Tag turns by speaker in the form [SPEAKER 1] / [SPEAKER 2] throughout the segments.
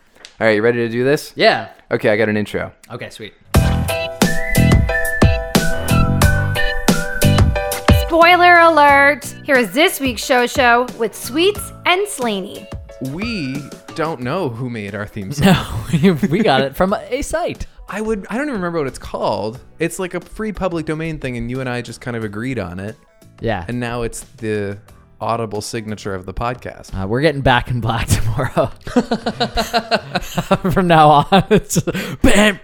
[SPEAKER 1] All right, you ready to do this?
[SPEAKER 2] Yeah.
[SPEAKER 1] Okay, I got an intro.
[SPEAKER 2] Okay, sweet.
[SPEAKER 3] Spoiler alert! Here is this week's show show with Sweets and Slaney.
[SPEAKER 1] We don't know who made our theme song.
[SPEAKER 2] No, we got it from a site.
[SPEAKER 1] I would I don't even remember what it's called. It's like a free public domain thing and you and I just kind of agreed on it.
[SPEAKER 2] Yeah.
[SPEAKER 1] And now it's the audible signature of the podcast.
[SPEAKER 2] Uh, we're getting back in black tomorrow. From now on, it's just bam,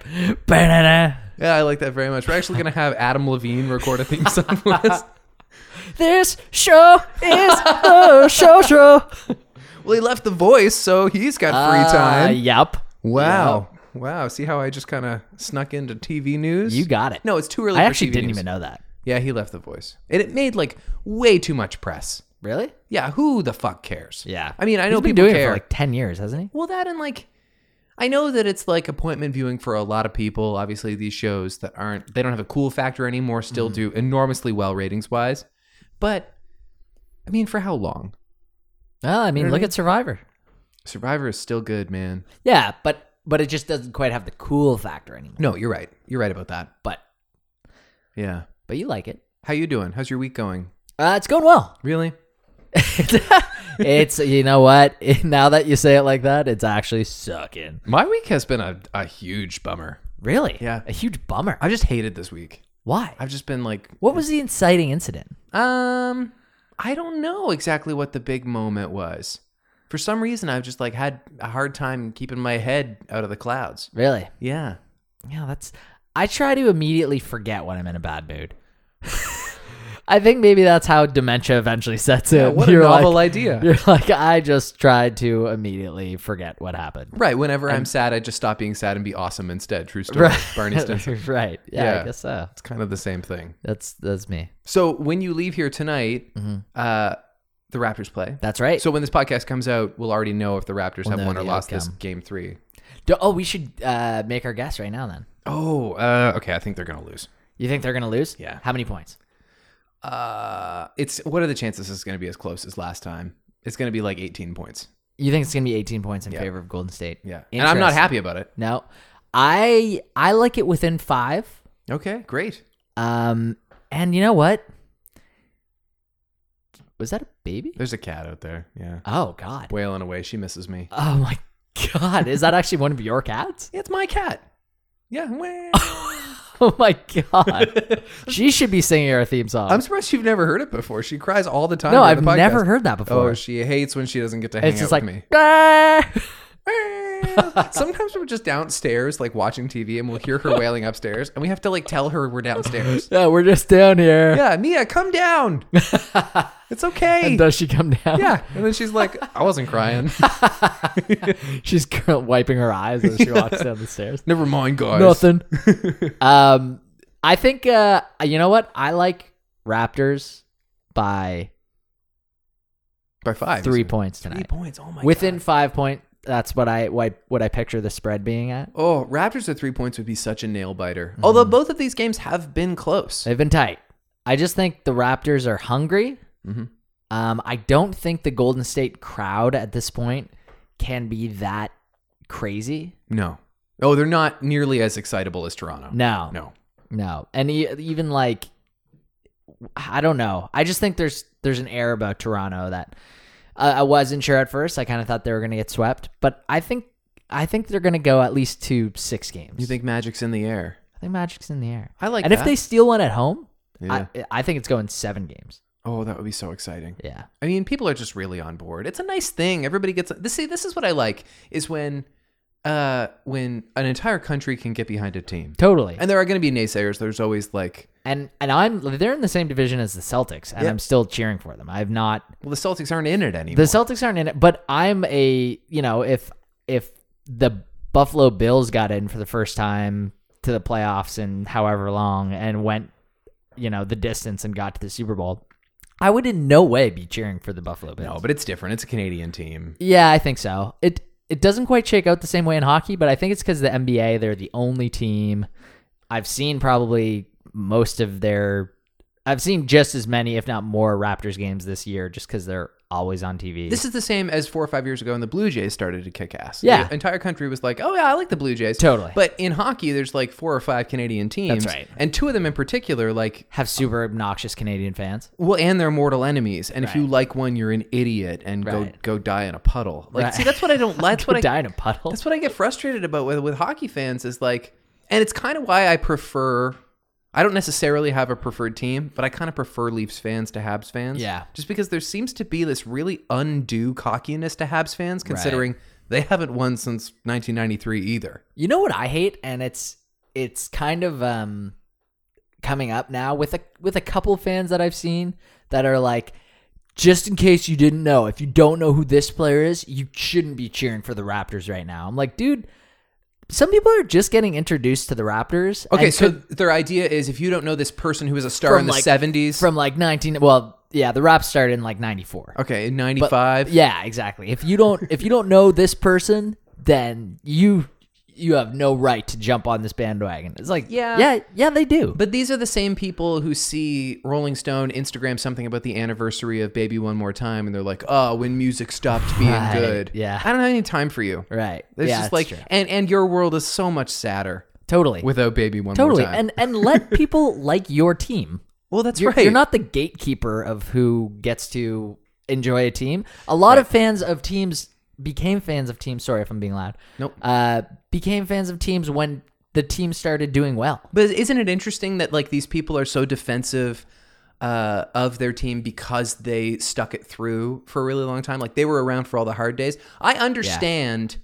[SPEAKER 2] banana.
[SPEAKER 1] Yeah, I like that very much. We're actually gonna have Adam Levine record a theme song with us.
[SPEAKER 2] This show is the show show.
[SPEAKER 1] Well, he left the voice, so he's got free
[SPEAKER 2] Uh,
[SPEAKER 1] time.
[SPEAKER 2] yep.
[SPEAKER 1] Wow. Wow. See how I just kind of snuck into TV news?
[SPEAKER 2] You got it.
[SPEAKER 1] No, it's too early.
[SPEAKER 2] I
[SPEAKER 1] for
[SPEAKER 2] actually
[SPEAKER 1] TV
[SPEAKER 2] didn't
[SPEAKER 1] news.
[SPEAKER 2] even know that.
[SPEAKER 1] Yeah, he left the voice, and it made like way too much press.
[SPEAKER 2] Really?
[SPEAKER 1] Yeah, who the fuck cares?
[SPEAKER 2] Yeah.
[SPEAKER 1] I mean, I know
[SPEAKER 2] He's been
[SPEAKER 1] people
[SPEAKER 2] doing it
[SPEAKER 1] care.
[SPEAKER 2] for like ten years, hasn't he?
[SPEAKER 1] well, that and like, I know that it's like appointment viewing for a lot of people. Obviously, these shows that aren't they don't have a cool factor anymore still do enormously well ratings wise, but I mean, for how long?
[SPEAKER 2] Well, I mean,
[SPEAKER 1] Really?
[SPEAKER 2] look at Survivor.
[SPEAKER 1] Survivor is still good, man.
[SPEAKER 2] Yeah, but but it just doesn't quite have the cool factor anymore.
[SPEAKER 1] No, you're right. You're right about that.
[SPEAKER 2] But
[SPEAKER 1] Yeah.
[SPEAKER 2] but you like it.
[SPEAKER 1] How you doing? How's your week going?
[SPEAKER 2] Uh, it's going well.
[SPEAKER 1] Really?
[SPEAKER 2] it's you know what? now that you say it like that, it's actually sucking.
[SPEAKER 1] My week has been a, a huge bummer.
[SPEAKER 2] Really?
[SPEAKER 1] Yeah.
[SPEAKER 2] A huge bummer.
[SPEAKER 1] I've just hated this week.
[SPEAKER 2] Why?
[SPEAKER 1] I've just been like,
[SPEAKER 2] What was the inciting incident?
[SPEAKER 1] um, I don't know exactly what the big moment was. For some reason, I've just like had a hard time keeping my head out of the clouds.
[SPEAKER 2] Really?
[SPEAKER 1] Yeah.
[SPEAKER 2] Yeah, that's. I try to immediately forget when I'm in a bad mood. I think maybe that's how dementia eventually sets in.
[SPEAKER 1] what a novel idea.
[SPEAKER 2] You're like, I just tried to immediately forget what happened.
[SPEAKER 1] Right. Whenever I'm sad, I just stop being sad and be awesome instead. True story. Barney Stinson.
[SPEAKER 2] right. Yeah,
[SPEAKER 1] Yeah.
[SPEAKER 2] I guess so.
[SPEAKER 1] It's kind of the same thing.
[SPEAKER 2] That's that's me.
[SPEAKER 1] So when you leave here tonight, uh, the Raptors play.
[SPEAKER 2] That's right.
[SPEAKER 1] So when this podcast comes out, we'll already know if the Raptors have
[SPEAKER 2] know
[SPEAKER 1] won or
[SPEAKER 2] the
[SPEAKER 1] lost this
[SPEAKER 2] outcome.
[SPEAKER 1] game three.
[SPEAKER 2] Do- oh, we should uh, make our guess right now then.
[SPEAKER 1] Oh, uh, okay. I think they're gonna lose.
[SPEAKER 2] You think they're going to lose?
[SPEAKER 1] Yeah.
[SPEAKER 2] How many points?
[SPEAKER 1] Uh, it's what are the chances this is gonna be as close as last time? It's gonna be like 18 points.
[SPEAKER 2] You think it's going to be 18 points in favor of Golden State?
[SPEAKER 1] Yeah, and I'm not
[SPEAKER 2] Interesting.
[SPEAKER 1] happy about it.
[SPEAKER 2] No. I I like it within 5.
[SPEAKER 1] Okay, great.
[SPEAKER 2] Um, and you know what? Was that a baby?
[SPEAKER 1] There's a cat out there. Yeah,
[SPEAKER 2] Oh God!
[SPEAKER 1] wailing away. She misses me.
[SPEAKER 2] Oh my God! Is that actually one of your cats?
[SPEAKER 1] It's my cat. Yeah. wah.
[SPEAKER 2] Oh my God! she should be singing our theme song.
[SPEAKER 1] I'm surprised you've never heard it before. She cries all the time.
[SPEAKER 2] no,
[SPEAKER 1] on
[SPEAKER 2] I've
[SPEAKER 1] the podcast.
[SPEAKER 2] never heard that before.
[SPEAKER 1] Oh, she hates when she doesn't get to hang
[SPEAKER 2] it's
[SPEAKER 1] out
[SPEAKER 2] just like
[SPEAKER 1] with me.
[SPEAKER 2] "Ah."
[SPEAKER 1] Sometimes we're just downstairs, like watching TV, and we'll hear her wailing upstairs, and we have to like tell her we're downstairs.
[SPEAKER 2] yeah, we're just down here.
[SPEAKER 1] Yeah, Mia, come down. It's okay.
[SPEAKER 2] And does she come down?
[SPEAKER 1] yeah, and then she's like, I wasn't crying.
[SPEAKER 2] she's cur- wiping her eyes as she walks down the stairs.
[SPEAKER 1] Never mind, guys.
[SPEAKER 2] Nothing. um, I think uh, you know what I like Raptors by
[SPEAKER 1] By five.
[SPEAKER 2] three
[SPEAKER 1] isn't it?
[SPEAKER 2] points
[SPEAKER 1] Three
[SPEAKER 2] tonight.
[SPEAKER 1] points. Oh my
[SPEAKER 2] Within
[SPEAKER 1] God.
[SPEAKER 2] five point, that's what I what, I- what I picture the spread being at.
[SPEAKER 1] Oh, Raptors at three points would be such a nail biter. Although both of these games have been close.
[SPEAKER 2] They've been tight. I just think the Raptors are hungry.
[SPEAKER 1] Mhm.
[SPEAKER 2] Um, I don't think the Golden State crowd at this point can be that crazy.
[SPEAKER 1] No. Oh, they're not nearly as excitable as Toronto.
[SPEAKER 2] No,
[SPEAKER 1] No.
[SPEAKER 2] no, and e- even like, I don't know. I just think there's there's an air about Toronto that uh, I wasn't sure at first. I kind of thought they were going to get swept, but I think I think they're going to go at least to six games.
[SPEAKER 1] You think Magic's in the air?
[SPEAKER 2] I think Magic's in the air.
[SPEAKER 1] I like
[SPEAKER 2] and if
[SPEAKER 1] that.
[SPEAKER 2] they steal one at home,
[SPEAKER 1] Yeah.
[SPEAKER 2] I, I think it's going seven games.
[SPEAKER 1] Oh, that would be so exciting.
[SPEAKER 2] Yeah.
[SPEAKER 1] I mean, people are just really on board. It's a nice thing. Everybody gets this. See, this is what I like is when, uh, when an entire country can get behind a team.
[SPEAKER 2] Totally.
[SPEAKER 1] And there are going to be naysayers. There's always like,
[SPEAKER 2] And and I'm they're in the same division as the Celtics, and
[SPEAKER 1] Yeah.
[SPEAKER 2] I'm still cheering for them. I've not
[SPEAKER 1] well, the Celtics aren't in it
[SPEAKER 2] the
[SPEAKER 1] anymore.
[SPEAKER 2] Celtics aren't in it, but I'm a you know if if the Buffalo Bills got in for the first time to the playoffs in however long and went you know the distance and got to the Super Bowl, I would in no way be cheering for the Buffalo Bills.
[SPEAKER 1] no, but it's different. It's a Canadian team.
[SPEAKER 2] yeah, I think so. It it doesn't quite shake out the same way in hockey, but I think it's because the NBA they're the only team I've seen probably most of their. I've seen just as many, if not more, Raptors games this year, just because they're always on TV.
[SPEAKER 1] This is the same as four or five years ago when the Blue Jays started to kick ass.
[SPEAKER 2] Yeah.
[SPEAKER 1] The entire country was like, oh, yeah, I like the Blue Jays.
[SPEAKER 2] Totally.
[SPEAKER 1] But in hockey, there's like four or five Canadian teams.
[SPEAKER 2] That's right.
[SPEAKER 1] And two of them in particular, like,
[SPEAKER 2] have super obnoxious Canadian fans.
[SPEAKER 1] well, and they're mortal enemies. And if you
[SPEAKER 2] Right.
[SPEAKER 1] like one, you're an idiot and
[SPEAKER 2] Right.
[SPEAKER 1] go go die in a puddle. Like,
[SPEAKER 2] Right.
[SPEAKER 1] see, that's what I don't like. That's what I
[SPEAKER 2] die in a puddle.
[SPEAKER 1] That's what I get frustrated about with, with hockey fans is like, and it's kind of why I prefer. I don't necessarily have a preferred team, but I kind of prefer Leafs fans to Habs fans.
[SPEAKER 2] Yeah.
[SPEAKER 1] Just because there seems to be this really undue cockiness to Habs fans, considering they haven't won since 1993 either.
[SPEAKER 2] You know what I hate, and it's it's kind of um coming up now with a with a couple fans that I've seen that are like, just in case you didn't know, if you don't know who this player is, you shouldn't be cheering for the Raptors right now. I'm like, dude, some people are just getting introduced to the Raptors.
[SPEAKER 1] Okay,
[SPEAKER 2] and
[SPEAKER 1] so
[SPEAKER 2] could-
[SPEAKER 1] their idea is if you don't know this person who was a star
[SPEAKER 2] From
[SPEAKER 1] in the
[SPEAKER 2] like-
[SPEAKER 1] 70s,
[SPEAKER 2] from like 19, well, yeah, the Raps started in like '94.
[SPEAKER 1] okay, in
[SPEAKER 2] But-
[SPEAKER 1] 95,
[SPEAKER 2] Yeah, exactly. If you don't if you don't know this person, then you you have no right to jump on this bandwagon. It's like
[SPEAKER 1] Yeah.
[SPEAKER 2] yeah, yeah, they do.
[SPEAKER 1] But these are the same people who see Rolling Stone Instagram something about the anniversary of Baby One More Time, and they're like, "Oh, when music stopped being
[SPEAKER 2] Right,
[SPEAKER 1] good."
[SPEAKER 2] yeah.
[SPEAKER 1] I don't have any time for you.
[SPEAKER 2] right.
[SPEAKER 1] It's
[SPEAKER 2] yeah,
[SPEAKER 1] just
[SPEAKER 2] that's
[SPEAKER 1] like,
[SPEAKER 2] true.
[SPEAKER 1] and and your world is so much sadder
[SPEAKER 2] totally.
[SPEAKER 1] without Baby One
[SPEAKER 2] totally.
[SPEAKER 1] More Time.
[SPEAKER 2] And and let people like your team.
[SPEAKER 1] well, that's
[SPEAKER 2] You're,
[SPEAKER 1] right.
[SPEAKER 2] you're not the gatekeeper of who gets to enjoy a team. A lot of fans of teams became fans of teams. Sorry if I'm being loud.
[SPEAKER 1] Nope.
[SPEAKER 2] Uh, became fans of teams when the team started doing well.
[SPEAKER 1] But isn't it interesting that like these people are so defensive uh, of their team because they stuck it through for a really long time? Like they were around for all the hard days. I understand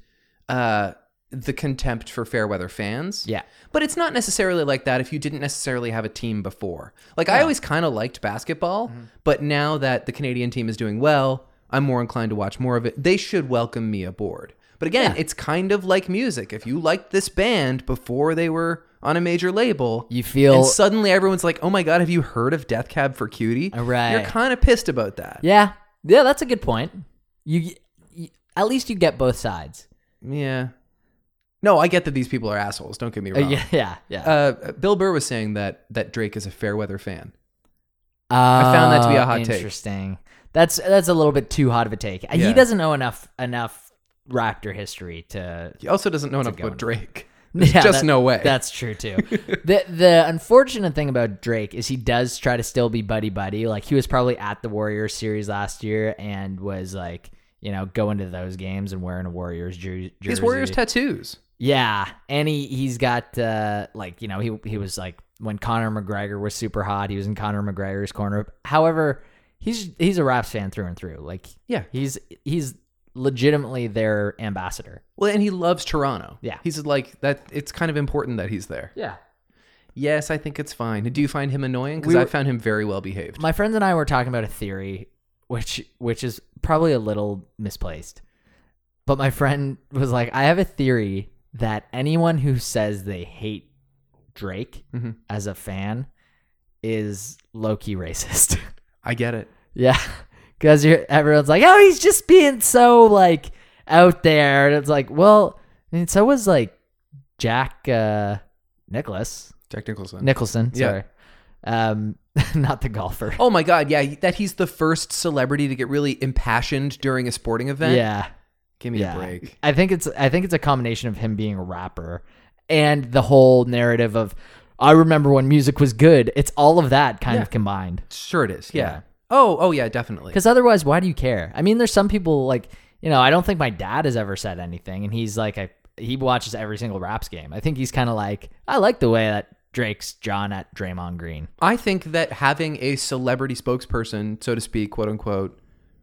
[SPEAKER 1] uh, the contempt for fair weather fans.
[SPEAKER 2] Yeah.
[SPEAKER 1] But it's not necessarily like that if you didn't necessarily have a team before. Like I always kind of liked basketball, but now that the Canadian team is doing well, I'm more inclined to watch more of it. They should welcome me aboard. But again, it's kind of like music. If you liked this band before they were on a major label,
[SPEAKER 2] You feel-
[SPEAKER 1] and suddenly everyone's like, "Oh my god, have you heard of Death Cab for Cutie?"
[SPEAKER 2] Uh, Right.
[SPEAKER 1] You're kind of pissed about that.
[SPEAKER 2] Yeah, yeah, that's a good point. You, you at least you get both sides.
[SPEAKER 1] Yeah. No, I get that these people are assholes. Don't get me
[SPEAKER 2] Uh,
[SPEAKER 1] wrong.
[SPEAKER 2] yeah, yeah, yeah.
[SPEAKER 1] Oh. uh, Bill Burr was saying that that Drake is a fair weather fan. I found that to be a hot
[SPEAKER 2] Oh,
[SPEAKER 1] take.
[SPEAKER 2] Interesting. That's that's a little bit too hot of a take.
[SPEAKER 1] Yeah.
[SPEAKER 2] He doesn't know enough enough Raptor history to.
[SPEAKER 1] He also doesn't know enough about
[SPEAKER 2] going.
[SPEAKER 1] Drake.
[SPEAKER 2] Yeah,
[SPEAKER 1] just no way.
[SPEAKER 2] That's true too. the The unfortunate thing about Drake is he does try to still be buddy buddy. Like he was probably at the Warriors series last year and was like you know going to those games and wearing a Warriors jer- jersey.
[SPEAKER 1] He has Warriors tattoos.
[SPEAKER 2] Yeah, and he he's got uh, like you know he he was like when Conor McGregor was super hot, he was in Conor McGregor's corner. However, he's he's a Raps fan through and through. Like
[SPEAKER 1] Yeah.
[SPEAKER 2] he's he's legitimately their ambassador.
[SPEAKER 1] Well, and he loves Toronto.
[SPEAKER 2] Yeah.
[SPEAKER 1] He's like that it's kind of important that he's there.
[SPEAKER 2] Yeah.
[SPEAKER 1] Yes, I think it's fine. Do you find him annoying? Because
[SPEAKER 2] We
[SPEAKER 1] I
[SPEAKER 2] were-
[SPEAKER 1] found him very well behaved.
[SPEAKER 2] My friends and I were talking about a theory which which is probably a little misplaced. But my friend was like, "I have a theory that anyone who says they hate Drake
[SPEAKER 1] Mhm.
[SPEAKER 2] as a fan is low-key racist."
[SPEAKER 1] I get it.
[SPEAKER 2] Yeah, because you're everyone's like, oh, he's just being so like out there, and it's like, well, I mean, so was like Jack uh, Nicholas
[SPEAKER 1] Jack Nicholson.
[SPEAKER 2] Nicholson,
[SPEAKER 1] Yeah.
[SPEAKER 2] sorry, um, not the golfer.
[SPEAKER 1] oh my god, yeah, that he's the first celebrity to get really impassioned during a sporting event.
[SPEAKER 2] yeah,
[SPEAKER 1] Give me
[SPEAKER 2] yeah.
[SPEAKER 1] a break.
[SPEAKER 2] I think it's I think it's a combination of him being a rapper and the whole narrative of I remember when music was good. It's all of that kind
[SPEAKER 1] Yeah.
[SPEAKER 2] of combined.
[SPEAKER 1] Sure it is. Yeah.
[SPEAKER 2] Yeah.
[SPEAKER 1] Oh, oh yeah, definitely.
[SPEAKER 2] Because otherwise, why do you care? I mean, there's some people like you know. I don't think my dad has ever said anything, and he's like, I he watches every single Raps game. I think he's kind of like, I like the way that Drake's John at Draymond Green.
[SPEAKER 1] I think that having a celebrity spokesperson, so to speak, quote unquote,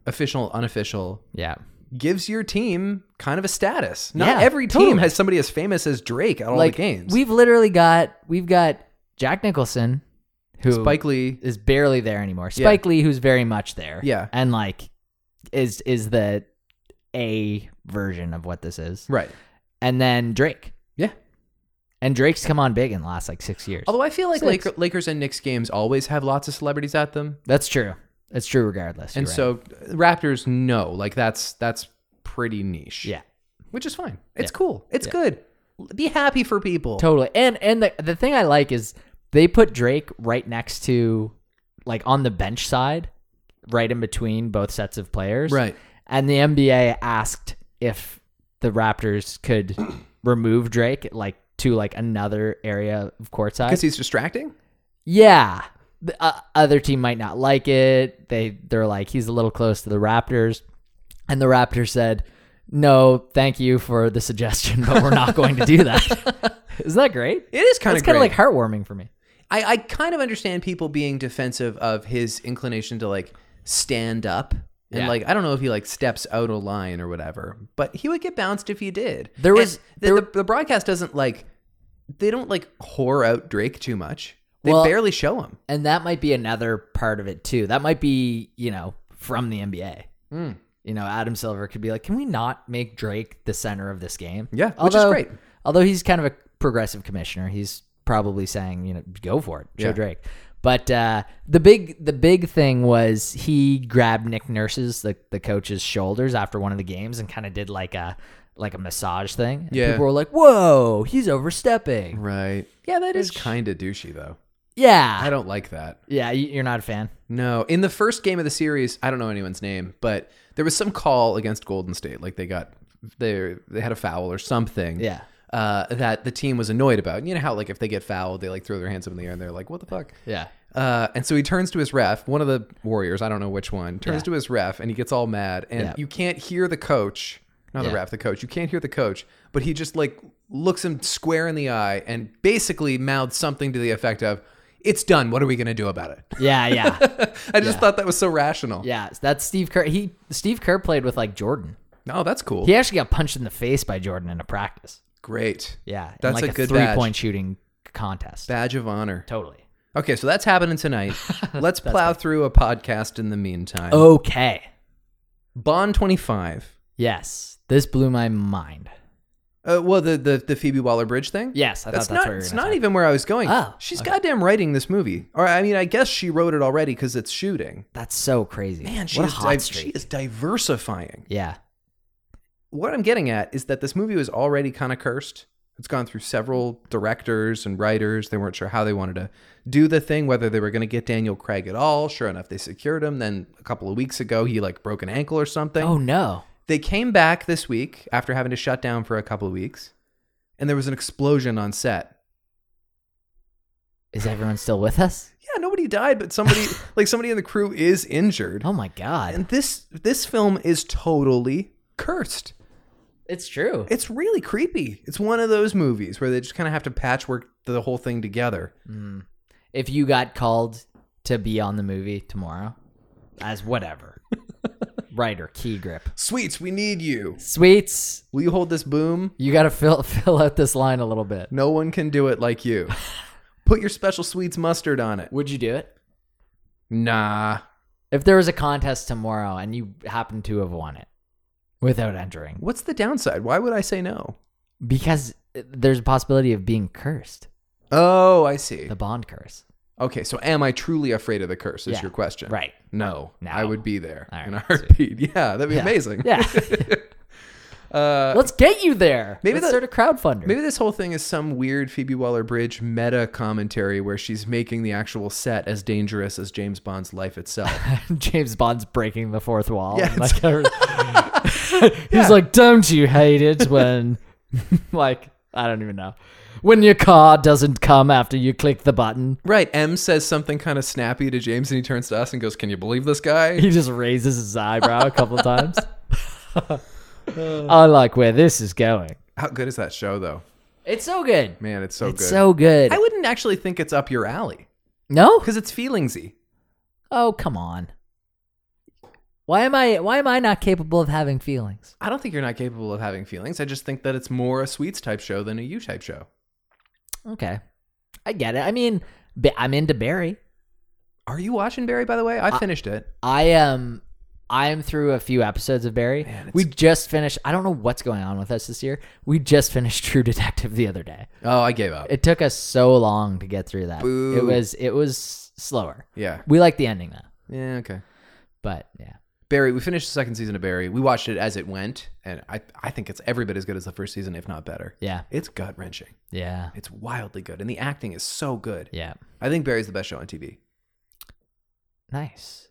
[SPEAKER 1] official, unofficial,
[SPEAKER 2] Yeah,
[SPEAKER 1] gives your team kind of a status. Not
[SPEAKER 2] Yeah,
[SPEAKER 1] every team
[SPEAKER 2] totally.
[SPEAKER 1] has somebody as famous as Drake at all
[SPEAKER 2] like
[SPEAKER 1] the games.
[SPEAKER 2] we've literally got we've got Jack Nicholson, who
[SPEAKER 1] Spike Lee.
[SPEAKER 2] is barely there anymore. Spike Lee, who's very much there.
[SPEAKER 1] Yeah.
[SPEAKER 2] and like is is the a version of what this is,
[SPEAKER 1] Right.
[SPEAKER 2] and then Drake.
[SPEAKER 1] Yeah. Oh,
[SPEAKER 2] And Drake's come on big in the last like six years.
[SPEAKER 1] Although I feel like
[SPEAKER 2] Six.
[SPEAKER 1] Laker, Lakers and Knicks games always have lots of celebrities at them,
[SPEAKER 2] That's true. That's true regardless.
[SPEAKER 1] and
[SPEAKER 2] You're right.
[SPEAKER 1] so Raptors no, like that's that's pretty niche.
[SPEAKER 2] yeah,
[SPEAKER 1] which is fine. It's cool. It's good. Be happy for people.
[SPEAKER 2] totally. And and the the thing I like is they put Drake right next to like on the bench side right in between both sets of players.
[SPEAKER 1] Right.
[SPEAKER 2] And the NBA asked if the Raptors could remove Drake like to like another area of courtside.
[SPEAKER 1] Because he's distracting?
[SPEAKER 2] Yeah. The uh, other team might not like it. They they're like he's a little close to the Raptors. And the Raptors said, "No, thank you for the suggestion, but we're not going to do that." Isn't that great?
[SPEAKER 1] It is kind
[SPEAKER 2] It's
[SPEAKER 1] of
[SPEAKER 2] kind of like heartwarming for me.
[SPEAKER 1] I, I kind of understand people being defensive of his inclination to like stand up. And
[SPEAKER 2] Yeah.
[SPEAKER 1] like I don't know if he like steps out of line or whatever, but he would get bounced if he did.
[SPEAKER 2] There was-
[SPEAKER 1] And the, the, the broadcast doesn't like they don't like whore out Drake too much. They
[SPEAKER 2] Well-
[SPEAKER 1] barely show him.
[SPEAKER 2] And that might be another part of it too. That might be, you know, from the NBA.
[SPEAKER 1] Hmm.
[SPEAKER 2] You know, Adam Silver could be like, "Can we not make Drake the center of this game?"
[SPEAKER 1] Yeah, which is great.
[SPEAKER 2] Although he's kind of a progressive commissioner, he's probably saying, you know, go for it, show
[SPEAKER 1] Yeah.
[SPEAKER 2] Drake. But uh, the big the big thing was he grabbed Nick Nurse's the the coach's shoulders after one of the games and kind of did like a like a massage thing. And
[SPEAKER 1] Yeah.
[SPEAKER 2] people were like, "Whoa, he's overstepping."
[SPEAKER 1] Right. Yeah, that is kind of douchey though. I
[SPEAKER 2] Yeah,
[SPEAKER 1] don't like that.
[SPEAKER 2] yeah, you- you're not a fan.
[SPEAKER 1] No, in the first game of the series, I don't know anyone's name, but there was some call against Golden State, like they got they they had a foul or something.
[SPEAKER 2] Yeah.
[SPEAKER 1] Uh, that the team was annoyed about. And you know how like if they get fouled, they like throw their hands up in the air and they're like, "What the fuck?"
[SPEAKER 2] Yeah.
[SPEAKER 1] Uh, and so he turns to his ref, one of the Warriors, I don't know which one, turns to his ref and he gets all mad. And
[SPEAKER 2] Yeah.
[SPEAKER 1] you can't hear the coach, not the
[SPEAKER 2] Yeah.
[SPEAKER 1] ref, the coach. You can't hear the coach, but he just like looks him square in the eye and basically mouths something to the effect of, "It's done. What are we gonna do about it?"
[SPEAKER 2] Yeah, yeah,
[SPEAKER 1] I just thought that was so rational.
[SPEAKER 2] yeah. That's Steve Kerr. He Steve Kerr played with like Jordan.
[SPEAKER 1] Oh, that's cool.
[SPEAKER 2] He actually got punched in the face by Jordan in a practice.
[SPEAKER 1] Great.
[SPEAKER 2] Yeah, in,
[SPEAKER 1] That's
[SPEAKER 2] like
[SPEAKER 1] a good
[SPEAKER 2] three
[SPEAKER 1] badge.
[SPEAKER 2] point shooting contest.
[SPEAKER 1] Badge of honor.
[SPEAKER 2] totally
[SPEAKER 1] Okay, so that's happening tonight. Let's plow through a podcast in the meantime.
[SPEAKER 2] Oh. okay.
[SPEAKER 1] Bond 25.
[SPEAKER 2] Yes, this blew my mind.
[SPEAKER 1] Uh, well, the, the the Phoebe Waller Bridge thing.
[SPEAKER 2] Yes, I
[SPEAKER 1] that's
[SPEAKER 2] thought
[SPEAKER 1] not
[SPEAKER 2] that's where you were
[SPEAKER 1] it's
[SPEAKER 2] gonna
[SPEAKER 1] not
[SPEAKER 2] say.
[SPEAKER 1] even where I was going.
[SPEAKER 2] Oh,
[SPEAKER 1] she's goddamn writing this movie. Or I mean, I guess she wrote it already because it's shooting.
[SPEAKER 2] That's so crazy.
[SPEAKER 1] Man, she
[SPEAKER 2] what a
[SPEAKER 1] is
[SPEAKER 2] hot
[SPEAKER 1] div-
[SPEAKER 2] streak.
[SPEAKER 1] she is diversifying.
[SPEAKER 2] Yeah,
[SPEAKER 1] What I'm getting at is that this movie was already kind of cursed. It's gone through several directors and writers. They weren't sure how they wanted to do the thing, whether they were going to get Daniel Craig at all. Sure enough, they secured him. Then a couple of weeks ago, he like broke an ankle or something.
[SPEAKER 2] Oh no.
[SPEAKER 1] They came back this week after having to shut down for a couple of weeks, and there was an explosion on set.
[SPEAKER 2] Is everyone still with us?
[SPEAKER 1] Yeah, nobody died, but somebody like somebody in the crew is injured.
[SPEAKER 2] Oh my god.
[SPEAKER 1] And this this film is totally cursed.
[SPEAKER 2] It's true.
[SPEAKER 1] It's really creepy. It's one of those movies where they just kind of have to patchwork the whole thing together.
[SPEAKER 2] Mm. If you got called to be on the movie tomorrow as whatever. Writer, key grip.
[SPEAKER 1] Sweets, we need you.
[SPEAKER 2] Sweets,
[SPEAKER 1] Will you hold this boom?
[SPEAKER 2] you got to fill fill out this line a little bit.
[SPEAKER 1] No one can do it like you. Put your special sweets mustard on it.
[SPEAKER 2] Would you do it?
[SPEAKER 1] Nah.
[SPEAKER 2] If there was a contest tomorrow and you happened to have won it without entering,
[SPEAKER 1] What's the downside? Why would I say no?
[SPEAKER 2] because there's a possibility of being cursed,
[SPEAKER 1] Oh, I see.
[SPEAKER 2] the Bond curse.
[SPEAKER 1] Okay, so am I truly afraid of the curse? Is
[SPEAKER 2] Yeah,
[SPEAKER 1] your question?
[SPEAKER 2] right.
[SPEAKER 1] No,
[SPEAKER 2] No.
[SPEAKER 1] I would be there
[SPEAKER 2] All
[SPEAKER 1] in a
[SPEAKER 2] right,
[SPEAKER 1] heartbeat. Yeah, that'd be
[SPEAKER 2] Yeah.
[SPEAKER 1] amazing.
[SPEAKER 2] Yeah.
[SPEAKER 1] Uh,
[SPEAKER 2] Let's get you there. Maybe
[SPEAKER 1] Maybe
[SPEAKER 2] Let's start
[SPEAKER 1] the-
[SPEAKER 2] a crowdfunder.
[SPEAKER 1] maybe this whole thing is some weird Phoebe Waller-Bridge meta commentary where she's making the actual set as dangerous as James Bond's life itself.
[SPEAKER 2] James Bond's breaking the fourth wall.
[SPEAKER 1] Yeah,
[SPEAKER 2] and, like, he's like, "Don't you hate it when, like, I don't even know, when your car doesn't come after you click the button?"
[SPEAKER 1] right. M says something kind of snappy to James, and he turns to us and goes, "Can you believe this guy?"
[SPEAKER 2] He just raises his eyebrow a couple of times. I like where this is going.
[SPEAKER 1] How good is that show, though?
[SPEAKER 2] It's so good.
[SPEAKER 1] Man, it's so
[SPEAKER 2] it's
[SPEAKER 1] good.
[SPEAKER 2] so good.
[SPEAKER 1] I wouldn't actually think it's up your alley
[SPEAKER 2] no?
[SPEAKER 1] because it's feelingsy.
[SPEAKER 2] Oh, come on. Why am I? Why am I not capable of having feelings?
[SPEAKER 1] I don't think you're not capable of having feelings. I just think that it's more a sweets type show than a you type show.
[SPEAKER 2] Okay, I get it. I mean, ba- I'm into Barry.
[SPEAKER 1] Are you watching Barry? By the way, I finished it.
[SPEAKER 2] I am I am through a few episodes of Barry.
[SPEAKER 1] Man, it's-
[SPEAKER 2] we just finished I don't know what's going on with us this year. We just finished True Detective the other day.
[SPEAKER 1] Oh, I gave up.
[SPEAKER 2] It took us so long to get through that.
[SPEAKER 1] Boo.
[SPEAKER 2] It was it was slower.
[SPEAKER 1] yeah.
[SPEAKER 2] We like the ending though.
[SPEAKER 1] Yeah. Okay.
[SPEAKER 2] But yeah.
[SPEAKER 1] Barry, we finished the second season of Barry. We watched it as it went, and I I think it's every bit as good as the first season, if not better.
[SPEAKER 2] Yeah.
[SPEAKER 1] It's gut wrenching.
[SPEAKER 2] Yeah.
[SPEAKER 1] It's wildly good, and the acting is so good.
[SPEAKER 2] Yeah.
[SPEAKER 1] I think Barry's the best show on TV.
[SPEAKER 2] Nice.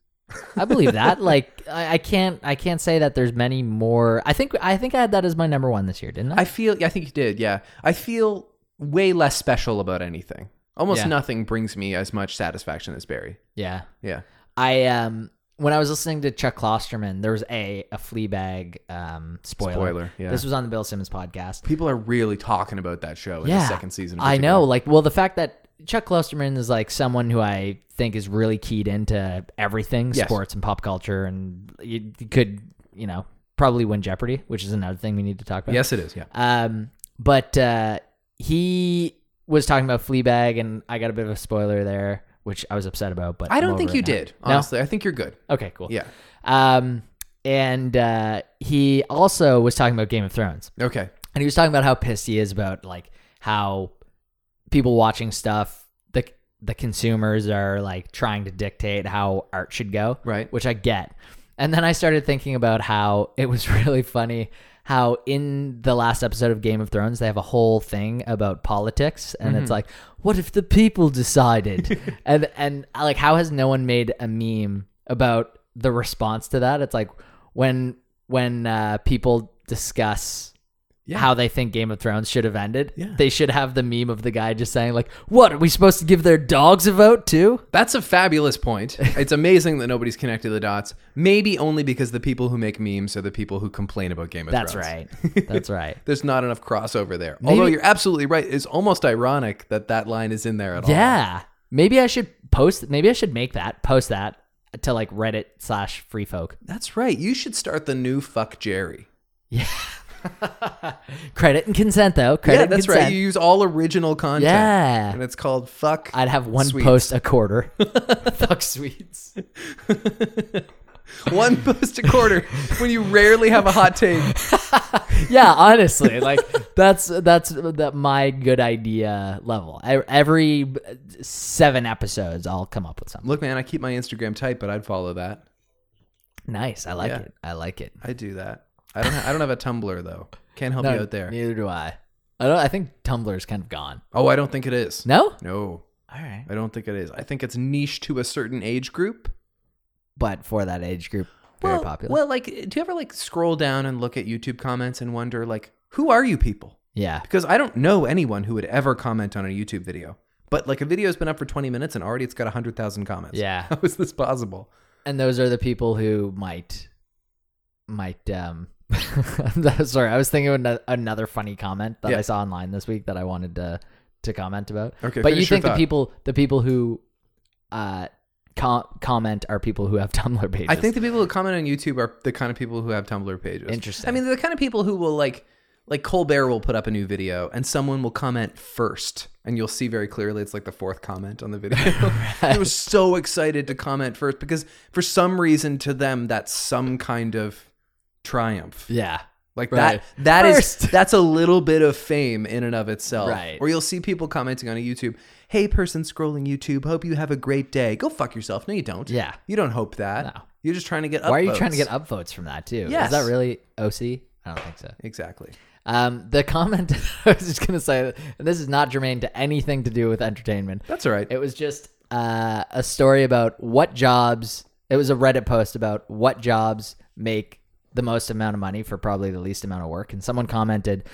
[SPEAKER 2] I believe that. like I, I can't I can't say that there's many more. I think I think I had that as my number one this year, didn't I?
[SPEAKER 1] I feel. I think you did. Yeah. I feel way less special about anything. Almost
[SPEAKER 2] Yeah.
[SPEAKER 1] nothing brings me as much satisfaction as Barry.
[SPEAKER 2] yeah.
[SPEAKER 1] Yeah.
[SPEAKER 2] I um when I was listening to Chuck Klosterman, there was a a Fleabag um spoiler.
[SPEAKER 1] Spoiler, yeah.
[SPEAKER 2] This was on the Bill Simmons podcast.
[SPEAKER 1] People are really talking about that show in the second season. in
[SPEAKER 2] I know.
[SPEAKER 1] particular.
[SPEAKER 2] Like, well, the fact that Chuck Klosterman is like someone who I think is really keyed into everything
[SPEAKER 1] Yes.
[SPEAKER 2] sports and pop culture, and you you could, you know, probably win Jeopardy, which is another thing we need to talk about.
[SPEAKER 1] Yes, it is. Yeah.
[SPEAKER 2] Um, but uh, he was talking about Fleabag, and I got a bit of a spoiler there, which I was upset about. But
[SPEAKER 1] I
[SPEAKER 2] I'm
[SPEAKER 1] don't
[SPEAKER 2] over
[SPEAKER 1] think
[SPEAKER 2] it
[SPEAKER 1] you
[SPEAKER 2] now.
[SPEAKER 1] did.
[SPEAKER 2] No?
[SPEAKER 1] Honestly, I think you're good.
[SPEAKER 2] Okay, cool.
[SPEAKER 1] Yeah.
[SPEAKER 2] Um, and uh, he also was talking about Game of Thrones
[SPEAKER 1] Okay.
[SPEAKER 2] and he was talking about how pissed he is about like how people watching stuff the the consumers are like trying to dictate how art should go
[SPEAKER 1] Right.
[SPEAKER 2] which i get and then i started thinking about how it was really funny how in the last episode of game of thrones they have a whole thing about politics and it's like what if the people decided and and uh, like how has no one made a meme about the response to that it's like when when uh, people discuss
[SPEAKER 1] Yeah.
[SPEAKER 2] how they think Game of Thrones should have ended.
[SPEAKER 1] Yeah.
[SPEAKER 2] They should have the meme of the guy just saying like, "What are we supposed to give their dogs a vote too?"
[SPEAKER 1] That's a fabulous point. It's amazing that nobody's connected the dots. Maybe only because the people who make memes are the people who complain about Game of
[SPEAKER 2] That's
[SPEAKER 1] Thrones.
[SPEAKER 2] right. That's right.
[SPEAKER 1] There's not enough crossover there. Although you're absolutely right. It's almost ironic that that line is in there at all.
[SPEAKER 2] Yeah. Maybe I should post. Maybe I should make that post that to like Reddit slash Free Folk.
[SPEAKER 1] That's right. You should start the new Fuck Jerry.
[SPEAKER 2] Yeah. Credit and consent though. Credit
[SPEAKER 1] yeah,
[SPEAKER 2] and
[SPEAKER 1] that's
[SPEAKER 2] consent.
[SPEAKER 1] right. You use all original content.
[SPEAKER 2] Yeah.
[SPEAKER 1] And it's called Fuck.
[SPEAKER 2] I'd have one
[SPEAKER 1] Sweets.
[SPEAKER 2] post a quarter. Fuck sweets.
[SPEAKER 1] One post a quarter when you rarely have a hot take.
[SPEAKER 2] yeah, honestly, like that's that's that my good idea level. E- Every seven episodes, I'll come up with something.
[SPEAKER 1] Look, man, I keep my Instagram tight, but I'd follow that.
[SPEAKER 2] Nice, I like
[SPEAKER 1] Yeah.
[SPEAKER 2] it. I like it.
[SPEAKER 1] I do that. I don't. Ha- I don't have a Tumblr though. Can't help you out there.
[SPEAKER 2] Neither do I. I don't. I think Tumblr's kind of gone.
[SPEAKER 1] Oh, I don't think it is.
[SPEAKER 2] No.
[SPEAKER 1] No,
[SPEAKER 2] All right.
[SPEAKER 1] I don't think it is. I think it's niche to a certain age group.
[SPEAKER 2] But for that age group, very
[SPEAKER 1] well,
[SPEAKER 2] popular.
[SPEAKER 1] Well, like, do you ever like scroll down and look at YouTube comments and wonder like, who are you people?
[SPEAKER 2] yeah.
[SPEAKER 1] Because I don't know anyone who would ever comment on a YouTube video. But like a video's been up for 20 minutes and already it's got 100,000 comments.
[SPEAKER 2] Yeah.
[SPEAKER 1] How is this possible?
[SPEAKER 2] And those are the people who might, might. um I'm Sorry, I was thinking of ano- another funny comment that
[SPEAKER 1] Yeah.
[SPEAKER 2] I saw online this week that I wanted to to comment about.
[SPEAKER 1] Okay,
[SPEAKER 2] but you
[SPEAKER 1] finish your
[SPEAKER 2] think the
[SPEAKER 1] thought.
[SPEAKER 2] people the people who uh com- comment are people who have Tumblr pages?
[SPEAKER 1] I think the people who comment on YouTube are the kind of people who have Tumblr pages.
[SPEAKER 2] Interesting.
[SPEAKER 1] I mean, they're the kind of people who will like, like Colbert will put up a new video and someone will comment first, and you'll see very clearly it's like the fourth comment on the video. I was so excited to comment first because for some reason to them that's some kind of triumph.
[SPEAKER 2] yeah.
[SPEAKER 1] Like
[SPEAKER 2] Right.
[SPEAKER 1] that that is
[SPEAKER 2] First.
[SPEAKER 1] that's a little bit of fame in and of itself.
[SPEAKER 2] Right.
[SPEAKER 1] Or you'll see people commenting on a YouTube, hey person scrolling YouTube, hope you have a great day. Go fuck yourself. No, you don't.
[SPEAKER 2] Yeah.
[SPEAKER 1] You don't hope that.
[SPEAKER 2] No.
[SPEAKER 1] You're just trying to get
[SPEAKER 2] Why are you
[SPEAKER 1] upvotes.
[SPEAKER 2] trying to get upvotes from that too? Is
[SPEAKER 1] Yes.
[SPEAKER 2] that really OC? I don't think so.
[SPEAKER 1] Exactly.
[SPEAKER 2] Um, the comment I was just gonna say, and this is not germane to anything to do with entertainment.
[SPEAKER 1] That's all right.
[SPEAKER 2] It was just uh, a story about what jobs. It was a Reddit post about what jobs make the most amount of money for probably the least amount of work. And someone commented,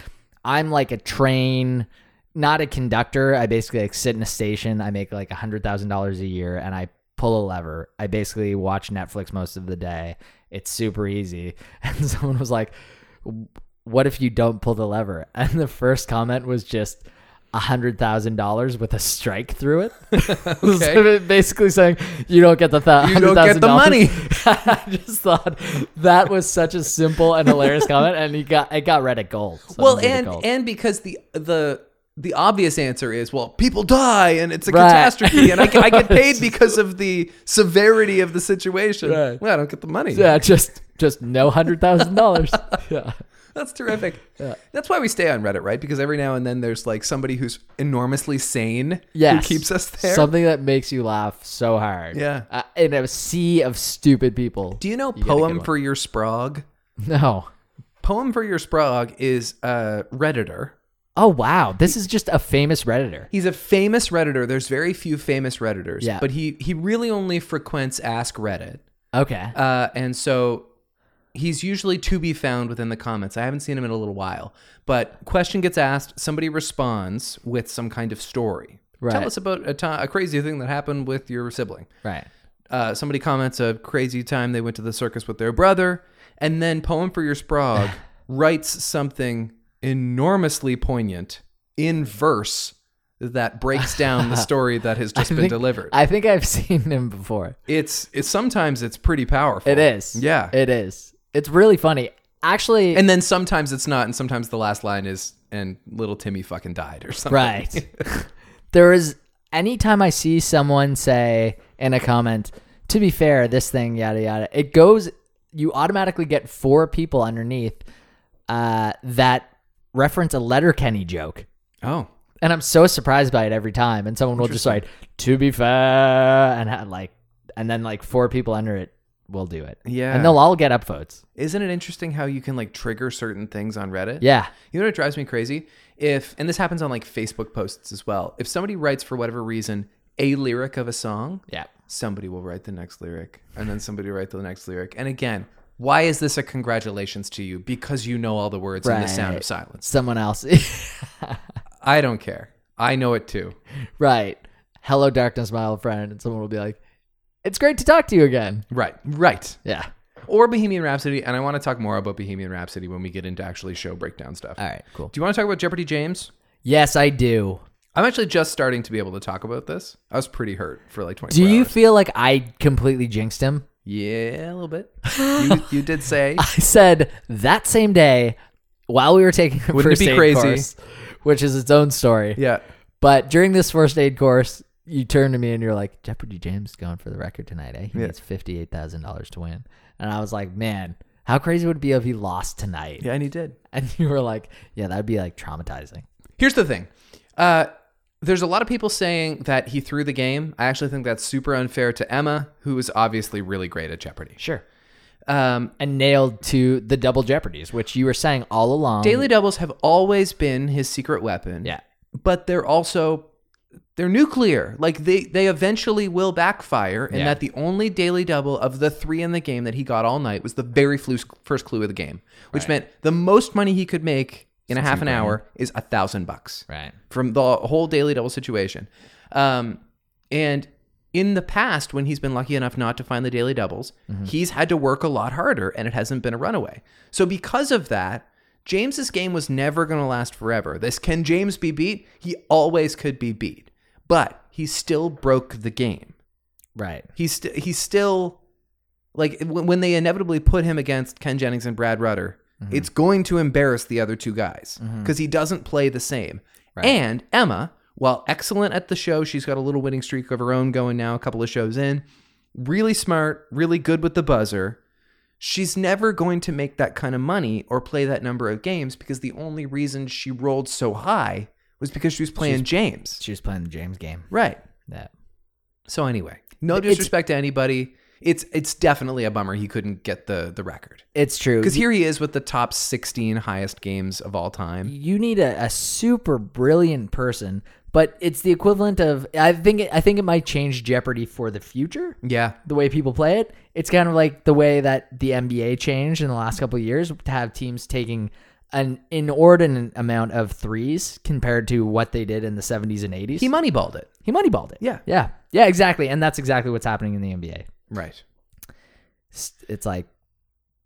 [SPEAKER 2] "I'm like a train, not a conductor. I basically like sit in a station. I make like a hundred thousand dollars a year, and I pull a lever. I basically watch Netflix most of the day. It's super easy." And someone was like, "What if you don't pull the lever?" And the first comment was just a hundred thousand dollars with a strike through it. So basically saying you don't get the thou-
[SPEAKER 1] You don't get
[SPEAKER 2] $100,000.
[SPEAKER 1] the money.
[SPEAKER 2] I just thought that was such a simple and hilarious comment, and he got it got Reddit gold. Someone
[SPEAKER 1] well,
[SPEAKER 2] gave it
[SPEAKER 1] and
[SPEAKER 2] gold.
[SPEAKER 1] and because the the the obvious answer is well people die and it's a
[SPEAKER 2] Right.
[SPEAKER 1] catastrophe and I, get- I get paid because of the severity of the situation
[SPEAKER 2] Right.
[SPEAKER 1] well i don't get the money
[SPEAKER 2] yeah, just just no hundred thousand dollars. Yeah,
[SPEAKER 1] That's terrific. That's why we stay on Reddit, right? Because every now and then there's like somebody who's enormously sane
[SPEAKER 2] yes,
[SPEAKER 1] who keeps us there.
[SPEAKER 2] Something that makes you laugh so hard.
[SPEAKER 1] Yeah.
[SPEAKER 2] uh, in a sea of stupid people.
[SPEAKER 1] Do you know
[SPEAKER 2] get a good
[SPEAKER 1] Poem
[SPEAKER 2] one.
[SPEAKER 1] for Your Sprog?
[SPEAKER 2] no.
[SPEAKER 1] Poem for Your Sprog is a Redditor.
[SPEAKER 2] Oh wow, this is just a famous redditor.
[SPEAKER 1] He's a famous Redditor. There's very few famous Redditors,
[SPEAKER 2] Yeah.
[SPEAKER 1] but he, he really only frequents Ask Reddit.
[SPEAKER 2] Okay.
[SPEAKER 1] Uh, and so he's usually to be found within the comments. I haven't seen him in a little while, but question gets asked, somebody responds with some kind of story.
[SPEAKER 2] Right.
[SPEAKER 1] Tell us about a, ti- a crazy thing that happened with your sibling.
[SPEAKER 2] Right.
[SPEAKER 1] Uh, somebody comments a crazy time they went to the circus with their brother, and then poem for your sprog writes something enormously poignant in verse that breaks down the story that has just
[SPEAKER 2] I
[SPEAKER 1] been
[SPEAKER 2] think-
[SPEAKER 1] delivered.
[SPEAKER 2] I think I've seen him before.
[SPEAKER 1] it's, it's sometimes it's pretty powerful.
[SPEAKER 2] It is.
[SPEAKER 1] Yeah.
[SPEAKER 2] It is. It's really funny. Actually,
[SPEAKER 1] And then sometimes it's not, and sometimes the last line is, and little Timmy fucking died or something.
[SPEAKER 2] right. there is anytime I see someone say in a comment, to be fair, this thing, yada yada, it goes you automatically get four people underneath uh, that reference a letter Kenny joke.
[SPEAKER 1] Oh.
[SPEAKER 2] And I'm so surprised by it every time. And someone will just write, to be fair, and ha- like, and then like four people under it will do it.
[SPEAKER 1] Yeah.
[SPEAKER 2] And they'll all get upvotes.
[SPEAKER 1] Isn't it interesting how you can like trigger certain things on Reddit?
[SPEAKER 2] Yeah.
[SPEAKER 1] You know what drives me crazy? If, and this happens on like Facebook posts as well, if somebody writes for whatever reason a lyric of a song,
[SPEAKER 2] Yeah.
[SPEAKER 1] somebody will write the next lyric, and then somebody will write the next lyric. And again, why is this a congratulations to you? Because you know all the words in the sound of
[SPEAKER 2] Right.
[SPEAKER 1] silence.
[SPEAKER 2] Someone else.
[SPEAKER 1] I don't care. I know it too.
[SPEAKER 2] right. Hello, darkness, my old friend. And someone will be like, it's great to talk to you again.
[SPEAKER 1] Right. Right.
[SPEAKER 2] Yeah.
[SPEAKER 1] or Bohemian Rhapsody, and I want to talk more about Bohemian Rhapsody when we get into actually show breakdown stuff. Uh,
[SPEAKER 2] All right, cool.
[SPEAKER 1] Do you want to talk about Jeopardy James?
[SPEAKER 2] Yes, I do.
[SPEAKER 1] I'm actually just starting to be able to talk about this. I was pretty hurt for like 20.
[SPEAKER 2] Do you feel like I completely jinxed him?
[SPEAKER 1] Yeah, a little bit. you, you did say
[SPEAKER 2] I said that same day while we were taking a
[SPEAKER 1] Wouldn't it
[SPEAKER 2] first
[SPEAKER 1] be
[SPEAKER 2] aid
[SPEAKER 1] crazy?
[SPEAKER 2] course, which is its own story.
[SPEAKER 1] yeah.
[SPEAKER 2] But during this first aid course, you turned to me and you're like, Jeopardy James is going for the record tonight, eh? He
[SPEAKER 1] Yeah.
[SPEAKER 2] needs $58,000 to win. And I was like, man, how crazy would it be if he lost tonight?
[SPEAKER 1] Yeah, and you did.
[SPEAKER 2] And you were like, yeah, that'd be like traumatizing.
[SPEAKER 1] Here's the thing. Uh, there's a lot of people saying that he threw the game. I actually think that's super unfair to Emma, who is obviously really great at Jeopardy.
[SPEAKER 2] Sure.
[SPEAKER 1] Um,
[SPEAKER 2] And nailed to the double jeopardies, which you were saying all along.
[SPEAKER 1] Daily doubles have always been his secret weapon.
[SPEAKER 2] Yeah.
[SPEAKER 1] But they're also they're nuclear. Like they they eventually will backfire and
[SPEAKER 2] Yeah.
[SPEAKER 1] that the only daily double of the 3 in the game that he got all night was the very flu- first clue of the game, which meant the most money he could make in a half an hour is a 1000 bucks
[SPEAKER 2] Right.
[SPEAKER 1] from the whole daily double situation. Um, and in the past, when he's been lucky enough not to find the daily doubles, he's had to work a lot harder and it hasn't been a runaway. So, because of that, James's game was never going to last forever. This can James be beat? He always could be beat, but he still broke the game.
[SPEAKER 2] Right.
[SPEAKER 1] He's st- he's still like when when they inevitably put him against Ken Jennings and Brad Rutter, it's going to embarrass the other two guys because he doesn't play the same. And Emma, while excellent at the show, she's got a little winning streak of her own going now, a couple of shows in. Really smart, really good with the buzzer. She's never going to make that kind of money or play that number of games because the only reason she rolled so high was because she was playing James.
[SPEAKER 2] She was playing the James game.
[SPEAKER 1] Right.
[SPEAKER 2] That.
[SPEAKER 1] So anyway, no
[SPEAKER 2] It's-
[SPEAKER 1] disrespect to anybody. It's it's definitely a bummer he couldn't get the the record
[SPEAKER 2] It's true.
[SPEAKER 1] because here he is with the top 16 highest games of all time.
[SPEAKER 2] you need a, a super brilliant person, but it's the equivalent of I think it, I think it might change Jeopardy for the future.
[SPEAKER 1] Yeah,
[SPEAKER 2] The way people play it, it's kind of like the way that the NBA changed in the last couple of years to have teams taking an inordinate amount of threes compared to what they did in the 70s and 80s.
[SPEAKER 1] he moneyballed it.
[SPEAKER 2] he moneyballed it.
[SPEAKER 1] Yeah.
[SPEAKER 2] Yeah. Yeah, exactly. And that's exactly what's happening in the NBA.
[SPEAKER 1] Right.
[SPEAKER 2] It's, it's like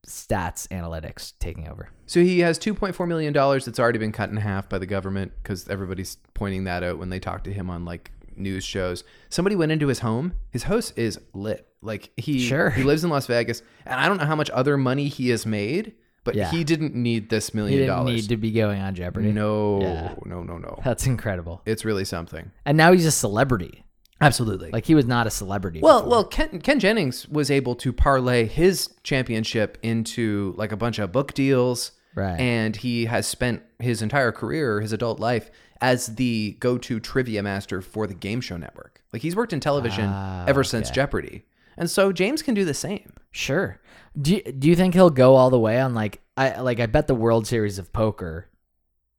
[SPEAKER 2] stats analytics taking over.
[SPEAKER 1] So he has 2.4 million dollars that's already been cut in half by the government because everybody's pointing that out when they talk to him on like news shows. Somebody went into his home. His house is lit. Like he
[SPEAKER 2] Sure.
[SPEAKER 1] he lives in Las Vegas, and I don't know how much other money he has made, but
[SPEAKER 2] Yeah.
[SPEAKER 1] he didn't need this
[SPEAKER 2] He
[SPEAKER 1] million
[SPEAKER 2] didn't
[SPEAKER 1] dollars.
[SPEAKER 2] need to be going on Jeopardy.
[SPEAKER 1] no,
[SPEAKER 2] Yeah.
[SPEAKER 1] no, no, no.
[SPEAKER 2] That's incredible.
[SPEAKER 1] It's really something.
[SPEAKER 2] And now he's a celebrity.
[SPEAKER 1] Absolutely.
[SPEAKER 2] Like he was not a celebrity.
[SPEAKER 1] well,
[SPEAKER 2] before.
[SPEAKER 1] well, Ken, Ken Jennings was able to parlay his championship into like a bunch of book deals,
[SPEAKER 2] Right.
[SPEAKER 1] And he has spent his entire career, his adult life, as the go-to trivia master for the game show network. Like he's worked in television
[SPEAKER 2] Ah,
[SPEAKER 1] ever since Jeopardy, and so James can do the same.
[SPEAKER 2] sure. Do you, do you think he'll go all the way on like I like I bet the World Series of Poker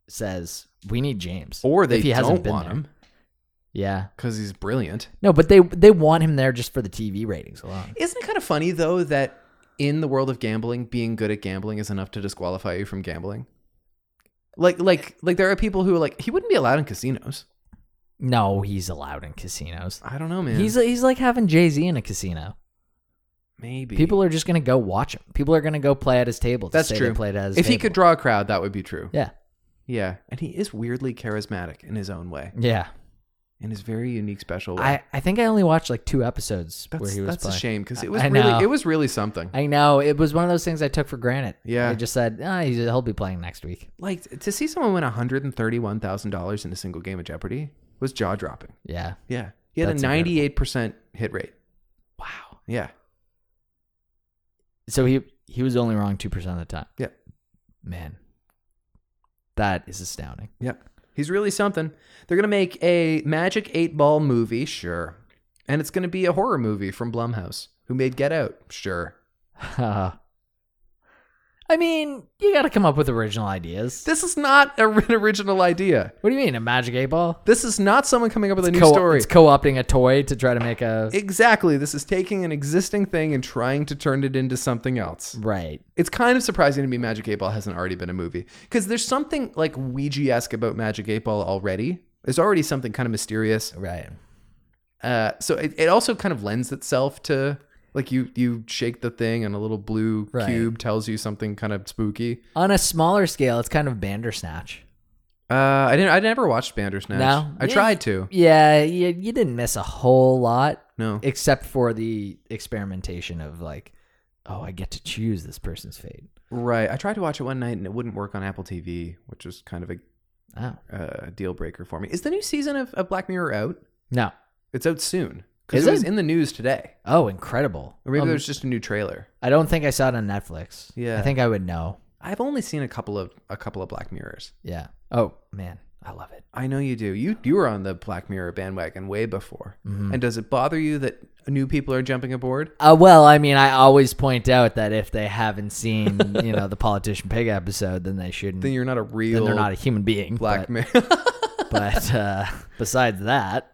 [SPEAKER 2] says we need James
[SPEAKER 1] Or they
[SPEAKER 2] if he
[SPEAKER 1] don't
[SPEAKER 2] hasn't been
[SPEAKER 1] want
[SPEAKER 2] there.
[SPEAKER 1] him.
[SPEAKER 2] Yeah.
[SPEAKER 1] because he's brilliant.
[SPEAKER 2] No, but they they want him there just for the TV ratings alone.
[SPEAKER 1] Isn't it kind of funny though that in the world of gambling, being good at gambling is enough to disqualify you from gambling? Like, like, like there are people who are like he wouldn't be allowed in casinos.
[SPEAKER 2] No, he's allowed in casinos.
[SPEAKER 1] I don't know, man.
[SPEAKER 2] He's he's like having Jay Z in a casino.
[SPEAKER 1] maybe
[SPEAKER 2] People are just gonna go watch him. People are gonna go play at his table. To
[SPEAKER 1] That's
[SPEAKER 2] say
[SPEAKER 1] true.
[SPEAKER 2] They played at his
[SPEAKER 1] If he
[SPEAKER 2] table.
[SPEAKER 1] could draw a crowd, that would be true.
[SPEAKER 2] yeah,
[SPEAKER 1] Yeah, and he is weirdly charismatic in his own way,
[SPEAKER 2] yeah.
[SPEAKER 1] in his very unique, special way.
[SPEAKER 2] I, I think I only watched like two episodes
[SPEAKER 1] Oh, that's
[SPEAKER 2] where he was
[SPEAKER 1] that's a
[SPEAKER 2] playing.
[SPEAKER 1] shame because it was
[SPEAKER 2] I
[SPEAKER 1] really
[SPEAKER 2] know.
[SPEAKER 1] it was really something.
[SPEAKER 2] I know it was one of those things I took for granted.
[SPEAKER 1] Yeah.
[SPEAKER 2] I just said ah, he's- he'll be playing next week.
[SPEAKER 1] like to see someone win one hundred and thirty-one thousand dollars in a single game of Jeopardy was jaw-dropping.
[SPEAKER 2] Yeah,
[SPEAKER 1] Yeah, he had
[SPEAKER 2] That's
[SPEAKER 1] a ninety-eight percent hit rate.
[SPEAKER 2] wow.
[SPEAKER 1] Yeah,
[SPEAKER 2] So he he was only wrong two percent of the time.
[SPEAKER 1] Yep.
[SPEAKER 2] man, that is astounding.
[SPEAKER 1] Yep. He's really something. They're going to make a Magic 8 Ball movie, sure. And it's going to be a horror movie from Blumhouse, who made Get Out, sure.
[SPEAKER 2] I mean, you got to come up with original ideas.
[SPEAKER 1] This is not a- an original idea.
[SPEAKER 2] What do you mean, a magic eight ball?
[SPEAKER 1] This is not someone coming up with a new
[SPEAKER 2] Co-
[SPEAKER 1] story.
[SPEAKER 2] It's co-opting a toy to try to make a
[SPEAKER 1] exactly. This is taking an existing thing and trying to turn it into something else.
[SPEAKER 2] right.
[SPEAKER 1] It's kind of surprising to me Magic 8 Ball hasn't already been a movie because there's something like Ouija esque about Magic 8 Ball already. There's already something kind of mysterious.
[SPEAKER 2] Right.
[SPEAKER 1] Uh, so it, it also kind of lends itself to like you you shake the thing and a little blue
[SPEAKER 2] Right.
[SPEAKER 1] cube tells you something kind of spooky.
[SPEAKER 2] On a smaller scale, it's kind of Bandersnatch.
[SPEAKER 1] Uh, I didn't. I never watched Bandersnatch.
[SPEAKER 2] No?
[SPEAKER 1] I
[SPEAKER 2] Yeah.
[SPEAKER 1] tried to.
[SPEAKER 2] Yeah, you, you didn't miss a whole lot
[SPEAKER 1] No.
[SPEAKER 2] except for the experimentation of like, oh, I get to choose this person's fate.
[SPEAKER 1] right. I tried to watch it one night and it wouldn't work on Apple TV, which was kind of a
[SPEAKER 2] Oh
[SPEAKER 1] uh, deal breaker for me. Is the new season of, of Black Mirror out?
[SPEAKER 2] no.
[SPEAKER 1] It's out soon because
[SPEAKER 2] Is
[SPEAKER 1] it was
[SPEAKER 2] it?
[SPEAKER 1] in the news today.
[SPEAKER 2] Oh, incredible.
[SPEAKER 1] Or maybe
[SPEAKER 2] Um,
[SPEAKER 1] there's just a new trailer.
[SPEAKER 2] I don't think I saw it on Netflix.
[SPEAKER 1] Yeah.
[SPEAKER 2] I think I would know.
[SPEAKER 1] I've only seen a couple of a couple of Black Mirrors.
[SPEAKER 2] Yeah. Oh man, I love it.
[SPEAKER 1] I know you do. You you were on the Black Mirror bandwagon way before.
[SPEAKER 2] Mm-hmm.
[SPEAKER 1] And does it bother you that new people are jumping aboard?
[SPEAKER 2] Uh, well, I mean, I always point out that if they haven't seen, you know, the politician pig episode, then they shouldn't.
[SPEAKER 1] Then
[SPEAKER 2] Then,
[SPEAKER 1] you're not a real
[SPEAKER 2] they're not a human being.
[SPEAKER 1] Black
[SPEAKER 2] but,
[SPEAKER 1] Mirror.
[SPEAKER 2] but uh, besides that,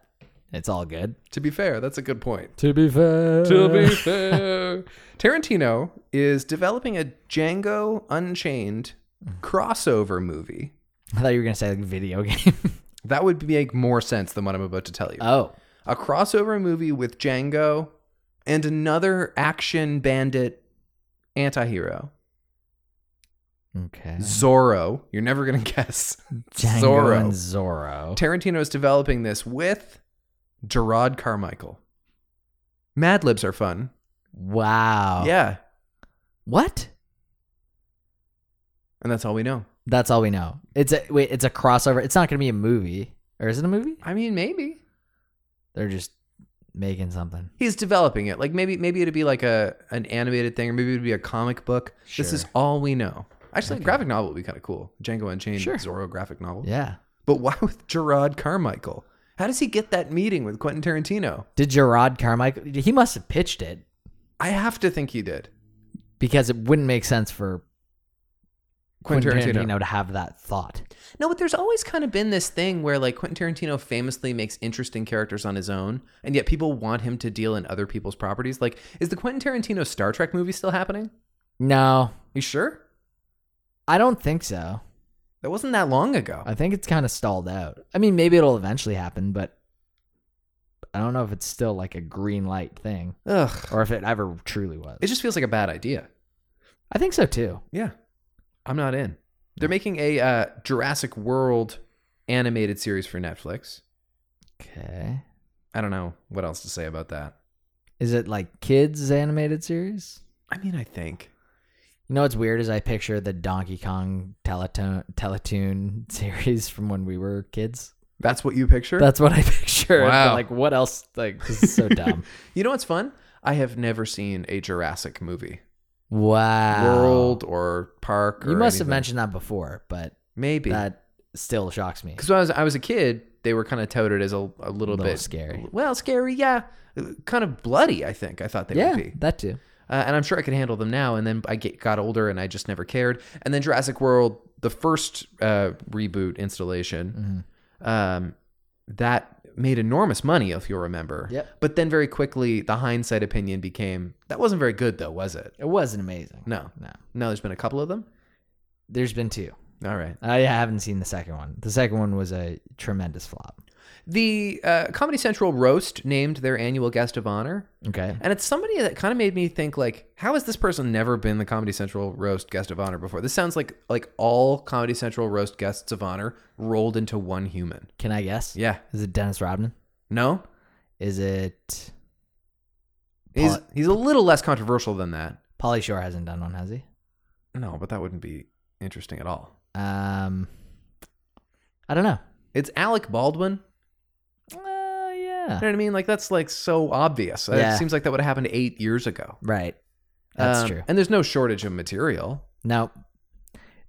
[SPEAKER 2] it's all good.
[SPEAKER 1] to be fair, that's a good point.
[SPEAKER 2] To be fair.
[SPEAKER 1] To be fair, Tarantino is developing a Django Unchained
[SPEAKER 2] Mm-hmm.
[SPEAKER 1] crossover movie.
[SPEAKER 2] I thought you were gonna say like video game.
[SPEAKER 1] That would make more sense than what I'm about to tell you.
[SPEAKER 2] oh,
[SPEAKER 1] a crossover movie with Django and another action bandit antihero.
[SPEAKER 2] okay.
[SPEAKER 1] Zorro. You're never going to guess.
[SPEAKER 2] Django
[SPEAKER 1] Zorro.
[SPEAKER 2] and Zorro.
[SPEAKER 1] Tarantino is developing this with Gerard Carmichael. Mad Libs are fun.
[SPEAKER 2] wow.
[SPEAKER 1] Yeah.
[SPEAKER 2] What?
[SPEAKER 1] And that's all we know.
[SPEAKER 2] That's all we know. It's a wait. It's a crossover. It's not gonna be a movie, or is it a movie?
[SPEAKER 1] I mean, maybe.
[SPEAKER 2] They're just making something.
[SPEAKER 1] He's developing it. Like maybe maybe it'd be like a an animated thing or maybe it'd be a comic book. This
[SPEAKER 2] Sure.
[SPEAKER 1] is all we know. Actually,
[SPEAKER 2] Okay.
[SPEAKER 1] a graphic novel would be kind of cool. Django Unchained
[SPEAKER 2] Sure.
[SPEAKER 1] Zorro graphic novel.
[SPEAKER 2] Yeah.
[SPEAKER 1] But why with Gerard Carmichael? How does he get that meeting with Quentin Tarantino?
[SPEAKER 2] Did Gerard Carmichael? He must have pitched it
[SPEAKER 1] I have to think he did.
[SPEAKER 2] because it wouldn't make sense for
[SPEAKER 1] Quentin,
[SPEAKER 2] Quentin
[SPEAKER 1] Tarantino.
[SPEAKER 2] Tarantino to have that thought.
[SPEAKER 1] No, but there's always kind of been this thing where like Quentin Tarantino famously makes interesting characters on his own, and yet people want him to deal in other people's properties. Like, is the Quentin Tarantino Star Trek movie still happening?
[SPEAKER 2] No,
[SPEAKER 1] You sure?
[SPEAKER 2] I don't think so.
[SPEAKER 1] That wasn't that long ago.
[SPEAKER 2] I think it's kind of stalled out. I mean, maybe it'll eventually happen, but I don't know if it's still like a green light thing
[SPEAKER 1] Ugh.
[SPEAKER 2] or if it ever truly was.
[SPEAKER 1] It just feels like a bad idea.
[SPEAKER 2] I think so too.
[SPEAKER 1] Yeah. I'm not in. They're making a uh, Jurassic World animated series for Netflix.
[SPEAKER 2] Okay.
[SPEAKER 1] I don't know what else to say about that.
[SPEAKER 2] Is it like kids animated series?
[SPEAKER 1] I mean, I think.
[SPEAKER 2] You know what's weird is I picture the Donkey Kong Teletoon, Teletoon series from when we were kids.
[SPEAKER 1] That's what you picture?
[SPEAKER 2] That's what I picture.
[SPEAKER 1] Wow.
[SPEAKER 2] But, Like, what else? Like, this is so dumb.
[SPEAKER 1] you know what's fun? I have never seen a Jurassic movie.
[SPEAKER 2] wow.
[SPEAKER 1] World or park or
[SPEAKER 2] You must have
[SPEAKER 1] anything.
[SPEAKER 2] mentioned that before, but
[SPEAKER 1] maybe.
[SPEAKER 2] that still shocks me.
[SPEAKER 1] Cuz when I was I was a kid, they were kind of touted as a, a little,
[SPEAKER 2] Little
[SPEAKER 1] bit
[SPEAKER 2] scary.
[SPEAKER 1] Well, scary, yeah. Kind of bloody, I think. I thought they
[SPEAKER 2] yeah,
[SPEAKER 1] would be.
[SPEAKER 2] that too.
[SPEAKER 1] Uh, and I'm sure I could handle them now. And then I get, got older and I just never cared. And then Jurassic World,
[SPEAKER 2] Mm-hmm.
[SPEAKER 1] the first uh, reboot installation, um, that made enormous money, if you'll remember.
[SPEAKER 2] Yep.
[SPEAKER 1] But then very quickly, the hindsight opinion became that wasn't very good, though, was it?
[SPEAKER 2] It wasn't amazing.
[SPEAKER 1] No.
[SPEAKER 2] No.
[SPEAKER 1] No, there's been a couple of them.
[SPEAKER 2] There's been two.
[SPEAKER 1] All right.
[SPEAKER 2] I haven't seen the second one. The second one was a tremendous flop.
[SPEAKER 1] The uh, Comedy Central roast named their annual guest of honor,
[SPEAKER 2] Okay.
[SPEAKER 1] and it's somebody that kind of made me think like, how has this person never been the Comedy Central roast guest of honor before? This sounds like like all Comedy Central roast guests of honor rolled into one human.
[SPEAKER 2] Can I guess?
[SPEAKER 1] Yeah.
[SPEAKER 2] Is it Dennis Rodman?
[SPEAKER 1] No.
[SPEAKER 2] Is it
[SPEAKER 1] He's
[SPEAKER 2] Paul-
[SPEAKER 1] he's a little less controversial than that.
[SPEAKER 2] Polly Shore hasn't done one, has he?
[SPEAKER 1] No, but that wouldn't be interesting at all.
[SPEAKER 2] Um I don't know.
[SPEAKER 1] It's Alec Baldwin.
[SPEAKER 2] Uh, yeah.
[SPEAKER 1] You know what I mean? Like that's like so obvious.
[SPEAKER 2] Yeah.
[SPEAKER 1] It seems like that would have happened eight years ago.
[SPEAKER 2] Right. That's
[SPEAKER 1] Um,
[SPEAKER 2] true.
[SPEAKER 1] And there's no shortage of material.
[SPEAKER 2] Now,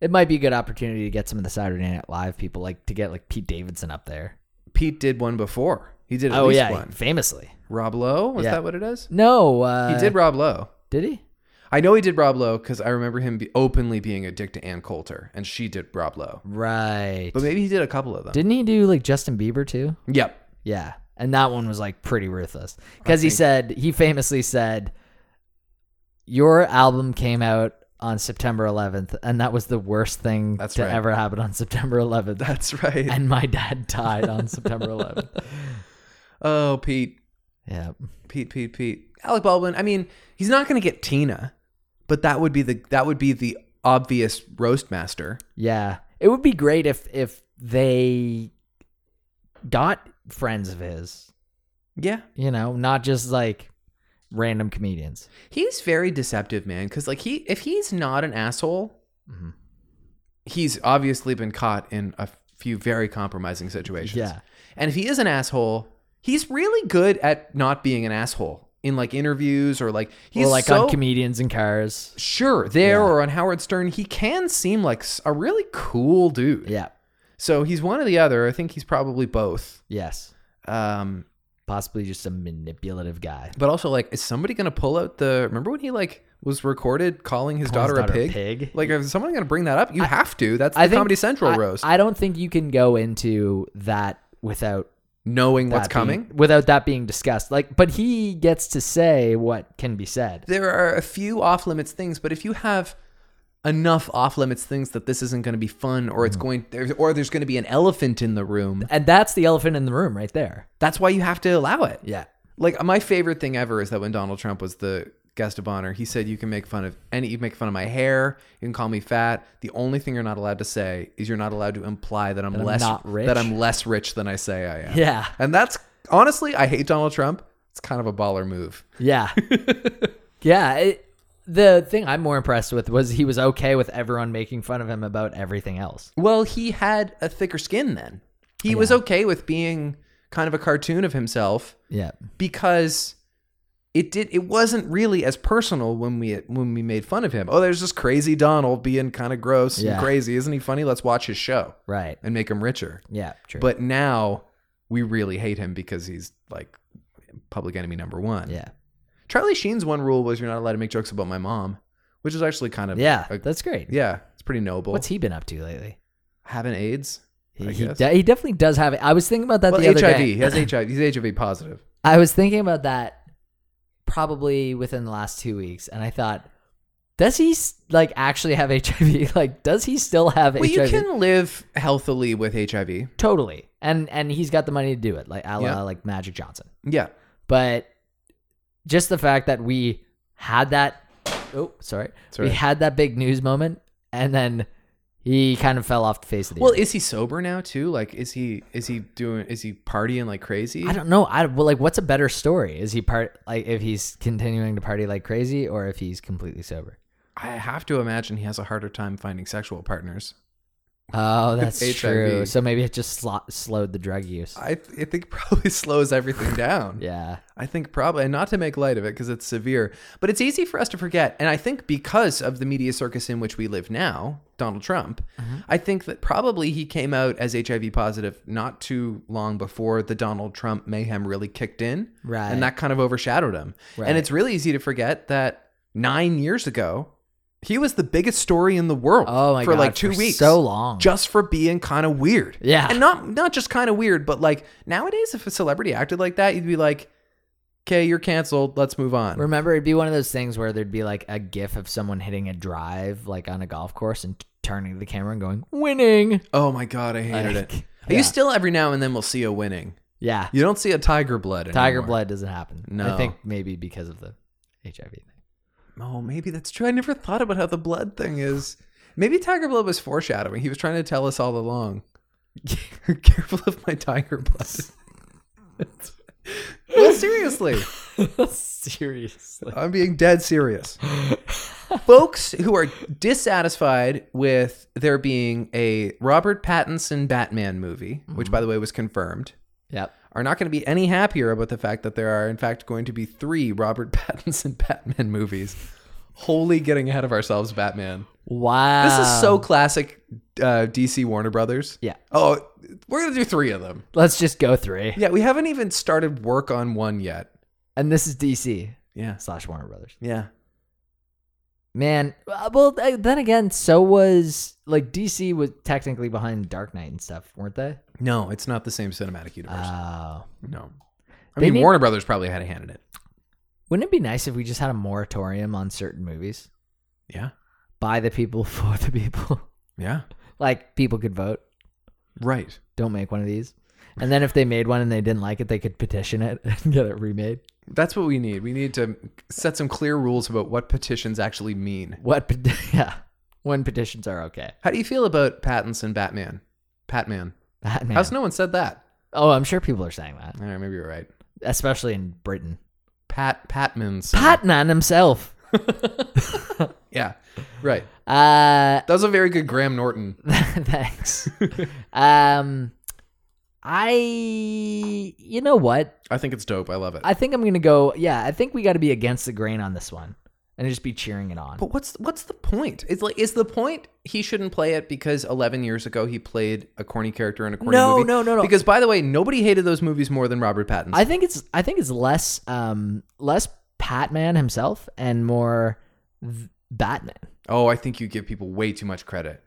[SPEAKER 2] it might be a good opportunity to get some of the Saturday Night Live people, like to get like Pete Davidson up there.
[SPEAKER 1] Pete did one before. He did at
[SPEAKER 2] oh
[SPEAKER 1] least
[SPEAKER 2] yeah,
[SPEAKER 1] one.
[SPEAKER 2] famously.
[SPEAKER 1] Rob Lowe? Was
[SPEAKER 2] Yeah.
[SPEAKER 1] that what it is?
[SPEAKER 2] No, uh,
[SPEAKER 1] he did Rob Lowe.
[SPEAKER 2] Did he?
[SPEAKER 1] I know he did Rob Lowe because I remember him be openly being a dick to Ann Coulter, and she did Rob Lowe.
[SPEAKER 2] Right.
[SPEAKER 1] But maybe he did a couple of them.
[SPEAKER 2] Didn't he do like Justin Bieber too?
[SPEAKER 1] yep.
[SPEAKER 2] Yeah, and that one was like pretty ruthless because he said he famously said, "Your album came out on September 11th, and that was the worst thing
[SPEAKER 1] That's
[SPEAKER 2] to
[SPEAKER 1] right.
[SPEAKER 2] ever happen on September 11th."
[SPEAKER 1] That's right.
[SPEAKER 2] and my dad died on September 11th.
[SPEAKER 1] oh, Pete.
[SPEAKER 2] Yeah,
[SPEAKER 1] Pete, Pete, Pete. Alec Baldwin. I mean, he's not going to get Tina, but that would be the that would be the obvious roast master.
[SPEAKER 2] yeah. It would be great if if they got friends of his,
[SPEAKER 1] Yeah.
[SPEAKER 2] you know, not just like random comedians.
[SPEAKER 1] He's very deceptive, man. Because like he, if he's not an asshole,
[SPEAKER 2] Mhm.
[SPEAKER 1] he's obviously been caught in a few very compromising situations.
[SPEAKER 2] Yeah.
[SPEAKER 1] And if he is an asshole, he's really good at not being an asshole in like interviews or like he's
[SPEAKER 2] or like
[SPEAKER 1] so
[SPEAKER 2] on comedians and cars.
[SPEAKER 1] sure there
[SPEAKER 2] Yeah.
[SPEAKER 1] or on Howard Stern. He can seem like s- a really cool dude.
[SPEAKER 2] Yeah.
[SPEAKER 1] So he's one or the other. I think he's probably both.
[SPEAKER 2] Yes.
[SPEAKER 1] Um,
[SPEAKER 2] Possibly just a manipulative guy.
[SPEAKER 1] but also like, is somebody gonna pull out the? Remember when he like was recorded calling his,
[SPEAKER 2] Calling his
[SPEAKER 1] daughter,
[SPEAKER 2] daughter a
[SPEAKER 1] a pig?
[SPEAKER 2] pig?
[SPEAKER 1] Like, is someone gonna bring that up? You have to. That's the Comedy Central
[SPEAKER 2] I,
[SPEAKER 1] roast.
[SPEAKER 2] I don't think you can go into that without
[SPEAKER 1] Knowing what's
[SPEAKER 2] that being-
[SPEAKER 1] coming.
[SPEAKER 2] without that being discussed. Like, but he gets to say what can be said.
[SPEAKER 1] there are a few off limits things, but if you have enough off limits things that this isn't going to be fun or it's
[SPEAKER 2] Mm.
[SPEAKER 1] going there's or there's going to be an elephant in the room,
[SPEAKER 2] And that's the elephant in the room right there.
[SPEAKER 1] that's why you have to allow it.
[SPEAKER 2] Yeah.
[SPEAKER 1] Like my favorite thing ever is that when Donald Trump was the guest of honor, he said you can make fun of any you can make fun of my hair, you can call me fat. The only thing you're not allowed to say is you're not allowed to imply that I'm
[SPEAKER 2] I'm
[SPEAKER 1] less
[SPEAKER 2] not rich.
[SPEAKER 1] that I'm less rich than I say I am.
[SPEAKER 2] Yeah.
[SPEAKER 1] And that's honestly, I hate Donald Trump. It's kind of a baller move.
[SPEAKER 2] Yeah. yeah. It, the thing I'm more impressed with was he was okay with everyone making fun of him about everything else.
[SPEAKER 1] Well, he had a thicker skin then. He was okay with being kind of a cartoon of himself
[SPEAKER 2] Yeah.
[SPEAKER 1] because it did it wasn't really as personal when we when we made fun of him. Oh, there's this crazy Donald being kind of gross
[SPEAKER 2] Yeah.
[SPEAKER 1] and crazy. Isn't he funny? Let's watch his show
[SPEAKER 2] Right.
[SPEAKER 1] and make him richer.
[SPEAKER 2] Yeah. True.
[SPEAKER 1] But now we really hate him because he's like public enemy number 1.
[SPEAKER 2] yeah.
[SPEAKER 1] Charlie Sheen's one rule was you're not allowed to make jokes about my mom, which is actually kind of
[SPEAKER 2] Yeah.
[SPEAKER 1] a-
[SPEAKER 2] That's great.
[SPEAKER 1] yeah, it's pretty noble.
[SPEAKER 2] What's he been up to lately?
[SPEAKER 1] having AIDS?
[SPEAKER 2] He,
[SPEAKER 1] I
[SPEAKER 2] he,
[SPEAKER 1] guess.
[SPEAKER 2] de- he definitely does have it. I was thinking about that
[SPEAKER 1] well,
[SPEAKER 2] the other
[SPEAKER 1] HIV.
[SPEAKER 2] day.
[SPEAKER 1] He has HIV. He's HIV positive.
[SPEAKER 2] I was thinking about that probably within the last two weeks, and I thought, does he s- like actually have HIV? Like, does he still have
[SPEAKER 1] Well, you
[SPEAKER 2] HIV?
[SPEAKER 1] can live healthily with HIV.
[SPEAKER 2] totally, and and he's got the money to do it, like a la,
[SPEAKER 1] Yeah.
[SPEAKER 2] like Magic Johnson.
[SPEAKER 1] Yeah.
[SPEAKER 2] But just the fact that we had that, oh sorry,
[SPEAKER 1] It's all
[SPEAKER 2] we
[SPEAKER 1] right.
[SPEAKER 2] had that big news moment, and then he kind of fell off the face of the
[SPEAKER 1] Well,
[SPEAKER 2] earth.
[SPEAKER 1] is he sober now too? Like, is he is he doing is he partying like crazy?
[SPEAKER 2] I don't know. I well, like what's a better story? Is he part like if he's continuing to party like crazy, or if he's completely sober?
[SPEAKER 1] I have to imagine he has a harder time finding sexual partners.
[SPEAKER 2] Oh, that's
[SPEAKER 1] HIV.
[SPEAKER 2] true. So maybe it just slo- slowed the drug use.
[SPEAKER 1] I I think probably slows everything down.
[SPEAKER 2] yeah.
[SPEAKER 1] I think probably, and not to make light of it because it's severe, but it's easy for us to forget. And I think because of the media circus in which we live now, Donald Trump,
[SPEAKER 2] Mm-hmm.
[SPEAKER 1] I think that probably he came out as HIV positive not too long before the Donald Trump mayhem really kicked in.
[SPEAKER 2] Right.
[SPEAKER 1] And that kind of overshadowed him.
[SPEAKER 2] Right.
[SPEAKER 1] And it's really easy to forget that nine years ago, He was the biggest story in the world
[SPEAKER 2] Oh my
[SPEAKER 1] for
[SPEAKER 2] God,
[SPEAKER 1] like two
[SPEAKER 2] for
[SPEAKER 1] weeks.
[SPEAKER 2] so long.
[SPEAKER 1] Just for being kind of weird.
[SPEAKER 2] Yeah.
[SPEAKER 1] And not not just kind of weird, but like nowadays if a celebrity acted like that, you'd be like, Okay, you're canceled, let's move on.
[SPEAKER 2] Remember, it'd be one of those things where there'd be like a gif of someone hitting a drive, like on a golf course, and t- turning to the camera and going, winning.
[SPEAKER 1] oh my god, I hated
[SPEAKER 2] Like,
[SPEAKER 1] it.
[SPEAKER 2] yeah.
[SPEAKER 1] You still every now and then will see a winning.
[SPEAKER 2] Yeah.
[SPEAKER 1] You don't see a tiger blood anymore.
[SPEAKER 2] Tiger blood doesn't happen. I
[SPEAKER 1] No.
[SPEAKER 2] think maybe because of the HIV thing.
[SPEAKER 1] Oh, maybe that's true. I never thought about how the blood thing is. Maybe Tiger Blood was foreshadowing. He was trying to tell us all along. Careful of my tiger blood. well, seriously,
[SPEAKER 2] Seriously.
[SPEAKER 1] I'm being dead serious. Folks who are dissatisfied with there being a Robert Pattinson Batman movie, which by the way was confirmed,
[SPEAKER 2] Yep.
[SPEAKER 1] are not going to be any happier about the fact that there are, in fact, going to be three Robert Pattinson Batman movies. Holy getting ahead of ourselves, Batman.
[SPEAKER 2] Wow.
[SPEAKER 1] This is so classic uh, DC Warner Brothers.
[SPEAKER 2] Um, Yeah.
[SPEAKER 1] Oh, we're going to do three of them.
[SPEAKER 2] Let's just go three.
[SPEAKER 1] Yeah, we haven't even started work on one yet.
[SPEAKER 2] And this is DC
[SPEAKER 1] Yeah.
[SPEAKER 2] slash Warner Brothers.
[SPEAKER 1] Yeah.
[SPEAKER 2] Man, uh, well, th- then again, so was like DC was technically behind Dark Knight and stuff, weren't they?
[SPEAKER 1] No, it's not the same cinematic
[SPEAKER 2] Oh.
[SPEAKER 1] universe. no. I
[SPEAKER 2] They
[SPEAKER 1] mean,
[SPEAKER 2] need-
[SPEAKER 1] Warner Brothers probably had a hand in it.
[SPEAKER 2] Wouldn't it be nice if we just had a moratorium on certain movies
[SPEAKER 1] Yeah.
[SPEAKER 2] by the people for the people?
[SPEAKER 1] Yeah.
[SPEAKER 2] like people could vote,
[SPEAKER 1] Right.
[SPEAKER 2] don't make one of these. And then if they made one and they didn't like it, they could petition it and get it remade.
[SPEAKER 1] That's what we need. We need to set some clear rules about what petitions actually mean.
[SPEAKER 2] What? pet- Yeah, when petitions are okay.
[SPEAKER 1] How do you feel about Pattinson Batman? Patman.
[SPEAKER 2] Batman.
[SPEAKER 1] How's no one said that?
[SPEAKER 2] oh, I'm sure people are saying that,
[SPEAKER 1] All right, maybe you're right.
[SPEAKER 2] especially in Britain.
[SPEAKER 1] Pat Patman's.
[SPEAKER 2] Patman himself.
[SPEAKER 1] yeah. Right.
[SPEAKER 2] Uh,
[SPEAKER 1] That was a very good Graham Norton.
[SPEAKER 2] thanks. um, I, you know what?
[SPEAKER 1] I think it's dope. I love it.
[SPEAKER 2] I think I'm gonna go. Yeah, I think we got to be against the grain on this one and just be cheering it on.
[SPEAKER 1] but what's what's the point? It's like is the point he shouldn't play it because 11 years ago he played a corny character in a corny
[SPEAKER 2] No,
[SPEAKER 1] movie?
[SPEAKER 2] no, no, no.
[SPEAKER 1] Because by the way, nobody hated those movies more than Robert Pattinson.
[SPEAKER 2] I think it's I think it's less um less Patman himself and more th- Batman.
[SPEAKER 1] oh, I think you give people way too much credit.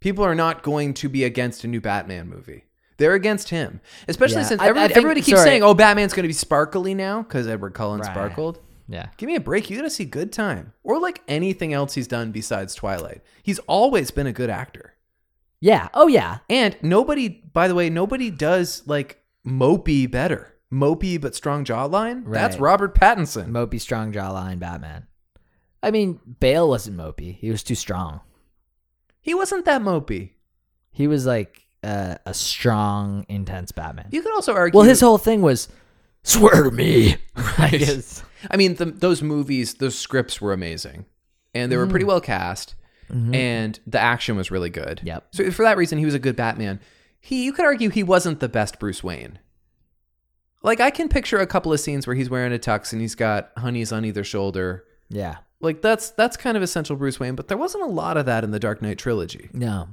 [SPEAKER 1] People are not going to be against a new Batman movie. They're against him, especially
[SPEAKER 2] Yeah.
[SPEAKER 1] since
[SPEAKER 2] I- I
[SPEAKER 1] everybody,
[SPEAKER 2] think-
[SPEAKER 1] everybody keeps
[SPEAKER 2] sorry.
[SPEAKER 1] saying, "Oh, Batman's going to be sparkly now" because Edward Cullen
[SPEAKER 2] Right.
[SPEAKER 1] sparkled.
[SPEAKER 2] Yeah.
[SPEAKER 1] Give me a break. You got to see Good Time or like anything else he's done besides Twilight. He's always been a good actor.
[SPEAKER 2] Yeah. Oh yeah.
[SPEAKER 1] And nobody, by the way, nobody does like mopey better. Mopey but strong jawline. That's
[SPEAKER 2] Right.
[SPEAKER 1] Robert Pattinson.
[SPEAKER 2] Mopey strong jawline Batman. I mean, Bale wasn't mopey. He was too strong.
[SPEAKER 1] he wasn't that mopey.
[SPEAKER 2] He was like uh, a strong, intense Batman.
[SPEAKER 1] You could also argue.
[SPEAKER 2] Well, his whole thing was swear to me. I guess.
[SPEAKER 1] I mean, the, those movies, those scripts were amazing, and they were
[SPEAKER 2] Mm.
[SPEAKER 1] pretty well cast, and the action was really good.
[SPEAKER 2] Mm-hmm. Yep.
[SPEAKER 1] So for that reason, he was a good Batman. He, you could argue, he wasn't the best Bruce Wayne. Like I can picture a couple of scenes where he's wearing a tux and he's got honeys on either shoulder.
[SPEAKER 2] Yeah.
[SPEAKER 1] Like that's that's kind of essential Bruce Wayne, but there wasn't a lot of that in the Dark Knight trilogy.
[SPEAKER 2] No.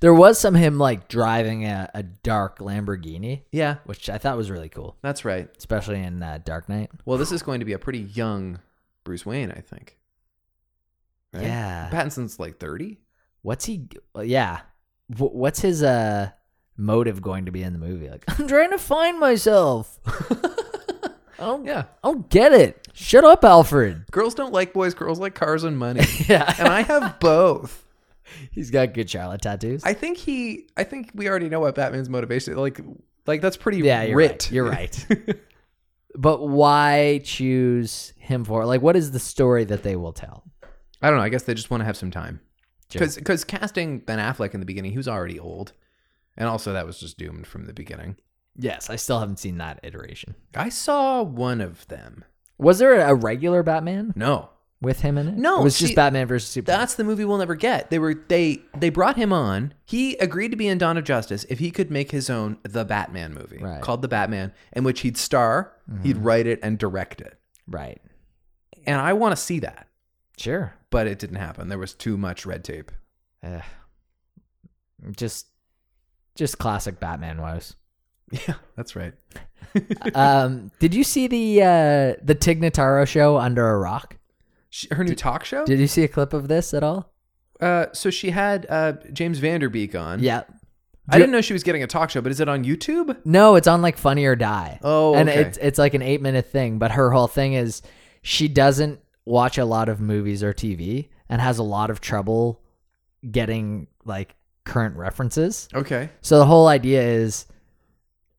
[SPEAKER 2] There was some him like driving a, a dark Lamborghini,
[SPEAKER 1] Yeah,
[SPEAKER 2] which I thought was really cool,
[SPEAKER 1] that's right.
[SPEAKER 2] especially in uh, Dark Knight.
[SPEAKER 1] Well, this is going to be a pretty young Bruce Wayne, I think. Right?
[SPEAKER 2] Yeah.
[SPEAKER 1] Pattinson's like 30.
[SPEAKER 2] What's he? well, Yeah. Wh- What's his uh motive going to be in the movie? Like, I'm trying to find myself. I don't,
[SPEAKER 1] Yeah.
[SPEAKER 2] I don't get it. Shut up, Alfred.
[SPEAKER 1] Girls don't like boys, girls like cars and money.
[SPEAKER 2] Yeah.
[SPEAKER 1] and I have both.
[SPEAKER 2] He's got good Charlotte tattoos.
[SPEAKER 1] I think he I think we already know what Batman's motivation like like that's pretty
[SPEAKER 2] yeah, you're
[SPEAKER 1] writ.
[SPEAKER 2] right. You're right. but why choose him for? Like, what is the story that they will tell?
[SPEAKER 1] I don't know. I guess they just want to have some time.
[SPEAKER 2] Sure.
[SPEAKER 1] Because casting Ben Affleck in the beginning, he was already old. And also that was just doomed from the beginning.
[SPEAKER 2] Yes, I still haven't seen that iteration.
[SPEAKER 1] I saw one of them.
[SPEAKER 2] Was there a regular Batman
[SPEAKER 1] No.
[SPEAKER 2] with him in it?
[SPEAKER 1] No,
[SPEAKER 2] it was just
[SPEAKER 1] see,
[SPEAKER 2] Batman versus Superman.
[SPEAKER 1] That's the movie we'll never get. They were they they brought him on. He agreed to be in Dawn of Justice if he could make his own The Batman movie
[SPEAKER 2] Right. Mm-hmm.
[SPEAKER 1] called The Batman, in which he'd star, he'd write it and direct it.
[SPEAKER 2] right.
[SPEAKER 1] And I want to see that,
[SPEAKER 2] Sure.
[SPEAKER 1] but it didn't happen. There was too much red tape.
[SPEAKER 2] Ugh. Just, just classic Batman woes.
[SPEAKER 1] Yeah, that's right.
[SPEAKER 2] um, did you see the uh, the Tignataro show under a rock?
[SPEAKER 1] She, her new talk show.
[SPEAKER 2] Did you see a clip of this at all?
[SPEAKER 1] uh, so she had uh, James Vanderbeek on.
[SPEAKER 2] Yeah.
[SPEAKER 1] I didn't know she was getting a talk show, but is it on YouTube?
[SPEAKER 2] No, it's on like Funny or Die.
[SPEAKER 1] Oh,
[SPEAKER 2] and
[SPEAKER 1] okay.
[SPEAKER 2] it's it's like an eight minute thing. But her whole thing is she doesn't watch a lot of movies or TV and has a lot of trouble getting like current references.
[SPEAKER 1] Okay.
[SPEAKER 2] So the whole idea is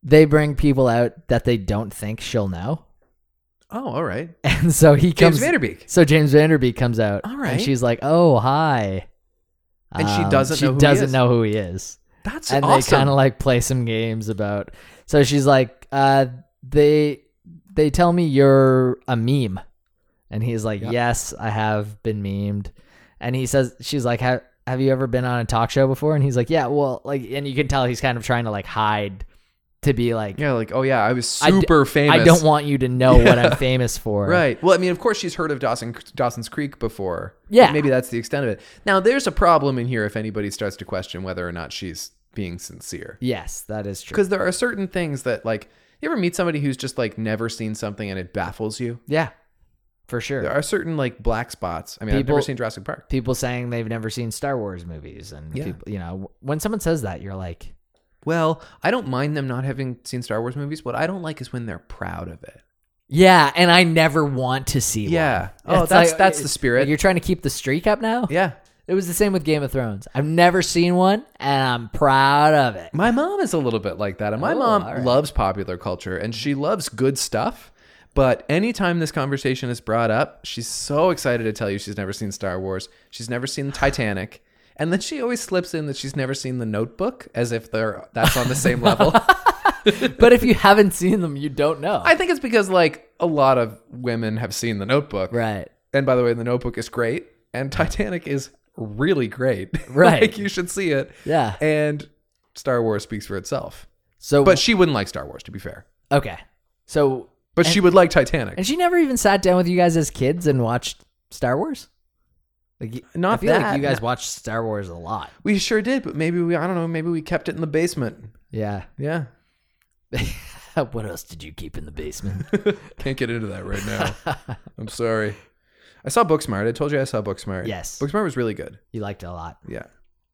[SPEAKER 2] they bring people out that they don't think she'll know,
[SPEAKER 1] Oh, all right.
[SPEAKER 2] and so he comes.
[SPEAKER 1] James Vanderbeek.
[SPEAKER 2] so James Vanderbeek comes out.
[SPEAKER 1] All
[SPEAKER 2] and
[SPEAKER 1] right.
[SPEAKER 2] she's like, "Oh, hi." Um,
[SPEAKER 1] And she doesn't
[SPEAKER 2] she
[SPEAKER 1] know who he
[SPEAKER 2] doesn't
[SPEAKER 1] is.
[SPEAKER 2] know who he is
[SPEAKER 1] That's
[SPEAKER 2] and they
[SPEAKER 1] awesome.
[SPEAKER 2] kind of like play some games about. So she's like, uh, they they tell me you're a meme, and he's like,
[SPEAKER 1] Yeah.
[SPEAKER 2] yes, I have been memed, and he says, she's like, have have you ever been on a talk show before? And he's like, yeah, well, like, and you can tell he's kind of trying to like hide to be like,
[SPEAKER 1] yeah, like oh yeah, I was
[SPEAKER 2] I d-
[SPEAKER 1] super famous.
[SPEAKER 2] I don't want you to know what I'm famous for,
[SPEAKER 1] Right. Well, I mean, of course, she's heard of Dawson Dawson's Creek before.
[SPEAKER 2] Yeah.
[SPEAKER 1] Maybe that's the extent of it. Now, there's a problem in here if anybody starts to question whether or not she's being sincere,
[SPEAKER 2] Yes, that is true.
[SPEAKER 1] because there are certain things that, like, you ever meet somebody who's just like never seen something and it baffles you.
[SPEAKER 2] Yeah, for sure.
[SPEAKER 1] There are certain like black spots. I mean, I've never
[SPEAKER 2] People-
[SPEAKER 1] seen Jurassic Park.
[SPEAKER 2] People saying they've never seen Star Wars movies, and
[SPEAKER 1] Yeah.
[SPEAKER 2] people, you know, when someone says that, you're like,
[SPEAKER 1] Well, I don't mind them not having seen Star Wars movies. What I don't like is when they're proud of it.
[SPEAKER 2] Yeah, and I never want to see one.
[SPEAKER 1] Yeah. Oh,
[SPEAKER 2] It's
[SPEAKER 1] that's
[SPEAKER 2] like- uh,
[SPEAKER 1] that's the spirit.
[SPEAKER 2] You're trying to keep the streak up now?
[SPEAKER 1] yeah.
[SPEAKER 2] It was the same with Game of Thrones. I've never seen one, and I'm proud of it.
[SPEAKER 1] My mom is a little bit like that. And my
[SPEAKER 2] Oh,
[SPEAKER 1] mom
[SPEAKER 2] all right.
[SPEAKER 1] loves popular culture and she loves good stuff. But anytime this conversation is brought up, she's so excited to tell you she's never seen Star Wars. She's never seen Titanic. And then she always slips in that she's never seen The Notebook as if they're that's on the same level.
[SPEAKER 2] But if you haven't seen them, you don't know.
[SPEAKER 1] I think it's because like a lot of women have seen The Notebook.
[SPEAKER 2] right.
[SPEAKER 1] And by the way, The Notebook is great and Titanic is really great.
[SPEAKER 2] Right.
[SPEAKER 1] like you should see it.
[SPEAKER 2] Yeah.
[SPEAKER 1] And Star Wars speaks for itself.
[SPEAKER 2] So
[SPEAKER 1] But she wouldn't like Star Wars to be fair.
[SPEAKER 2] okay. So
[SPEAKER 1] But she would like Titanic.
[SPEAKER 2] and she never even sat down with you guys as kids and watched Star Wars? Like y-
[SPEAKER 1] Not
[SPEAKER 2] I feel
[SPEAKER 1] that,
[SPEAKER 2] like you guys watched Star Wars a lot.
[SPEAKER 1] we sure did, but maybe we I don't know, maybe we kept it in the basement.
[SPEAKER 2] Yeah.
[SPEAKER 1] Yeah.
[SPEAKER 2] what else did you keep in the basement?
[SPEAKER 1] Can't get into that right now. I'm sorry. I saw Booksmart. I told you I saw Booksmart.
[SPEAKER 2] Yes.
[SPEAKER 1] Booksmart was really good.
[SPEAKER 2] you liked it a lot.
[SPEAKER 1] Yeah.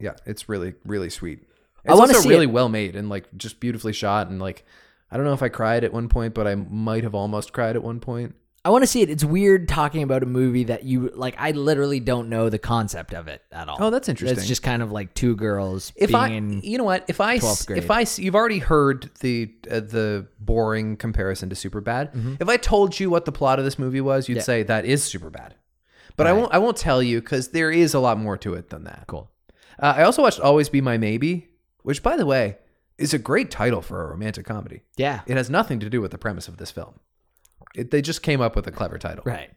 [SPEAKER 1] Yeah. It's really, really sweet.
[SPEAKER 2] I
[SPEAKER 1] It's
[SPEAKER 2] wanna
[SPEAKER 1] also
[SPEAKER 2] see
[SPEAKER 1] really well made and like just beautifully shot and like I don't know if I cried at one point, but I might have almost cried at one point.
[SPEAKER 2] I want to see it. It's weird talking about a movie that you like. I literally don't know the concept of it at all.
[SPEAKER 1] Oh, that's interesting.
[SPEAKER 2] It's just kind of like two girls
[SPEAKER 1] if
[SPEAKER 2] being
[SPEAKER 1] I, e-
[SPEAKER 2] in.
[SPEAKER 1] you know what, if I, s-
[SPEAKER 2] 12th grade.
[SPEAKER 1] if I, s- you've already heard the uh, the boring comparison to Superbad. If I told you what the plot of this movie was, you'd
[SPEAKER 2] Mm-hmm. Yeah.
[SPEAKER 1] say that is Superbad. But I
[SPEAKER 2] Right.
[SPEAKER 1] won't. I won't tell you because there is a lot more to it than that.
[SPEAKER 2] cool.
[SPEAKER 1] Uh, I also watched Always Be My Maybe, which, by the way, is a great title for a romantic comedy.
[SPEAKER 2] Yeah.
[SPEAKER 1] It has nothing to do with the premise of this film. It, they just came up with a clever title.
[SPEAKER 2] Right.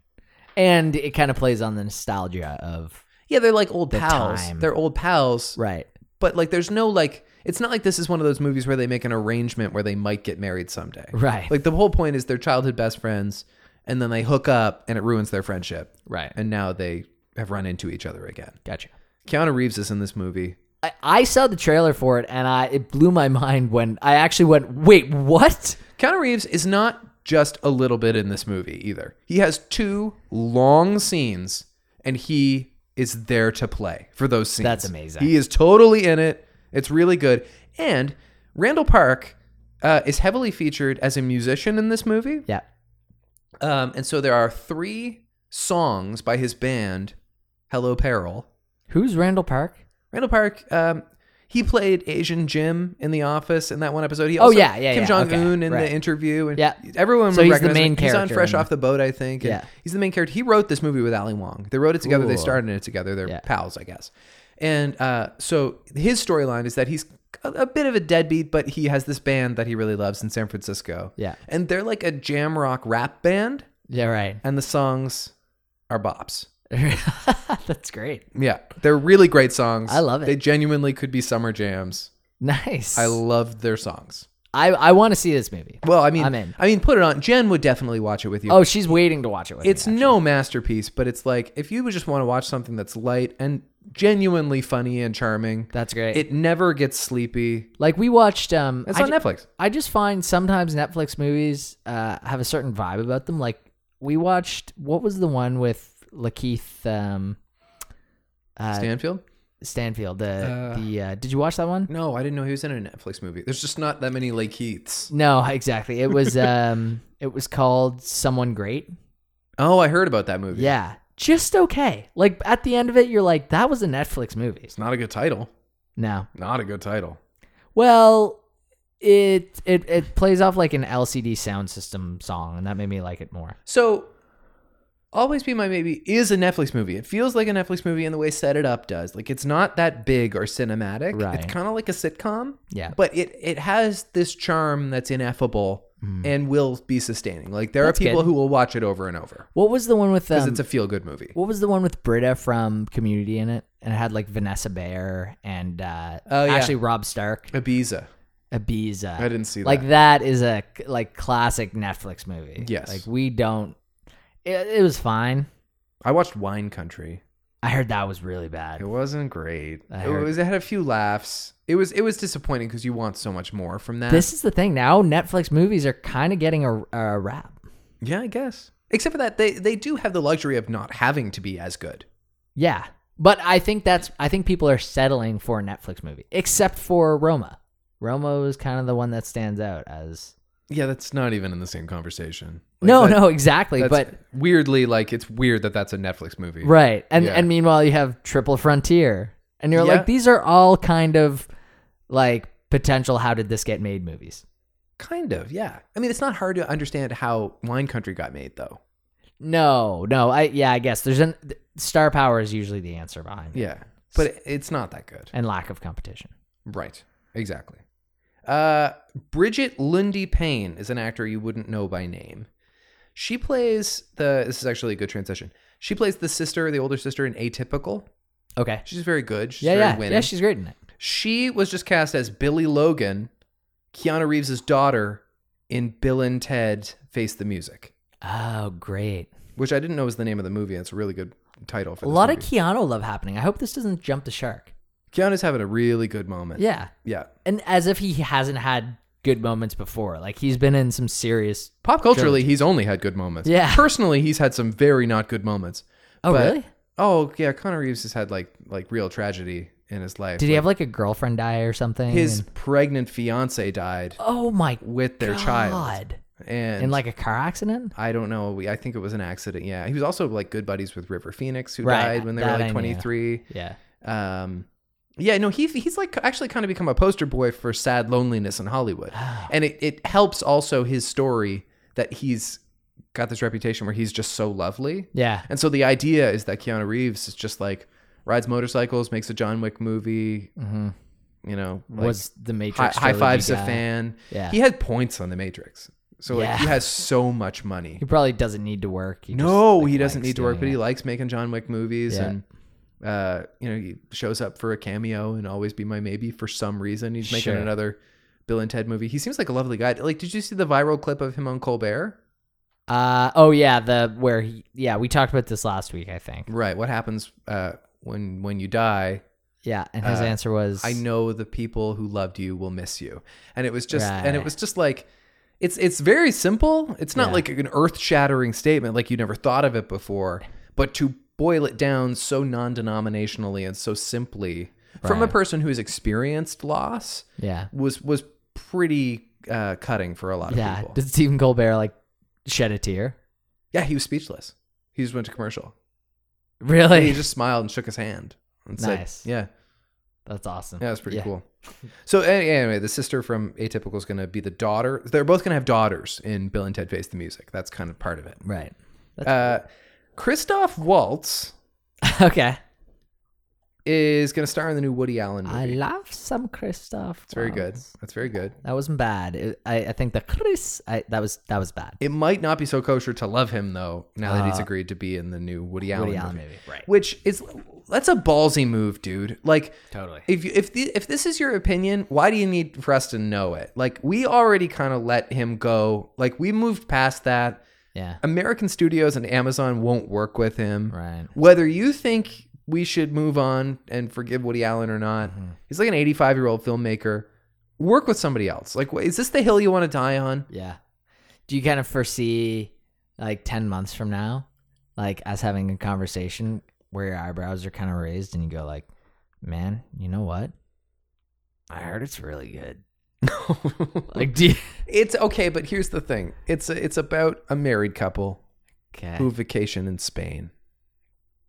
[SPEAKER 2] And it kind of plays on the nostalgia of
[SPEAKER 1] Yeah, they're like old pals.
[SPEAKER 2] time.
[SPEAKER 1] They're old pals.
[SPEAKER 2] right.
[SPEAKER 1] but like there's no like it's not like this is one of those movies where they make an arrangement where they might get married someday
[SPEAKER 2] Right.
[SPEAKER 1] like the whole point is they're childhood best friends and then they hook up and it ruins their friendship
[SPEAKER 2] Right.
[SPEAKER 1] and now they have run into each other again
[SPEAKER 2] Gotcha.
[SPEAKER 1] keanu reeves is in this movie
[SPEAKER 2] I, I saw the trailer for it and I it blew my mind when I actually went, wait, what?
[SPEAKER 1] keanu reeves is not just a little bit in this movie either he has two long scenes and he is there to play for those scenes
[SPEAKER 2] That's amazing.
[SPEAKER 1] he is totally in it it's really good and randall park uh, is heavily featured as a musician in this movie
[SPEAKER 2] Yeah.
[SPEAKER 1] Um, and so there are three songs by his band, Hello Peril.
[SPEAKER 2] Who's Randall Park?
[SPEAKER 1] Randall Park, um, he played Asian Jim in The Office in that one episode. He
[SPEAKER 2] Oh,
[SPEAKER 1] also-
[SPEAKER 2] yeah, yeah,
[SPEAKER 1] Kim
[SPEAKER 2] yeah,
[SPEAKER 1] Jong Un
[SPEAKER 2] okay,
[SPEAKER 1] in
[SPEAKER 2] right.
[SPEAKER 1] the interview, and
[SPEAKER 2] Yeah.
[SPEAKER 1] everyone.
[SPEAKER 2] So he's the
[SPEAKER 1] recognized
[SPEAKER 2] main
[SPEAKER 1] him. He's
[SPEAKER 2] character
[SPEAKER 1] on Fresh
[SPEAKER 2] in-
[SPEAKER 1] Off the Boat, I think. and
[SPEAKER 2] Yeah.
[SPEAKER 1] he's the main character. He wrote this movie with Ali Wong. They wrote it together. They
[SPEAKER 2] Cool.
[SPEAKER 1] started it together. They're
[SPEAKER 2] Yeah.
[SPEAKER 1] pals, I guess. And uh, so his storyline is that he's a, a bit of a deadbeat, but he has this band that he really loves in San Francisco.
[SPEAKER 2] Yeah.
[SPEAKER 1] and they're like a jam rock rap band
[SPEAKER 2] Yeah, right.
[SPEAKER 1] and the songs are bops.
[SPEAKER 2] That's great.
[SPEAKER 1] Yeah, they're really great songs.
[SPEAKER 2] I love it.
[SPEAKER 1] They genuinely could be summer jams.
[SPEAKER 2] Nice.
[SPEAKER 1] I loved their songs.
[SPEAKER 2] I, I want to see this movie.
[SPEAKER 1] Well, I mean,
[SPEAKER 2] I'm in.
[SPEAKER 1] I mean, put it on. Jen would definitely watch it with you.
[SPEAKER 2] Oh, she's waiting to watch it with
[SPEAKER 1] it's
[SPEAKER 2] me.
[SPEAKER 1] no masterpiece, but it's like if you would just want to watch something that's light and genuinely funny and charming.
[SPEAKER 2] That's great.
[SPEAKER 1] It never gets sleepy.
[SPEAKER 2] Like we watched. Um,
[SPEAKER 1] It's
[SPEAKER 2] I,
[SPEAKER 1] on
[SPEAKER 2] ju-
[SPEAKER 1] Netflix.
[SPEAKER 2] I just find sometimes Netflix movies uh, have a certain vibe about them. Like we watched. What was the one with Lakeith um, uh,
[SPEAKER 1] Stanfield?
[SPEAKER 2] Stanfield. The
[SPEAKER 1] Uh,
[SPEAKER 2] the uh, did you watch that one?
[SPEAKER 1] No, I didn't know he was in a Netflix movie. There's just not that many Lake Heaths.
[SPEAKER 2] No, exactly. It was um, it was called Someone Great.
[SPEAKER 1] Oh, I heard about that movie.
[SPEAKER 2] Yeah, just okay. Like at the end of it, you're like, that was a Netflix movie.
[SPEAKER 1] It's not a good title.
[SPEAKER 2] No,
[SPEAKER 1] Not a good title.
[SPEAKER 2] well, it it it plays off like an LCD sound system song, and that made me like it more.
[SPEAKER 1] So, Always Be My Baby is a Netflix movie. It feels like a Netflix movie in the way Set It Up does. Like it's not that big or cinematic.
[SPEAKER 2] Right.
[SPEAKER 1] It's kind of like a sitcom,
[SPEAKER 2] Yeah,
[SPEAKER 1] but it it has this charm that's ineffable and will be sustaining. Like there
[SPEAKER 2] Mm-hmm. That's
[SPEAKER 1] are people
[SPEAKER 2] good.
[SPEAKER 1] who will watch it over and over
[SPEAKER 2] what was the one with
[SPEAKER 1] because
[SPEAKER 2] um,
[SPEAKER 1] it's a feel good movie.
[SPEAKER 2] what was the one with Britta from Community in it, and it had like Vanessa Bayer and uh,
[SPEAKER 1] Oh, yeah.
[SPEAKER 2] actually Rob Stark,
[SPEAKER 1] Ibiza.
[SPEAKER 2] Ibiza.
[SPEAKER 1] I didn't see
[SPEAKER 2] like
[SPEAKER 1] that.
[SPEAKER 2] that is a like classic Netflix movie.
[SPEAKER 1] Yes.
[SPEAKER 2] like we don't. It, it was fine.
[SPEAKER 1] I watched Wine Country.
[SPEAKER 2] I heard that was really bad.
[SPEAKER 1] It wasn't great.
[SPEAKER 2] I
[SPEAKER 1] It
[SPEAKER 2] heard-
[SPEAKER 1] was. It had a few laughs. It was. It was disappointing because you want so much more from that.
[SPEAKER 2] This is the thing now. Netflix movies are kind of getting a, a rap.
[SPEAKER 1] yeah, I guess. Except for that, they they do have the luxury of not having to be as good.
[SPEAKER 2] Yeah, but I think that's I think people are settling for a Netflix movie, except for Roma. Roma was kind of the one that stands out as
[SPEAKER 1] Yeah, that's not even in the same conversation. Like,
[SPEAKER 2] no,
[SPEAKER 1] that-
[SPEAKER 2] no, exactly.
[SPEAKER 1] that's
[SPEAKER 2] But
[SPEAKER 1] weirdly, like it's weird that that's a Netflix movie.
[SPEAKER 2] right, and
[SPEAKER 1] Yeah.
[SPEAKER 2] and meanwhile you have Triple Frontier, and you're
[SPEAKER 1] Yeah.
[SPEAKER 2] like these are all kind of like potential. How did this get made? Movies.
[SPEAKER 1] Kind of. Yeah. I mean, it's not hard to understand how Wine Country got made, though.
[SPEAKER 2] No, no. I yeah, I guess there's an th- star power is usually the answer behind it,
[SPEAKER 1] Yeah, but it- it's not that good.
[SPEAKER 2] and lack of competition.
[SPEAKER 1] Right. Exactly. Uh, Bridget Lundy Payne is an actor you wouldn't know by name. She plays the. This is actually a good transition. She plays the sister, the older sister in Atypical.
[SPEAKER 2] Okay.
[SPEAKER 1] She's very good. She's
[SPEAKER 2] yeah,
[SPEAKER 1] very
[SPEAKER 2] yeah,
[SPEAKER 1] winning.
[SPEAKER 2] yeah. She's great in it.
[SPEAKER 1] she was just cast as Billy Logan, Keanu Reeves' daughter, in Bill and Ted Face the Music,
[SPEAKER 2] Oh, great.
[SPEAKER 1] which I didn't know was the name of the movie. It's a really good title for
[SPEAKER 2] A
[SPEAKER 1] this
[SPEAKER 2] lot of
[SPEAKER 1] movie.
[SPEAKER 2] Keanu love happening. I hope this doesn't jump the shark.
[SPEAKER 1] Keanu's having a really good moment.
[SPEAKER 2] Yeah.
[SPEAKER 1] Yeah.
[SPEAKER 2] And as if he hasn't had good moments before. Like he's been in some serious
[SPEAKER 1] Pop culturally, he's only had good moments.
[SPEAKER 2] Yeah.
[SPEAKER 1] Personally, he's had some very not good moments.
[SPEAKER 2] Oh,
[SPEAKER 1] But-
[SPEAKER 2] really?
[SPEAKER 1] Oh yeah, Connor Reeves has had like like real tragedy in his life.
[SPEAKER 2] Did he have like a girlfriend die or something?
[SPEAKER 1] his
[SPEAKER 2] And-
[SPEAKER 1] pregnant fiance died
[SPEAKER 2] Oh my
[SPEAKER 1] with their child,
[SPEAKER 2] god.
[SPEAKER 1] and
[SPEAKER 2] In like a car accident?
[SPEAKER 1] I don't know, we- I think it was an accident. Yeah, he was also like good buddies with River Phoenix, who
[SPEAKER 2] Right,
[SPEAKER 1] died when they were
[SPEAKER 2] that I
[SPEAKER 1] like
[SPEAKER 2] knew.
[SPEAKER 1] twenty three.
[SPEAKER 2] Yeah.
[SPEAKER 1] Um, yeah, no, he he's like actually kind of become a poster boy for sad loneliness in Hollywood,
[SPEAKER 2] Ah.
[SPEAKER 1] and it it helps also his story that he's got this reputation where he's just so lovely.
[SPEAKER 2] Yeah.
[SPEAKER 1] And so the idea is that Keanu Reeves is just like rides motorcycles, makes a John Wick movie,
[SPEAKER 2] hmm
[SPEAKER 1] you know, like,
[SPEAKER 2] Was the
[SPEAKER 1] hi-
[SPEAKER 2] Matrix
[SPEAKER 1] high
[SPEAKER 2] trilogy
[SPEAKER 1] fives a
[SPEAKER 2] guy.
[SPEAKER 1] fan.
[SPEAKER 2] Yeah.
[SPEAKER 1] He had points on the Matrix. So like
[SPEAKER 2] Yeah.
[SPEAKER 1] he has so much money.
[SPEAKER 2] He probably doesn't need to work. He just,
[SPEAKER 1] no,
[SPEAKER 2] like,
[SPEAKER 1] he doesn't
[SPEAKER 2] likes
[SPEAKER 1] need to work,
[SPEAKER 2] doing
[SPEAKER 1] but
[SPEAKER 2] it.
[SPEAKER 1] he likes making John Wick movies
[SPEAKER 2] Yeah.
[SPEAKER 1] and uh, you know, he shows up for a cameo and always be my maybe for some reason. He's making
[SPEAKER 2] Sure.
[SPEAKER 1] another Bill and Ted movie. He seems like a lovely guy. Like, did you see the viral clip of him on Colbert?
[SPEAKER 2] Uh oh yeah, the where he yeah, we talked about this last week, I think.
[SPEAKER 1] Right. What happens uh, when when you die?
[SPEAKER 2] Yeah, and his
[SPEAKER 1] Uh,
[SPEAKER 2] answer was
[SPEAKER 1] I know the people who loved you will miss you. And it was just and it
[SPEAKER 2] Right.
[SPEAKER 1] was just like it's it's very simple. It's not
[SPEAKER 2] Yeah.
[SPEAKER 1] like an earth-shattering statement like you never thought of it before, but to boil it down so non-denominationally and so simply from a
[SPEAKER 2] Right.
[SPEAKER 1] person who's experienced loss
[SPEAKER 2] Yeah.
[SPEAKER 1] was was pretty uh, cutting for a lot of
[SPEAKER 2] Yeah.
[SPEAKER 1] people.
[SPEAKER 2] Did Stephen Colbert like shed a tear?
[SPEAKER 1] yeah, he was speechless. He just went to commercial.
[SPEAKER 2] Really?
[SPEAKER 1] he just smiled and shook his hand. And
[SPEAKER 2] Nice.
[SPEAKER 1] Said, yeah.
[SPEAKER 2] That's awesome.
[SPEAKER 1] Yeah, that's pretty cool. So a- anyway, the sister from Atypical is going to be the daughter. They're both going to have daughters in Bill and Ted Face the Music. That's kind of part of it.
[SPEAKER 2] Right.
[SPEAKER 1] Uh, Christoph Waltz Uh,
[SPEAKER 2] okay.
[SPEAKER 1] is going to star in the new Woody Allen movie.
[SPEAKER 2] I love some Christoph.
[SPEAKER 1] that's very good. That's very good.
[SPEAKER 2] That wasn't bad. It- I, I think the Chris. I, that was that was bad.
[SPEAKER 1] It might not be so kosher to love him though. Now that he's
[SPEAKER 2] Uh,
[SPEAKER 1] agreed to be in the new Woody Allen,
[SPEAKER 2] Woody Allen
[SPEAKER 1] movie,
[SPEAKER 2] movie. Right.
[SPEAKER 1] which is that's a ballsy move, dude. Like
[SPEAKER 2] Totally.
[SPEAKER 1] if you, if the, if this is your opinion, why do you need for us to know it? Like we already kind of let him go. Like we moved past that.
[SPEAKER 2] Yeah.
[SPEAKER 1] American studios and Amazon won't work with him.
[SPEAKER 2] Right.
[SPEAKER 1] Whether you think we should move on and forgive Woody Allen or not,
[SPEAKER 2] Uh-huh. Mm-hmm.
[SPEAKER 1] he's like an 85 year old filmmaker. Work with somebody else. Like, wh- is this the hill you want to die on?
[SPEAKER 2] Yeah. Do you kind of foresee like ten months from now, like us having a conversation where your eyebrows are kind of raised and you go like, "Man, you know what? I heard it's really good." Like, do you-
[SPEAKER 1] it's okay, but here's the thing. It's it's about a married couple
[SPEAKER 2] okay.
[SPEAKER 1] who vacation in Spain,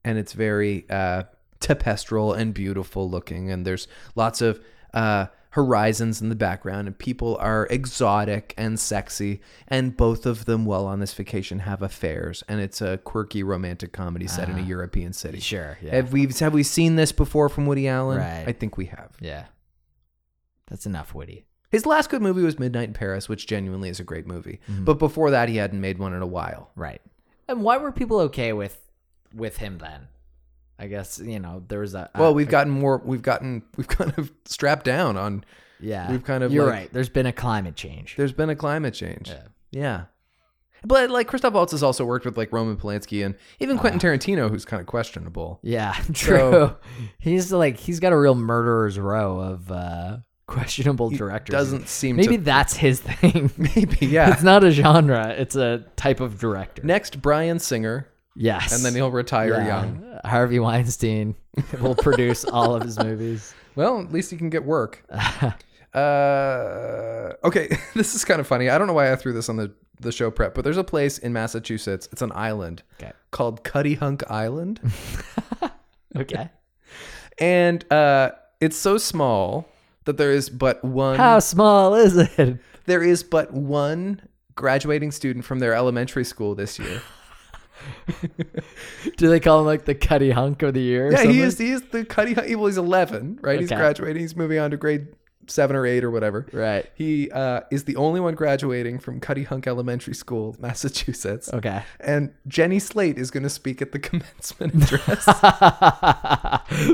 [SPEAKER 1] and it's very uh, tapestral and beautiful looking, and there's lots of uh, horizons in the background, and people are exotic and sexy, and both of them, while on this vacation, have affairs, and it's a quirky romantic comedy set in a European city.
[SPEAKER 2] Sure. Ah. Yeah.
[SPEAKER 1] Have we have we seen this before from Woody Allen?
[SPEAKER 2] Right.
[SPEAKER 1] I think we have.
[SPEAKER 2] yeah. That's enough, Woody.
[SPEAKER 1] His last good movie was Midnight in Paris, which genuinely is a great movie.
[SPEAKER 2] Mm-hmm.
[SPEAKER 1] But before that, he hadn't made one in a while.
[SPEAKER 2] Right. And why were people okay with with him then? I guess you know there was a
[SPEAKER 1] Well, we've gotten more. We've gotten. We've kind of strapped down on.
[SPEAKER 2] yeah
[SPEAKER 1] we've kind of
[SPEAKER 2] you're
[SPEAKER 1] like-
[SPEAKER 2] right. There's been a climate change.
[SPEAKER 1] There's been a climate change.
[SPEAKER 2] Yeah.
[SPEAKER 1] Yeah. But like Christoph Waltz has also worked with like Roman Polanski and even
[SPEAKER 2] Ah.
[SPEAKER 1] Quentin Tarantino, who's kind of questionable.
[SPEAKER 2] Yeah, true. he's like he's got a real murderer's row of uh questionable directors.
[SPEAKER 1] Doesn't seem
[SPEAKER 2] Maybe
[SPEAKER 1] to.
[SPEAKER 2] that's his thing.
[SPEAKER 1] Maybe yeah.
[SPEAKER 2] It's not a genre, it's a type of director.
[SPEAKER 1] Next, Brian Singer,
[SPEAKER 2] yes.
[SPEAKER 1] and then he'll retire
[SPEAKER 2] Yeah.
[SPEAKER 1] young.
[SPEAKER 2] Harvey Weinstein will produce all of his movies.
[SPEAKER 1] Well, at least he can get work. uh, okay, this is kind of funny. I don't know why I threw this on the the show prep, but there's a place in Massachusetts. It's an island
[SPEAKER 2] Okay.
[SPEAKER 1] called Cuddy Hunk Island.
[SPEAKER 2] Okay.
[SPEAKER 1] and uh, it's so small that there is but one
[SPEAKER 2] How small is it?
[SPEAKER 1] there is but one graduating student from their elementary school this year.
[SPEAKER 2] Do they call him like the Cuddy Hunk of the Year? or
[SPEAKER 1] yeah, he
[SPEAKER 2] something?
[SPEAKER 1] is he is the cutty well he's 11, right? He's
[SPEAKER 2] Okay.
[SPEAKER 1] graduating, he's moving on to grade 7 or 8 or whatever.
[SPEAKER 2] Right.
[SPEAKER 1] He uh, is the only one graduating from Cuddy Hunk Elementary School, Massachusetts.
[SPEAKER 2] Okay.
[SPEAKER 1] And Jenny Slate is going to speak at the commencement address.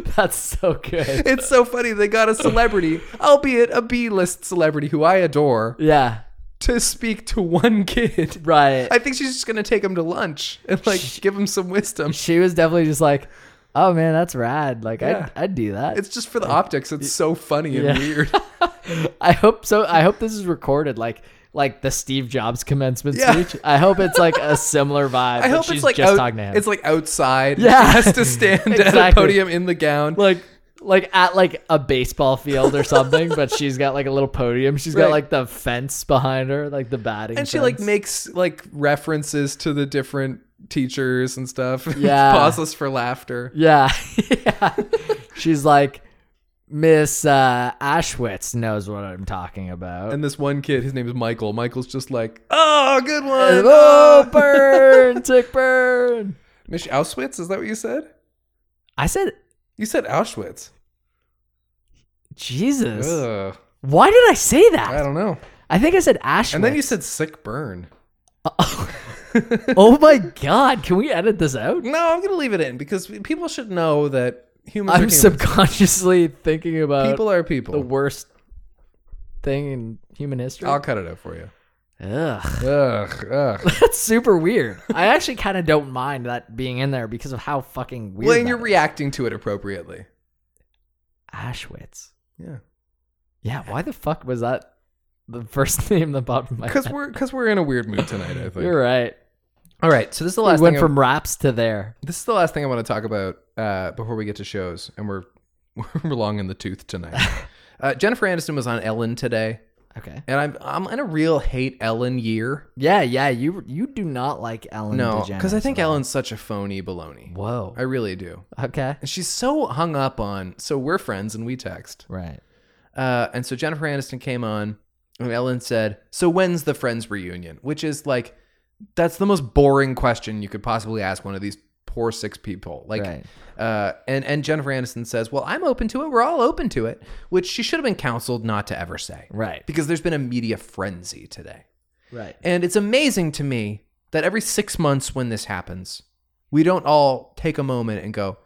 [SPEAKER 2] That's so good.
[SPEAKER 1] it's so funny. They got a celebrity, albeit a B list celebrity who I adore,
[SPEAKER 2] Yeah.
[SPEAKER 1] to speak to one kid.
[SPEAKER 2] Right.
[SPEAKER 1] I think she's just gonna take him to lunch and like give him some wisdom.
[SPEAKER 2] she was definitely just like, "Oh man, that's rad! Like
[SPEAKER 1] Yeah.
[SPEAKER 2] I'd, I'd do that."
[SPEAKER 1] It's just for the optics. It's so funny and
[SPEAKER 2] Yeah.
[SPEAKER 1] weird.
[SPEAKER 2] I hope so. I hope this is recorded, like like the Steve Jobs commencement
[SPEAKER 1] Yeah.
[SPEAKER 2] speech. I hope it's like a similar vibe.
[SPEAKER 1] I
[SPEAKER 2] but
[SPEAKER 1] hope
[SPEAKER 2] she's
[SPEAKER 1] it's like
[SPEAKER 2] just
[SPEAKER 1] out-
[SPEAKER 2] talking to him.
[SPEAKER 1] it's like outside.
[SPEAKER 2] Yeah.
[SPEAKER 1] Yeah, she has to stand at a
[SPEAKER 2] Exactly.
[SPEAKER 1] podium in the gown.
[SPEAKER 2] like like at like a baseball field or something, but she's got like a little podium. She's got
[SPEAKER 1] Right.
[SPEAKER 2] like the fence behind her, like the batting.
[SPEAKER 1] and she like
[SPEAKER 2] fence.
[SPEAKER 1] makes like references to the different teachers and stuff.
[SPEAKER 2] Yeah.
[SPEAKER 1] pauses for laughter.
[SPEAKER 2] Yeah. yeah. She's like, Miss uh, Ashwitz knows what I'm talking about.
[SPEAKER 1] And this one kid, his name is Michael. Michael's just like, oh, good one.
[SPEAKER 2] oh, burn, tick burn.
[SPEAKER 1] Miss Auschwitz, is that what you said?
[SPEAKER 2] I said,
[SPEAKER 1] You said Auschwitz.
[SPEAKER 2] Jesus.
[SPEAKER 1] Ugh,
[SPEAKER 2] Why did I say that?
[SPEAKER 1] I
[SPEAKER 2] I,
[SPEAKER 1] don't know.
[SPEAKER 2] think I said Ashwitz.
[SPEAKER 1] And then you said sick burn.
[SPEAKER 2] oh my God, can we edit this out?
[SPEAKER 1] No, I'm gonna leave it in because people should know that humans are
[SPEAKER 2] I'm
[SPEAKER 1] humans.
[SPEAKER 2] subconsciously thinking about
[SPEAKER 1] people are
[SPEAKER 2] the
[SPEAKER 1] people.
[SPEAKER 2] worst thing in human history.
[SPEAKER 1] I'll cut it out for you.
[SPEAKER 2] Ugh.
[SPEAKER 1] Ugh, ugh.
[SPEAKER 2] That's super weird. I actually kind of don't mind that being in there because of how fucking weird.
[SPEAKER 1] well, and
[SPEAKER 2] that
[SPEAKER 1] you're
[SPEAKER 2] is.
[SPEAKER 1] reacting to it appropriately.
[SPEAKER 2] Ashwitz.
[SPEAKER 1] Yeah,
[SPEAKER 2] Yeah, why the fuck was that the first name that popped in my
[SPEAKER 1] because
[SPEAKER 2] head?
[SPEAKER 1] we're because we're in a weird mood tonight. I think.
[SPEAKER 2] You're right.
[SPEAKER 1] All right, so this is the
[SPEAKER 2] We
[SPEAKER 1] last.
[SPEAKER 2] went
[SPEAKER 1] thing I-
[SPEAKER 2] from raps to there.
[SPEAKER 1] this is the last thing I want to talk about uh, before we get to shows, and we're we're long in the tooth tonight. uh, Jennifer Aniston was on Ellen today,
[SPEAKER 2] Okay.
[SPEAKER 1] and I'm I'm in a real hate Ellen year.
[SPEAKER 2] Yeah, yeah. You you do not like Ellen.
[SPEAKER 1] No,
[SPEAKER 2] DeGeneres
[SPEAKER 1] because I think
[SPEAKER 2] at all.
[SPEAKER 1] Ellen's such a phony baloney.
[SPEAKER 2] Whoa.
[SPEAKER 1] I really do.
[SPEAKER 2] Okay.
[SPEAKER 1] And she's so hung up on, so we're friends and we text.
[SPEAKER 2] Right.
[SPEAKER 1] Uh, and so Jennifer Aniston came on, and Ellen said, So when's the friends reunion? Which is like, that's the most boring question you could possibly ask one of these poor six people. Like,
[SPEAKER 2] Right.
[SPEAKER 1] uh, and, and Jennifer Aniston says, Well, I'm open to it. We're all open to it, which she should have been counseled not to ever say
[SPEAKER 2] Right.
[SPEAKER 1] because there's been a media frenzy today.
[SPEAKER 2] Right.
[SPEAKER 1] And it's amazing to me that every six months when this happens, we don't all take a moment and go,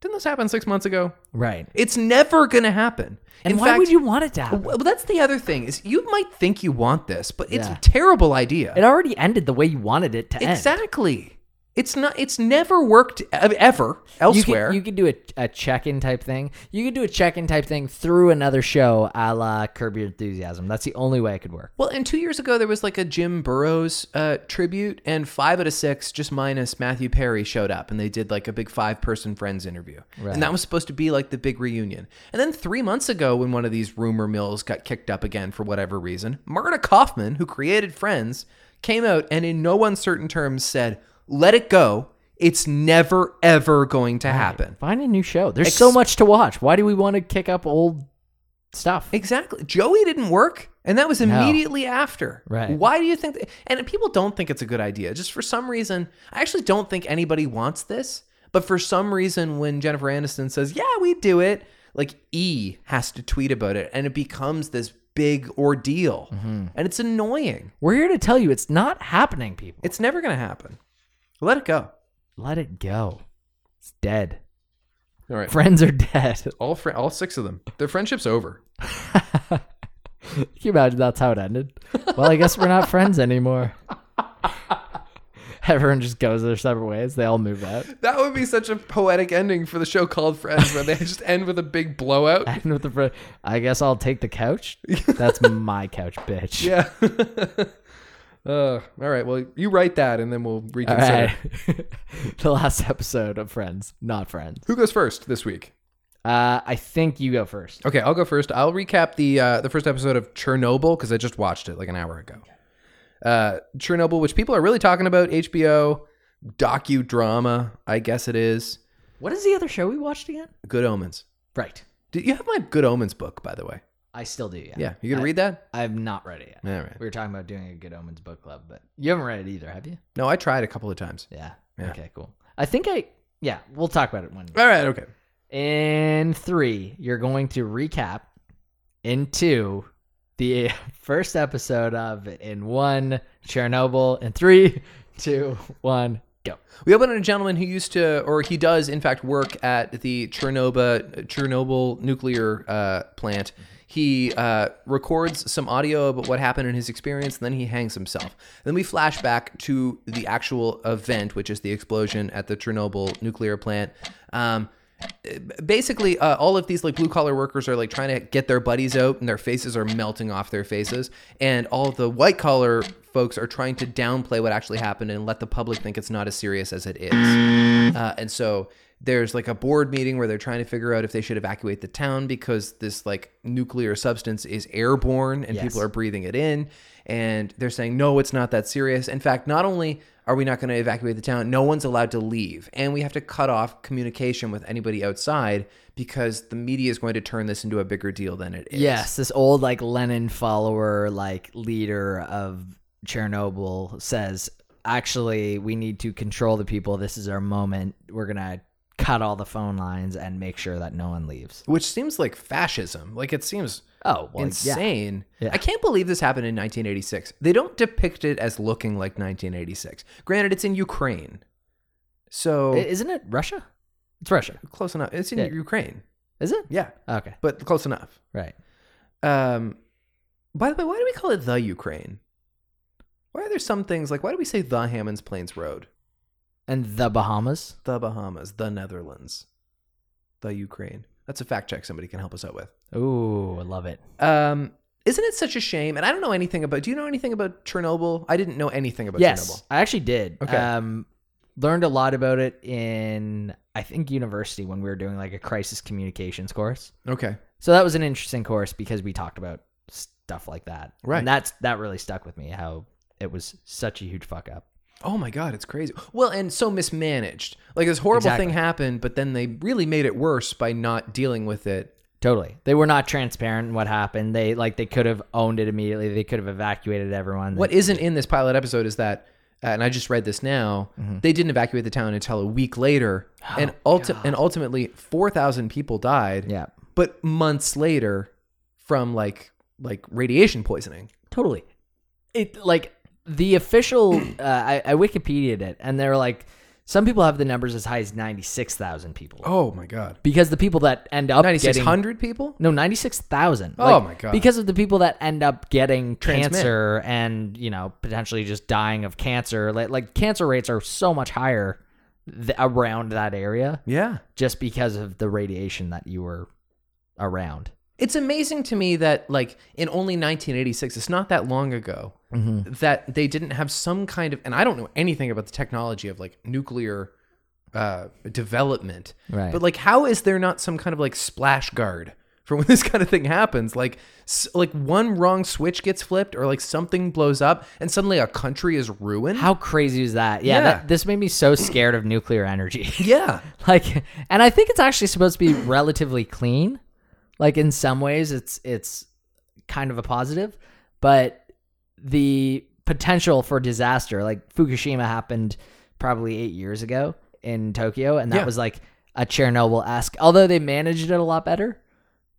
[SPEAKER 1] Didn't this happen six months ago?
[SPEAKER 2] Right.
[SPEAKER 1] It's never going to happen.
[SPEAKER 2] And
[SPEAKER 1] In
[SPEAKER 2] why
[SPEAKER 1] fact,
[SPEAKER 2] would you want it to happen?
[SPEAKER 1] Well, that's the other thing is you might think you want this, but it's
[SPEAKER 2] Yeah.
[SPEAKER 1] a terrible idea.
[SPEAKER 2] It already ended the way you wanted it to end.
[SPEAKER 1] exactly. It's not. It's never worked e- ever
[SPEAKER 2] You could-
[SPEAKER 1] elsewhere.
[SPEAKER 2] you could do a, a check-in type thing. You could do a check-in type thing through another show, a la Curb Your Enthusiasm. That's the only way it could work.
[SPEAKER 1] well, and two years ago there was like a Jim Burrows uh, tribute, and five out of six, just minus Matthew Perry, showed up, and they did like a big five-person Friends interview,
[SPEAKER 2] Right.
[SPEAKER 1] and that was supposed to be like the big reunion. And then three months ago, when one of these rumor mills got kicked up again for whatever reason, Marta Kaufman, who created Friends, came out and in no uncertain terms said, "Let it go. It's never ever going to happen."
[SPEAKER 2] Find a new show. There's so
[SPEAKER 1] Ex-
[SPEAKER 2] much to watch. Why do we want to kick up old stuff?
[SPEAKER 1] Exactly. Joey didn't work, and that was immediately after.
[SPEAKER 2] Right.
[SPEAKER 1] Why do you think? That, and people don't think it's a good idea. Just for some reason, I actually don't think anybody wants this. But for some reason, when Jennifer Aniston says, "Yeah, we do it," like E has to tweet about it, and it becomes this big ordeal, and it's annoying.
[SPEAKER 2] We're here to tell you it's not happening, people.
[SPEAKER 1] It's never going to happen. Let it go.
[SPEAKER 2] Let it go. It's dead.
[SPEAKER 1] All right.
[SPEAKER 2] Friends are dead.
[SPEAKER 1] all fri all six of them. Their friendship's over.
[SPEAKER 2] Can you imagine that's how it ended? Well, I guess we're not friends anymore. Everyone just goes their separate ways. They all move out.
[SPEAKER 1] That would be such a poetic ending for the show called Friends, where they just end with a big blowout.
[SPEAKER 2] And with the fr- I guess I'll take the couch. That's my couch, bitch.
[SPEAKER 1] Yeah. uh, all right. Well, you write that, and then we'll
[SPEAKER 2] All
[SPEAKER 1] reconsider.
[SPEAKER 2] right. the last episode of Friends, not Friends.
[SPEAKER 1] Who goes first this week?
[SPEAKER 2] Uh, I think you go first.
[SPEAKER 1] Okay, I'll go first. I'll recap the uh, the first episode of Chernobyl because I just watched it like an hour ago. Uh, Chernobyl, which people are really talking about, HBO docudrama, I guess it is.
[SPEAKER 2] What is the other show we watched again?
[SPEAKER 1] Good Omens.
[SPEAKER 2] Right.
[SPEAKER 1] Did you have my Good Omens book, by the way?
[SPEAKER 2] I still do. Yeah.
[SPEAKER 1] Yeah, you gonna read that?
[SPEAKER 2] I'm not ready yet.
[SPEAKER 1] All right.
[SPEAKER 2] We were talking about doing a Good Omens book club, but you haven't read it either, have you?
[SPEAKER 1] No, I tried a couple of times.
[SPEAKER 2] Yeah.
[SPEAKER 1] Yeah.
[SPEAKER 2] Okay, cool. I think I, yeah, we'll talk about it one day.
[SPEAKER 1] All right. Okay.
[SPEAKER 2] In three, you're going to recap in two the first episode of in one Chernobyl in three, two, one, go.
[SPEAKER 1] We open on a gentleman who used to, or he does, in fact, work at the Chernobyl, Chernobyl nuclear uh, plant. He uh, records some audio about what happened in his experience, and then he hangs himself. Then we flash back to the actual event, which is the explosion at the Chernobyl nuclear plant. Um, basically uh, all of these like blue collar workers are like trying to get their buddies out and their faces are melting off their faces and all the white collar folks are trying to downplay what actually happened and let the public think it's not as serious as it is uh, and so there's like a board meeting where they're trying to figure out if they should evacuate the town because this like nuclear substance is airborne and
[SPEAKER 2] Yes.
[SPEAKER 1] people are breathing it in and they're saying no it's not that serious in fact not only are we not going to evacuate the town no one's allowed to leave and we have to cut off communication with anybody outside because the media is going to turn this into a bigger deal than it is
[SPEAKER 2] Yes, this old like Lenin follower, like leader of Chernobyl says, actually, we need to control the people. This is our moment. We're gonna cut all the phone lines and make sure that no one leaves.
[SPEAKER 1] which seems like fascism like it seems
[SPEAKER 2] Oh, well, yeah.
[SPEAKER 1] insane.
[SPEAKER 2] Yeah.
[SPEAKER 1] I can't believe this happened in 1986. They don't depict it as looking like 1986. Granted, it's in Ukraine, so Oh.
[SPEAKER 2] I- Isn't it Russia? It's Russia,
[SPEAKER 1] close enough. It's in
[SPEAKER 2] Yeah.
[SPEAKER 1] Ukraine,
[SPEAKER 2] is it?
[SPEAKER 1] yeah,
[SPEAKER 2] Okay,
[SPEAKER 1] but close enough.
[SPEAKER 2] right.
[SPEAKER 1] Um, by the way, why do we call it the Ukraine? Why are there some things like why do we say the Hammonds Plains Road,
[SPEAKER 2] And the Bahamas.
[SPEAKER 1] the Bahamas, the Netherlands, the Ukraine? That's a fact check somebody can help us out with.
[SPEAKER 2] Ooh, I love it.
[SPEAKER 1] Um, isn't it such a shame? And I don't know anything about. Do you know anything about Chernobyl? I didn't know anything about
[SPEAKER 2] yes,
[SPEAKER 1] Chernobyl.
[SPEAKER 2] I actually did.
[SPEAKER 1] Okay.
[SPEAKER 2] Um, learned a lot about it in I think university when we were doing like a crisis communications course.
[SPEAKER 1] Okay.
[SPEAKER 2] So that was an interesting course because we talked about stuff like that.
[SPEAKER 1] Right.
[SPEAKER 2] And that's that really stuck with me how it was such a huge fuck up.
[SPEAKER 1] Oh my god, it's crazy. Well, and so mismanaged. Like this horrible
[SPEAKER 2] Exactly.
[SPEAKER 1] thing happened, but then they really made it worse by not dealing with it.
[SPEAKER 2] Totally. They were not transparent in what happened. They like they could have owned it immediately. They could have evacuated everyone.
[SPEAKER 1] What isn't in this pilot episode is that uh, and I just read this now. They didn't evacuate the town until a week later, and ulti- and ultimately four thousand people died.
[SPEAKER 2] Yeah.
[SPEAKER 1] but months later, from like like radiation poisoning.
[SPEAKER 2] Totally. It like the official uh, I, I Wikipedia'd it, and they're like Some people have the numbers as high as 96,000 people.
[SPEAKER 1] Oh my god.
[SPEAKER 2] Because the people that end up
[SPEAKER 1] Ninety six
[SPEAKER 2] getting
[SPEAKER 1] hundred people?
[SPEAKER 2] no, ninety six thousand.
[SPEAKER 1] Oh my God.
[SPEAKER 2] Because of the people that end up getting
[SPEAKER 1] Transmit.
[SPEAKER 2] cancer and you know potentially just dying of cancer. Like, like cancer rates are so much higher th- around that area
[SPEAKER 1] Yeah.
[SPEAKER 2] just because of the radiation that you were around.
[SPEAKER 1] It's amazing to me that like in only 1986, it's not that long ago
[SPEAKER 2] Mm-hmm.
[SPEAKER 1] that they didn't have some kind of and I don't know anything about the technology of like nuclear uh development.
[SPEAKER 2] Right.
[SPEAKER 1] But like how is there not some kind of like splash guard for when this kind of thing happens? Like s- like one wrong switch gets flipped or like something blows up and suddenly a country is ruined?
[SPEAKER 2] How crazy is that? Yeah,
[SPEAKER 1] Yeah.
[SPEAKER 2] That, this made me so scared of nuclear energy.
[SPEAKER 1] Yeah.
[SPEAKER 2] like, and I think it's actually supposed to be relatively clean. Like in some ways, it's it's kind of a positive, but the potential for disaster, like Fukushima, happened probably eight years ago in Tokyo, and that
[SPEAKER 1] Yeah.
[SPEAKER 2] was like a Chernobyl esque. Although they managed it a lot better,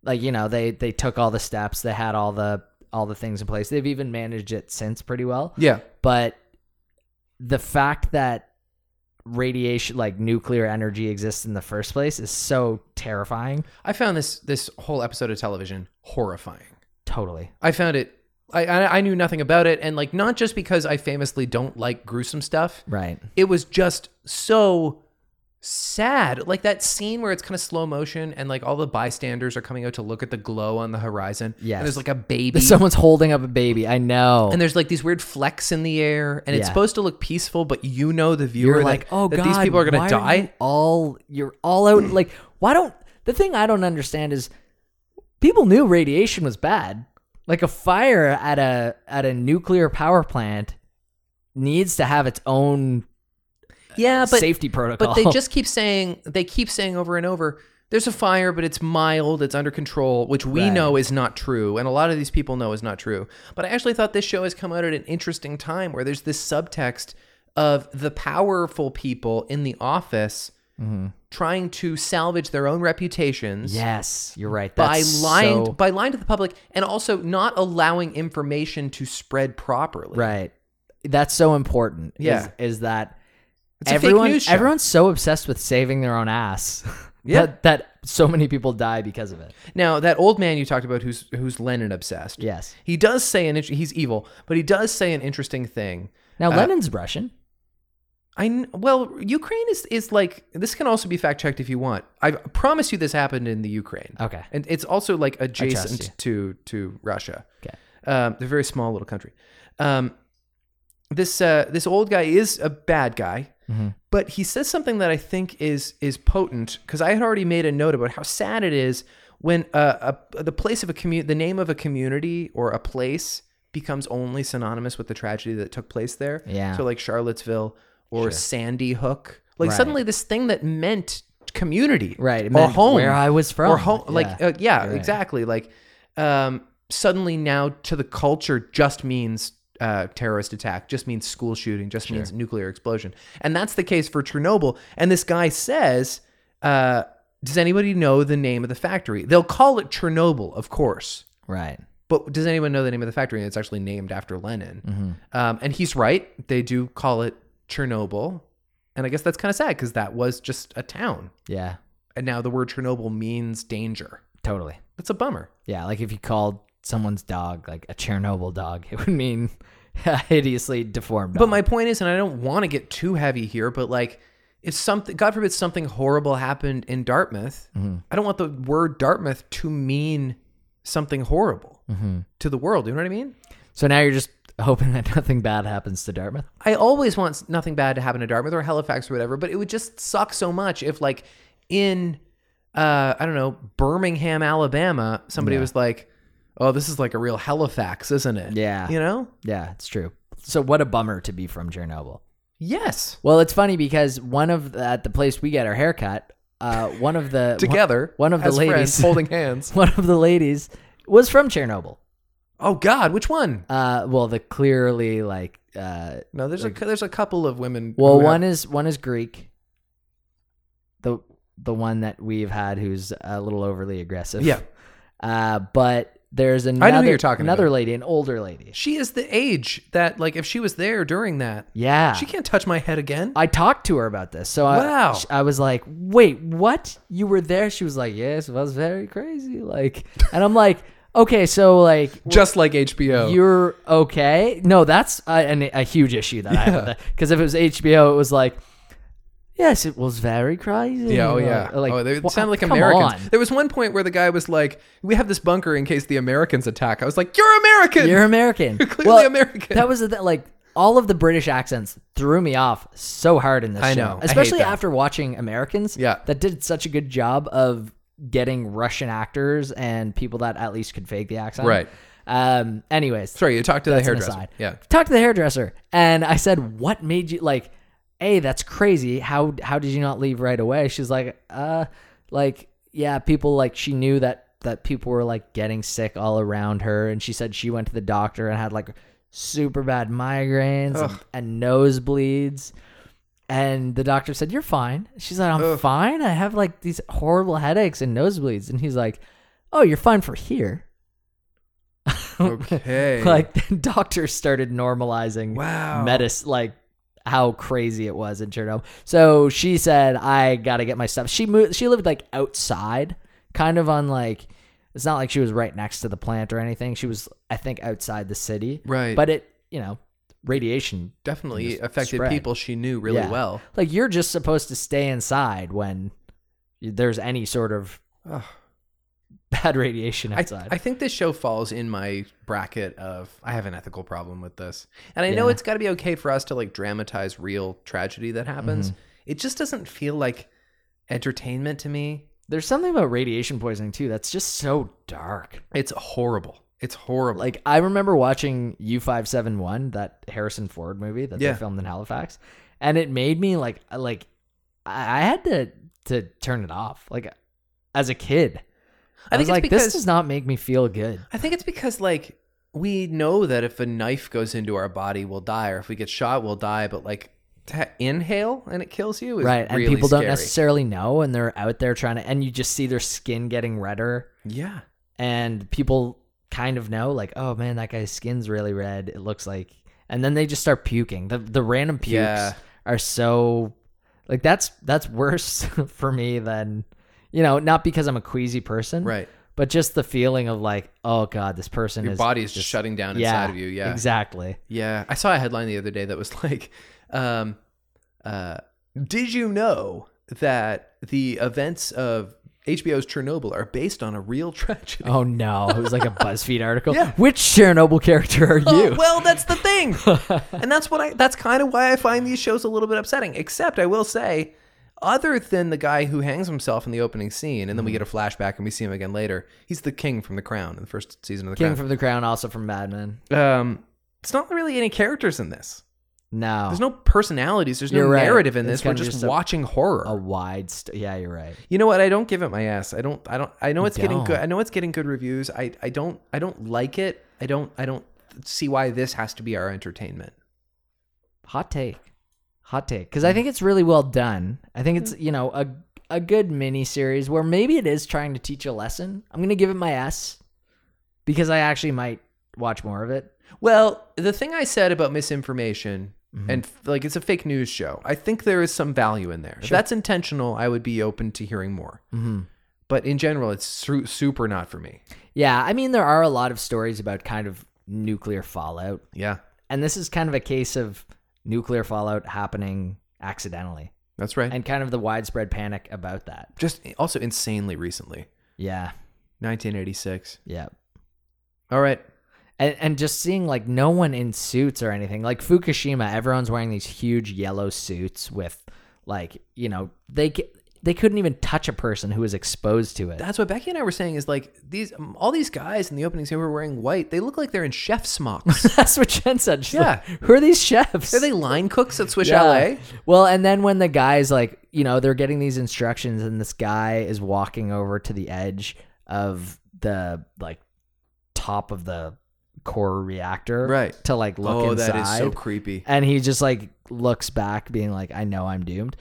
[SPEAKER 2] like you know they they took all the steps, they had all the all the things in place. They've even managed it since pretty well
[SPEAKER 1] Yeah.
[SPEAKER 2] but the fact that radiation like nuclear energy exists in the first place is so terrifying
[SPEAKER 1] I found this this whole episode of television horrifying.
[SPEAKER 2] totally
[SPEAKER 1] I found it. I, I I knew nothing about it, and like not just because I famously don't like gruesome stuff.
[SPEAKER 2] right
[SPEAKER 1] It was just so sad. Like that scene where it's kind of slow motion, and like all the bystanders are coming out to look at the glow on the horizon.
[SPEAKER 2] Yes.
[SPEAKER 1] and there's like a baby.
[SPEAKER 2] someone's holding up a baby i know
[SPEAKER 1] and there's like these weird flecks in the air, and it's
[SPEAKER 2] Yeah.
[SPEAKER 1] supposed to look peaceful, but you know the viewer
[SPEAKER 2] you're
[SPEAKER 1] that-
[SPEAKER 2] like oh
[SPEAKER 1] that
[SPEAKER 2] god
[SPEAKER 1] these people are
[SPEAKER 2] why
[SPEAKER 1] gonna die.
[SPEAKER 2] you all you're all out like why don't the thing i don't understand is people knew radiation was bad like a fire at a at a nuclear power plant needs to have its own
[SPEAKER 1] yeah, but
[SPEAKER 2] safety protocol
[SPEAKER 1] But they just keep saying they keep saying over and over. There's a fire, but it's mild. It's under control, which we
[SPEAKER 2] Right.
[SPEAKER 1] know is not true, and a lot of these people know is not true. But I actually thought this show has come out at an interesting time, where there's this subtext of the powerful people in the office
[SPEAKER 2] Mm-hmm.
[SPEAKER 1] trying to salvage their own reputations
[SPEAKER 2] yes you're right
[SPEAKER 1] by
[SPEAKER 2] That's
[SPEAKER 1] lying
[SPEAKER 2] so-
[SPEAKER 1] by lying to the public, and also not allowing information to spread properly.
[SPEAKER 2] Right. That's so important. is-
[SPEAKER 1] Yeah.
[SPEAKER 2] Is, that
[SPEAKER 1] It's a fake
[SPEAKER 2] everyone
[SPEAKER 1] news show.
[SPEAKER 2] everyone's so obsessed with saving their own ass
[SPEAKER 1] Yeah.
[SPEAKER 2] that, that so many people die because of it.
[SPEAKER 1] Now that old man you talked about, who's who's Lenin obsessed.
[SPEAKER 2] Yes.
[SPEAKER 1] He does say an int- he's evil, but he does say an interesting thing.
[SPEAKER 2] Now
[SPEAKER 1] Uh,
[SPEAKER 2] Lenin's Russian.
[SPEAKER 1] I kn- well, Ukraine is is like this can also be fact checked if you want. I promise you this happened in the Ukraine.
[SPEAKER 2] Okay.
[SPEAKER 1] And it's also like
[SPEAKER 2] you.
[SPEAKER 1] adjacent to to Russia.
[SPEAKER 2] Okay.
[SPEAKER 1] Um, they're a very small little country. Um, this uh, this old guy is a bad guy,
[SPEAKER 2] Mm-hmm.
[SPEAKER 1] but he says something that I think is is potent because I had already made a note about how sad it is when uh, a, the place of a community, the name of a community or a place becomes only synonymous with the tragedy that took place there.
[SPEAKER 2] Yeah.
[SPEAKER 1] So like Charlottesville or Sandy Hook, like
[SPEAKER 2] Right.
[SPEAKER 1] suddenly this thing that meant community,
[SPEAKER 2] Right. It
[SPEAKER 1] or
[SPEAKER 2] meant
[SPEAKER 1] home,
[SPEAKER 2] where I was from.
[SPEAKER 1] or home, like
[SPEAKER 2] Yeah.
[SPEAKER 1] uh, yeah,
[SPEAKER 2] You're right.
[SPEAKER 1] exactly. Like um, suddenly now to the culture just means uh, terrorist attack, just means school shooting, just means nuclear explosion, and that's the case for Chernobyl. And this guy says, uh, "Does anybody know the name of the factory? They'll call it Chernobyl, of course."
[SPEAKER 2] right.
[SPEAKER 1] But does anyone know the name of the factory? It's actually named after Lenin.
[SPEAKER 2] Mm-hmm.
[SPEAKER 1] Um, and he's right. They do call it Chernobyl. And I guess that's kind of sad because that was just a town.
[SPEAKER 2] Yeah.
[SPEAKER 1] And now the word Chernobyl means danger.
[SPEAKER 2] Totally.
[SPEAKER 1] That's a bummer.
[SPEAKER 2] Yeah. Like if you called someone's dog like a Chernobyl dog, it would mean a hideously deformed.
[SPEAKER 1] But
[SPEAKER 2] dog.
[SPEAKER 1] my point is, and I don't want to get too heavy here, but like, if something, God forbid, something horrible happened in Dartmouth, I don't want the word Dartmouth to mean something horrible to the world. You know what I mean?
[SPEAKER 2] so now you're just hoping that nothing bad happens to Dartmouth.
[SPEAKER 1] I always want nothing bad to happen to Dartmouth or Halifax or whatever, but it would just suck so much if, like, in uh, I don't know Birmingham, Alabama, somebody was like, "Oh, this is like a real Halifax, isn't it?"
[SPEAKER 2] Yeah.
[SPEAKER 1] you know.
[SPEAKER 2] Yeah, it's true. So what a bummer to be from Chernobyl.
[SPEAKER 1] Yes,
[SPEAKER 2] Well, it's funny because one of the, at the place we get our haircut, uh, one of the
[SPEAKER 1] together,
[SPEAKER 2] one of the
[SPEAKER 1] as friends,
[SPEAKER 2] ladies-
[SPEAKER 1] holding hands.
[SPEAKER 2] one, of the ladies was from Chernobyl.
[SPEAKER 1] Oh God, which one?
[SPEAKER 2] Uh, well, the clearly like uh,
[SPEAKER 1] No, there's a there's a couple of women.
[SPEAKER 2] well,
[SPEAKER 1] who have-
[SPEAKER 2] one is one is Greek. The the one that we've had who's a little overly aggressive.
[SPEAKER 1] Yeah.
[SPEAKER 2] Uh, but There's
[SPEAKER 1] who
[SPEAKER 2] another
[SPEAKER 1] you're talking
[SPEAKER 2] another
[SPEAKER 1] about.
[SPEAKER 2] lady, an older lady.
[SPEAKER 1] She is the age that, like, if she was there during that,
[SPEAKER 2] Yeah.
[SPEAKER 1] she can't touch my head again.
[SPEAKER 2] I talked to her about this. So I,
[SPEAKER 1] Wow.
[SPEAKER 2] sh- I was like, wait, what? You were there? She was like, yes, it was very crazy. Like, and I'm like, okay, so like,
[SPEAKER 1] Just like HBO.
[SPEAKER 2] you're okay. No, that's a, an, a huge issue that I have. Because if it was HBO, it was like, yes, it was very crazy.
[SPEAKER 1] Yeah, oh yeah.
[SPEAKER 2] Like,
[SPEAKER 1] oh, they
[SPEAKER 2] wha-
[SPEAKER 1] sound like
[SPEAKER 2] come
[SPEAKER 1] Americans.
[SPEAKER 2] on.
[SPEAKER 1] There was one point where the guy was like, "We have this bunker in case the Americans attack." I was like, "You're American.
[SPEAKER 2] You're American.
[SPEAKER 1] You're clearly American.
[SPEAKER 2] That was the, th- like all of the British accents threw me off so hard in this
[SPEAKER 1] I
[SPEAKER 2] show.
[SPEAKER 1] know. I hate
[SPEAKER 2] especially
[SPEAKER 1] that.
[SPEAKER 2] after watching Americans.
[SPEAKER 1] Yeah.
[SPEAKER 2] that did such a good job of getting Russian actors and people that at least could fake the accent.
[SPEAKER 1] Right.
[SPEAKER 2] Um. Anyways,
[SPEAKER 1] Sorry, you talked to the
[SPEAKER 2] that's an
[SPEAKER 1] hairdresser.
[SPEAKER 2] aside.
[SPEAKER 1] Yeah,
[SPEAKER 2] Talked to the hairdresser, and I said, "What made you like? Hey, that's crazy. How how did you not leave right away?" She's like, "Uh, like yeah, people like she knew that that people were like getting sick all around her, and she said she went to the doctor and had like super bad migraines and, and nosebleeds." And the doctor said, You're fine. She's like, I'm fine. I have like these horrible headaches and nosebleeds. And he's like, Oh, you're fine for here.
[SPEAKER 1] Okay.
[SPEAKER 2] like the doctor started normalizing
[SPEAKER 1] Wow.
[SPEAKER 2] medicine like how crazy it was in Chernobyl. So she said, I gotta get my stuff. She moved she lived like outside, kind of on like it's not like she was right next to the plant or anything. She was I think outside the city.
[SPEAKER 1] Right.
[SPEAKER 2] But it you know, radiation
[SPEAKER 1] definitely
[SPEAKER 2] Just
[SPEAKER 1] affected
[SPEAKER 2] spread.
[SPEAKER 1] people she knew really
[SPEAKER 2] Yeah.
[SPEAKER 1] well.
[SPEAKER 2] Like you're just supposed to stay inside when there's any sort of
[SPEAKER 1] Ugh.
[SPEAKER 2] bad radiation
[SPEAKER 1] I,
[SPEAKER 2] outside.
[SPEAKER 1] I think this show falls in my bracket of I have an ethical problem with this, and I know
[SPEAKER 2] Yeah.
[SPEAKER 1] it's got to be okay for us to like dramatize real tragedy that happens.
[SPEAKER 2] Mm-hmm.
[SPEAKER 1] It just doesn't feel like entertainment to me.
[SPEAKER 2] there's something about radiation poisoning too that's just so dark.
[SPEAKER 1] It's horrible. It's horrible.
[SPEAKER 2] Like I remember watching U five seven one, that Harrison Ford movie that
[SPEAKER 1] Yeah.
[SPEAKER 2] they filmed in Halifax, and it made me like like I I had to to turn it off. Like as a kid, I,
[SPEAKER 1] I think
[SPEAKER 2] was
[SPEAKER 1] it's
[SPEAKER 2] like
[SPEAKER 1] because
[SPEAKER 2] this does not make me feel good.
[SPEAKER 1] I think it's because like we know that if a knife goes into our body, we'll die, or if we get shot, we'll die. But like to inhale and it kills you is
[SPEAKER 2] Right, and
[SPEAKER 1] really
[SPEAKER 2] people
[SPEAKER 1] scary.
[SPEAKER 2] don't necessarily know, and they're out there trying to, and you just see their skin getting redder,
[SPEAKER 1] Yeah,
[SPEAKER 2] and people kind of know, like, oh man, that guy's skin's really red. It looks like, and then they just start puking. The the random pukes
[SPEAKER 1] Yeah.
[SPEAKER 2] are so, like that's that's worse for me than, you know, not because I'm a queasy person,
[SPEAKER 1] right.
[SPEAKER 2] But just the feeling of like, oh god, this person
[SPEAKER 1] Your
[SPEAKER 2] is
[SPEAKER 1] body is just shutting down inside of you. Yeah,
[SPEAKER 2] exactly.
[SPEAKER 1] yeah. I saw a headline the other day that was like, um, uh, "Did you know that the events of HBO's Chernobyl are based on a real tragedy?"
[SPEAKER 2] Oh no, it was like a BuzzFeed article.
[SPEAKER 1] Yeah.
[SPEAKER 2] Which Chernobyl character are you?
[SPEAKER 1] Oh, well, that's the thing. and that's what I that's kind of why I find these shows a little bit upsetting. Except I will say other than the guy who hangs himself in the opening scene and then we
[SPEAKER 2] Mm-hmm.
[SPEAKER 1] get a flashback and we see him again later, he's the king from The Crown in the first season of The
[SPEAKER 2] King
[SPEAKER 1] Crown.
[SPEAKER 2] from the Crown, also from Mad Men.
[SPEAKER 1] um it's not really any characters in this.
[SPEAKER 2] No,
[SPEAKER 1] There's no personalities, there's no
[SPEAKER 2] Oh. You're right.
[SPEAKER 1] narrative in
[SPEAKER 2] It's
[SPEAKER 1] this. We're
[SPEAKER 2] kinda
[SPEAKER 1] just,
[SPEAKER 2] just a-
[SPEAKER 1] watching horror.
[SPEAKER 2] a wide. St- yeah, you're right.
[SPEAKER 1] You know what? I don't give it my ass. I don't. I don't. I know it's getting
[SPEAKER 2] don't.
[SPEAKER 1] good. I know it's getting good reviews. I. I don't. I don't like it. I don't. I don't see why this has to be our entertainment.
[SPEAKER 2] Hot take, hot take. Because I think it's really well done. I think it's you know a a good mini series where maybe it is trying to teach a lesson. I'm gonna give it my S because I actually might watch more of it.
[SPEAKER 1] Well, the thing I said about misinformation
[SPEAKER 2] Mm-hmm.
[SPEAKER 1] and like it's a fake news show. I think there is some value in there. If that's intentional, I would be open to hearing more.
[SPEAKER 2] Mm-hmm.
[SPEAKER 1] But in general, it's su- super not for me.
[SPEAKER 2] Yeah, I mean there are a lot of stories about kind of nuclear fallout,
[SPEAKER 1] Yeah,
[SPEAKER 2] and this is kind of a case of nuclear fallout happening accidentally
[SPEAKER 1] that's right.
[SPEAKER 2] and kind of the widespread panic about that.
[SPEAKER 1] Just also insanely recently,
[SPEAKER 2] Yeah,
[SPEAKER 1] 1986.
[SPEAKER 2] yeah.
[SPEAKER 1] All right.
[SPEAKER 2] and, and just seeing like no one in suits or anything like fukushima everyone's wearing these huge yellow suits with like you know they c- they couldn't even touch a person who was exposed to it
[SPEAKER 1] That's what Becky and I were saying is like these um, all these guys in the opening scene were wearing white. They look like they're in chef smocks.
[SPEAKER 2] that's what jen said She's like,
[SPEAKER 1] Yeah.
[SPEAKER 2] who are these chefs
[SPEAKER 1] Are they line cooks at Swish LA?
[SPEAKER 2] Well, and then when the guy's like, you know, they're getting these instructions, and this guy is walking over to the edge of the like top of the core reactor,
[SPEAKER 1] Right.
[SPEAKER 2] To like look
[SPEAKER 1] oh,
[SPEAKER 2] inside.
[SPEAKER 1] that is so creepy.
[SPEAKER 2] and he just like looks back being like i know i'm doomed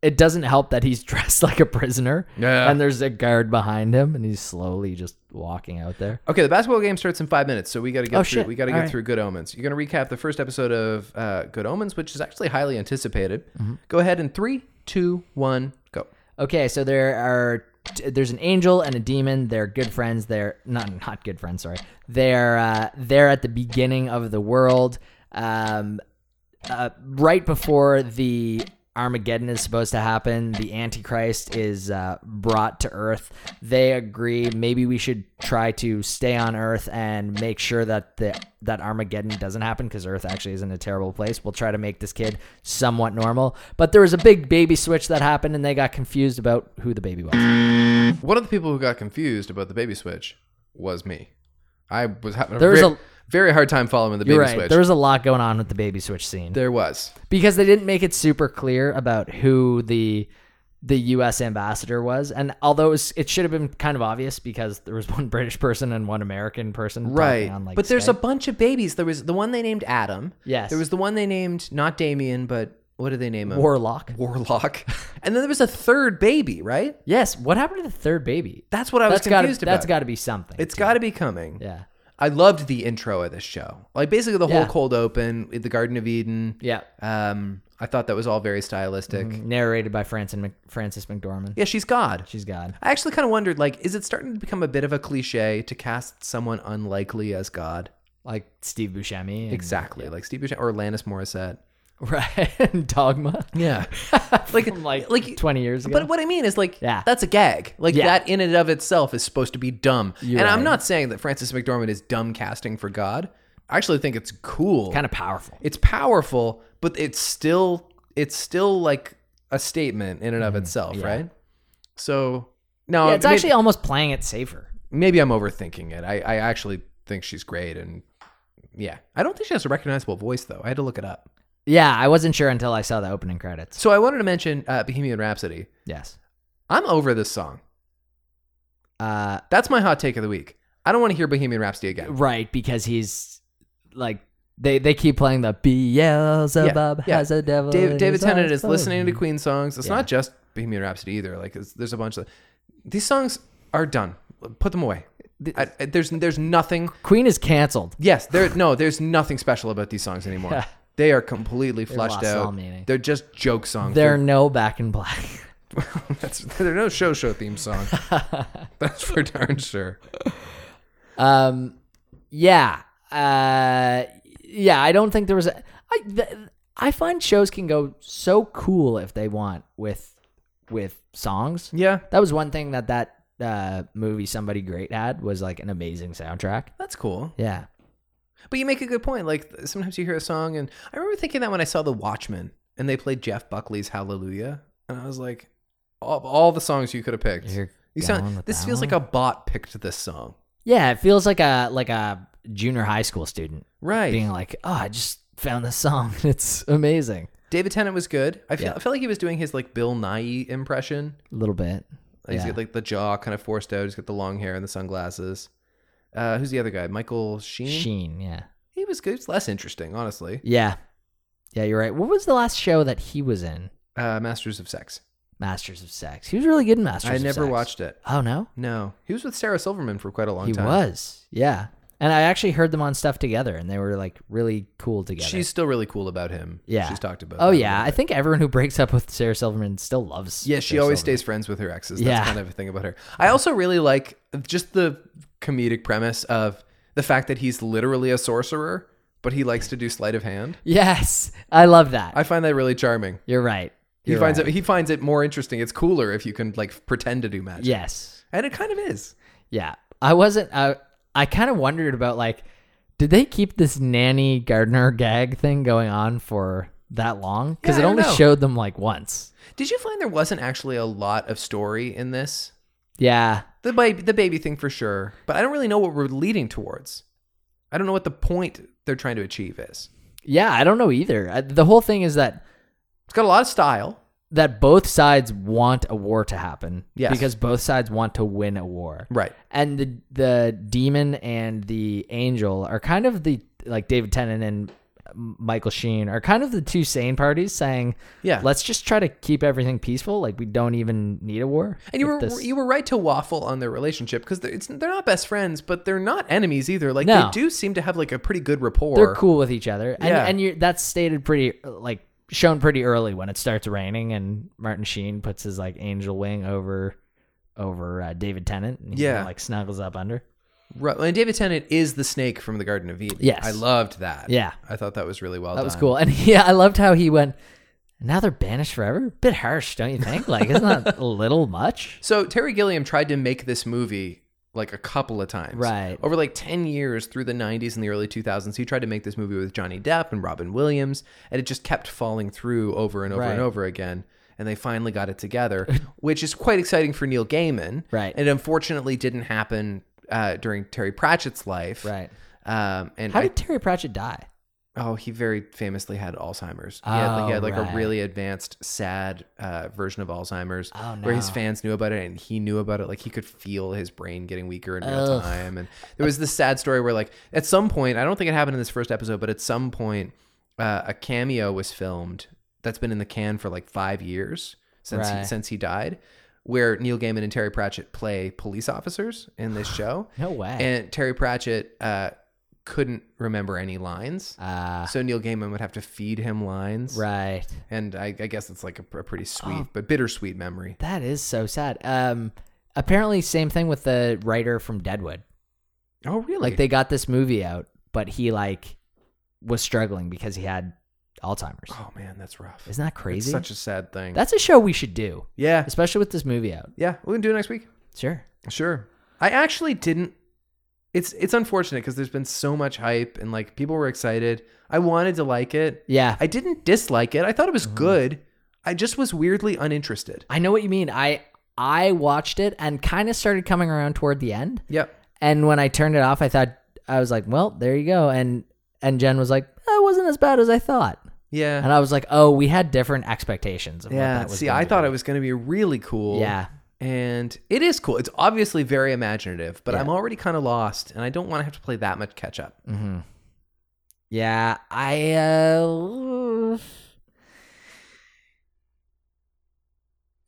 [SPEAKER 2] it doesn't help that he's dressed like a prisoner.
[SPEAKER 1] Yeah.
[SPEAKER 2] And there's a guard behind him, and he's slowly just walking out there.
[SPEAKER 1] Okay, the basketball game starts in five minutes, so we got to get
[SPEAKER 2] Oh,
[SPEAKER 1] through.
[SPEAKER 2] shit.
[SPEAKER 1] We got to
[SPEAKER 2] All
[SPEAKER 1] get
[SPEAKER 2] right.
[SPEAKER 1] through Good Omens. You're going to recap the first episode of uh, Good Omens, which is actually highly anticipated.
[SPEAKER 2] Mm-hmm.
[SPEAKER 1] Go ahead and three, two, one, go.
[SPEAKER 2] Okay, so there are there's an angel and a demon. They're good friends. They're not not good friends. Sorry, they're uh, they're at the beginning of the world, um, uh, right before the Armageddon is supposed to happen. The Antichrist is uh, brought to Earth. They agree maybe we should try to stay on Earth and make sure that the that Armageddon doesn't happen because Earth actually isn't a terrible place. We'll try to make this kid somewhat normal. But there was a big baby switch that happened, and they got confused about who the baby was.
[SPEAKER 1] One of the people who got confused about the baby switch was me. I was having a,
[SPEAKER 2] There was
[SPEAKER 1] very,
[SPEAKER 2] a-
[SPEAKER 1] very hard time following the baby
[SPEAKER 2] You're right.
[SPEAKER 1] switch.
[SPEAKER 2] There was a lot going on with the baby switch scene
[SPEAKER 1] there was.
[SPEAKER 2] because they didn't make it super clear about who the the U.S. ambassador was, and although it, was, it should have been kind of obvious because there was one British person and one American person, talking
[SPEAKER 1] Right.
[SPEAKER 2] On, like,
[SPEAKER 1] but there's a
[SPEAKER 2] Skype.
[SPEAKER 1] bunch of babies. There was the one they named Adam.
[SPEAKER 2] Yes.
[SPEAKER 1] There was the one they named not Damien, but what did they name him?
[SPEAKER 2] warlock.
[SPEAKER 1] Warlock. and then there was a third baby, right?
[SPEAKER 2] Yes. What happened to the third baby?
[SPEAKER 1] That's what I was
[SPEAKER 2] That's got
[SPEAKER 1] confused about.
[SPEAKER 2] that's got to be something.
[SPEAKER 1] It's got to be coming.
[SPEAKER 2] yeah.
[SPEAKER 1] I loved the intro of this show. Like basically the whole
[SPEAKER 2] Yeah.
[SPEAKER 1] cold open, the Garden of Eden.
[SPEAKER 2] Yeah. Mm-hmm.
[SPEAKER 1] Um, I thought that was all very stylistic.
[SPEAKER 2] Narrated by Francis, Mc, Francis McDormand.
[SPEAKER 1] Yeah, she's God.
[SPEAKER 2] She's God.
[SPEAKER 1] I actually kind of wondered, like, is it starting to become a bit of a cliche to cast someone unlikely as God?
[SPEAKER 2] Like Steve Buscemi. and-
[SPEAKER 1] Exactly, like Steve Buscemi or Alanis Morissette.
[SPEAKER 2] Right. and Dogma.
[SPEAKER 1] Yeah, like,
[SPEAKER 2] From, like,
[SPEAKER 1] like
[SPEAKER 2] 20 years ago.
[SPEAKER 1] But what I mean is, like,
[SPEAKER 2] Yeah.
[SPEAKER 1] that's a gag. Like
[SPEAKER 2] Yeah.
[SPEAKER 1] that in and of itself is supposed to be dumb.
[SPEAKER 2] You're
[SPEAKER 1] and I'm
[SPEAKER 2] right.
[SPEAKER 1] not saying that Francis McDormand is dumb casting for God. I actually think it's cool.
[SPEAKER 2] kind of powerful.
[SPEAKER 1] it's powerful, but it's still it's still like a statement in and of itself, right? So no,
[SPEAKER 2] Mm-hmm. Yeah, it's
[SPEAKER 1] may-
[SPEAKER 2] actually almost playing it safer.
[SPEAKER 1] maybe I'm overthinking it. I, I actually think she's great, and yeah, I don't think she has a recognizable voice though. I had to look it up.
[SPEAKER 2] Yeah, I wasn't sure until I saw the opening credits.
[SPEAKER 1] So I wanted to mention uh, Bohemian Rhapsody.
[SPEAKER 2] Yes.
[SPEAKER 1] I'm over this song.
[SPEAKER 2] Uh,
[SPEAKER 1] That's my hot take of the week. I don't want to hear Bohemian Rhapsody again.
[SPEAKER 2] right, because he's like they they keep playing the Beelzebub
[SPEAKER 1] Yeah, yeah.
[SPEAKER 2] has a devil. in
[SPEAKER 1] David,
[SPEAKER 2] his
[SPEAKER 1] David Tennant
[SPEAKER 2] eyes. Oh.
[SPEAKER 1] is listening to Queen songs. It's
[SPEAKER 2] Yeah.
[SPEAKER 1] not just Bohemian Rhapsody either. Like it's, there's a bunch of these songs are done. Put them away. I, I- there's there's nothing.
[SPEAKER 2] Queen is canceled.
[SPEAKER 1] Yes, there no. There's nothing special about these songs anymore.
[SPEAKER 2] Yeah.
[SPEAKER 1] They are completely flushed
[SPEAKER 2] lost all
[SPEAKER 1] out.
[SPEAKER 2] meaning.
[SPEAKER 1] They're just joke songs.
[SPEAKER 2] There are no back in black.
[SPEAKER 1] That's there's no show show theme song. That's for darn sure.
[SPEAKER 2] Um, yeah, uh, yeah. I don't think there was. A, I th- I find shows can go so cool if they want with with songs.
[SPEAKER 1] Yeah,
[SPEAKER 2] That was one thing that that uh, movie somebody great had was like an amazing soundtrack.
[SPEAKER 1] that's cool.
[SPEAKER 2] Yeah.
[SPEAKER 1] But you make a good point. Like sometimes you hear a song, and I remember thinking that when I saw The Watchmen and they played Jeff Buckley's Hallelujah, and I was like, all, all the songs you could have picked.
[SPEAKER 2] You're
[SPEAKER 1] You
[SPEAKER 2] going
[SPEAKER 1] sound.
[SPEAKER 2] with
[SPEAKER 1] This
[SPEAKER 2] that
[SPEAKER 1] feels
[SPEAKER 2] one?
[SPEAKER 1] like a bot picked this song.
[SPEAKER 2] Yeah, it feels like a like a junior high school student
[SPEAKER 1] Right.
[SPEAKER 2] being like, "Oh, I just found this song. It's amazing."
[SPEAKER 1] David Tennant was good. I feel,
[SPEAKER 2] Yeah.
[SPEAKER 1] I felt like he was doing his like Bill Nye impression.
[SPEAKER 2] A little bit.
[SPEAKER 1] Like, He's
[SPEAKER 2] Yeah.
[SPEAKER 1] got like the jaw kind of forced out. He's got the long hair and the sunglasses. Uh, who's the other guy? Michael Sheen.
[SPEAKER 2] Sheen, yeah.
[SPEAKER 1] He was good. He was less interesting, honestly.
[SPEAKER 2] Yeah. Yeah, you're right. What was the last show that he was in?
[SPEAKER 1] Uh, Masters of Sex.
[SPEAKER 2] Masters of Sex. He was really good in Masters
[SPEAKER 1] I
[SPEAKER 2] of
[SPEAKER 1] never
[SPEAKER 2] Sex.
[SPEAKER 1] watched it.
[SPEAKER 2] Oh no?
[SPEAKER 1] No, he was with Sarah Silverman for quite a long
[SPEAKER 2] he
[SPEAKER 1] time.
[SPEAKER 2] was. Yeah. And I actually heard them on stuff together and they were like really cool together.
[SPEAKER 1] She's still really cool about him.
[SPEAKER 2] Yeah.
[SPEAKER 1] she's talked about.
[SPEAKER 2] Oh
[SPEAKER 1] that a
[SPEAKER 2] yeah,
[SPEAKER 1] little
[SPEAKER 2] I
[SPEAKER 1] bit.
[SPEAKER 2] think everyone who breaks up with Sarah Silverman still loves.
[SPEAKER 1] Yeah, she
[SPEAKER 2] Sarah
[SPEAKER 1] always
[SPEAKER 2] Silverman.
[SPEAKER 1] stays friends with her exes. That's
[SPEAKER 2] Yeah.
[SPEAKER 1] kind of a thing about her. I also really like just the comedic premise of the fact that he's literally a sorcerer, but he likes to do sleight of hand.
[SPEAKER 2] Yes, I love that.
[SPEAKER 1] I find that really charming.
[SPEAKER 2] You're right.
[SPEAKER 1] He
[SPEAKER 2] You're
[SPEAKER 1] finds
[SPEAKER 2] right.
[SPEAKER 1] it he finds it more interesting. It's cooler if you can like pretend to do magic.
[SPEAKER 2] Yes.
[SPEAKER 1] And it kind of is.
[SPEAKER 2] Yeah. I wasn't. I I kind of wondered about like, did they keep this nanny gardener gag thing going on for that long? Because
[SPEAKER 1] Yeah, I
[SPEAKER 2] it
[SPEAKER 1] don't
[SPEAKER 2] only
[SPEAKER 1] know.
[SPEAKER 2] showed them like once.
[SPEAKER 1] Did you find there wasn't actually a lot of story in this?
[SPEAKER 2] Yeah.
[SPEAKER 1] The baby, the baby thing for sure, but I don't really know what we're leading towards. I don't know what the point they're trying to achieve is.
[SPEAKER 2] Yeah. I don't know either. I, the whole thing is that
[SPEAKER 1] It's got a lot of style.
[SPEAKER 2] that both sides want a war to happen.
[SPEAKER 1] Yes.
[SPEAKER 2] Because both sides want to win a war.
[SPEAKER 1] Right.
[SPEAKER 2] and the the demon and the angel are kind of the like David Tennant and Michael Sheen are kind of the two sane parties saying,
[SPEAKER 1] Yeah.
[SPEAKER 2] let's just try to keep everything peaceful. Like we don't even need a war.
[SPEAKER 1] And you
[SPEAKER 2] If
[SPEAKER 1] were
[SPEAKER 2] this-
[SPEAKER 1] you were right to waffle on their relationship because they're, it's, they're not best friends, but they're not enemies either. Like
[SPEAKER 2] No.
[SPEAKER 1] they do seem to have like a pretty good rapport.
[SPEAKER 2] they're cool with each other, and
[SPEAKER 1] Yeah.
[SPEAKER 2] and you that's stated pretty like shown pretty early when it starts raining, and Martin Sheen puts his like angel wing over over uh, David Tennant, and he
[SPEAKER 1] Yeah.
[SPEAKER 2] kinda, like snuggles up under.
[SPEAKER 1] Right. And David Tennant is the snake from the Garden of Eden.
[SPEAKER 2] Yes.
[SPEAKER 1] I loved that.
[SPEAKER 2] Yeah.
[SPEAKER 1] I thought that was really well
[SPEAKER 2] That
[SPEAKER 1] done.
[SPEAKER 2] was cool, and yeah, I loved how he went. Now they're banished forever. Bit harsh, don't you think? Like, isn't that a little much?
[SPEAKER 1] So Terry Gilliam tried to make this movie like a couple of times.
[SPEAKER 2] Right.
[SPEAKER 1] Over like 10 years through the 90s and the early 2000s, he tried to make this movie with Johnny Depp and Robin Williams, and it just kept falling through over and over
[SPEAKER 2] Right.
[SPEAKER 1] and over again. And they finally got it together, which is quite exciting for Neil Gaiman.
[SPEAKER 2] Right.
[SPEAKER 1] It unfortunately didn't happen uh, during Terry Pratchett's life.
[SPEAKER 2] Right.
[SPEAKER 1] Um, and
[SPEAKER 2] How
[SPEAKER 1] I-
[SPEAKER 2] did Terry Pratchett die?
[SPEAKER 1] Oh, he very famously had Alzheimer's. He had, like, he
[SPEAKER 2] Oh,
[SPEAKER 1] had like
[SPEAKER 2] right.
[SPEAKER 1] a really advanced, sad uh, version of Alzheimer's,
[SPEAKER 2] Oh,
[SPEAKER 1] where his
[SPEAKER 2] no.
[SPEAKER 1] fans knew about it and he knew about it. Like he could feel his brain getting weaker in real
[SPEAKER 2] Ugh.
[SPEAKER 1] time. And there was this sad story where, like, at some point, I don't think it happened in this first episode, but at some point, uh, a cameo was filmed that's been in the can for like five years since he,
[SPEAKER 2] Right.
[SPEAKER 1] since he died, where Neil Gaiman and Terry Pratchett play police officers in this show,
[SPEAKER 2] No way.
[SPEAKER 1] and Terry Pratchett uh, couldn't remember any lines.
[SPEAKER 2] uh,
[SPEAKER 1] So Neil Gaiman would have to feed him lines,
[SPEAKER 2] right.
[SPEAKER 1] and I, I guess it's like a, pr- a pretty sweet but bittersweet memory.
[SPEAKER 2] That is so sad. Um, apparently, same thing with the writer from Deadwood.
[SPEAKER 1] Oh, really?
[SPEAKER 2] Like they got this movie out, but he like was struggling because he had Alzheimer's.
[SPEAKER 1] oh man, that's rough.
[SPEAKER 2] Isn't that
[SPEAKER 1] It's
[SPEAKER 2] crazy?
[SPEAKER 1] such a sad thing.
[SPEAKER 2] That's a show we should do,
[SPEAKER 1] yeah,
[SPEAKER 2] especially with this movie out.
[SPEAKER 1] yeah. We can do it next week.
[SPEAKER 2] Sure.
[SPEAKER 1] Sure. I actually didn't. It's it's unfortunate because there's been so much hype and like people were excited. I wanted to like it.
[SPEAKER 2] Yeah.
[SPEAKER 1] I didn't dislike it. I thought it was good. I just was weirdly uninterested.
[SPEAKER 2] I know what you mean. I I watched it and kind of started coming around toward the end.
[SPEAKER 1] Yep.
[SPEAKER 2] And when I turned it off, I thought I was like, "Well, there you go." And and Jen was like, "That wasn't as bad as I thought."
[SPEAKER 1] Yeah.
[SPEAKER 2] And I was like, "Oh, we had different expectations." Of
[SPEAKER 1] yeah.
[SPEAKER 2] What that was
[SPEAKER 1] See,
[SPEAKER 2] gonna
[SPEAKER 1] I
[SPEAKER 2] be."
[SPEAKER 1] thought it was going to be really cool.
[SPEAKER 2] Yeah.
[SPEAKER 1] and it is cool. It's obviously very imaginative, but
[SPEAKER 2] Yeah.
[SPEAKER 1] I'm already kind of lost, and I don't want to have to play that much catch up.
[SPEAKER 2] Mm-hmm. Yeah, I. Uh,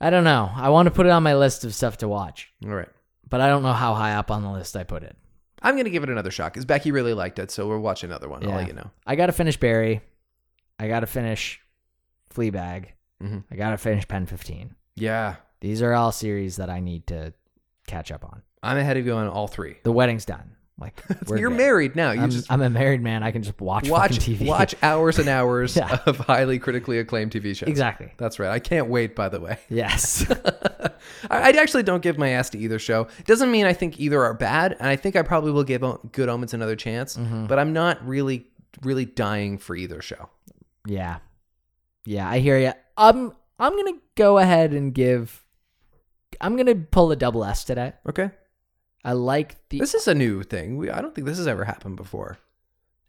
[SPEAKER 2] I don't know. I want to put it on my list of stuff to watch,
[SPEAKER 1] All right,
[SPEAKER 2] but I don't know how high up on the list I put it.
[SPEAKER 1] I'm gonna give it another shot because Becky really liked it, so we'll watch another one.
[SPEAKER 2] Yeah.
[SPEAKER 1] I'll let you know.
[SPEAKER 2] I got to finish Barry. I got to finish Fleabag.
[SPEAKER 1] Mhm.
[SPEAKER 2] I got to finish Pen 15.
[SPEAKER 1] Yeah,
[SPEAKER 2] These are all series that I need to catch up on.
[SPEAKER 1] I'm ahead of you on all three.
[SPEAKER 2] The wedding's done. Like we're
[SPEAKER 1] You're
[SPEAKER 2] good.
[SPEAKER 1] married now. You
[SPEAKER 2] I'm,
[SPEAKER 1] just
[SPEAKER 2] I'm a married man. I can just watch
[SPEAKER 1] watch
[SPEAKER 2] fucking TV.
[SPEAKER 1] watch hours and hours
[SPEAKER 2] Yeah.
[SPEAKER 1] of highly critically acclaimed TV shows.
[SPEAKER 2] exactly.
[SPEAKER 1] That's right. I can't wait. By the way.
[SPEAKER 2] Yes.
[SPEAKER 1] I I actually don't give my ass to either show. Doesn't mean I think either are bad, and I think I probably will give O- Good Omens another chance.
[SPEAKER 2] Mm-hmm.
[SPEAKER 1] But I'm not really, really dying for either show.
[SPEAKER 2] Yeah. Yeah, I hear you. Um, I'm going to go ahead and give. I'm going to pull a double S today.
[SPEAKER 1] Okay,
[SPEAKER 2] I like the.
[SPEAKER 1] this is a new thing. We, I don't think this has ever happened before.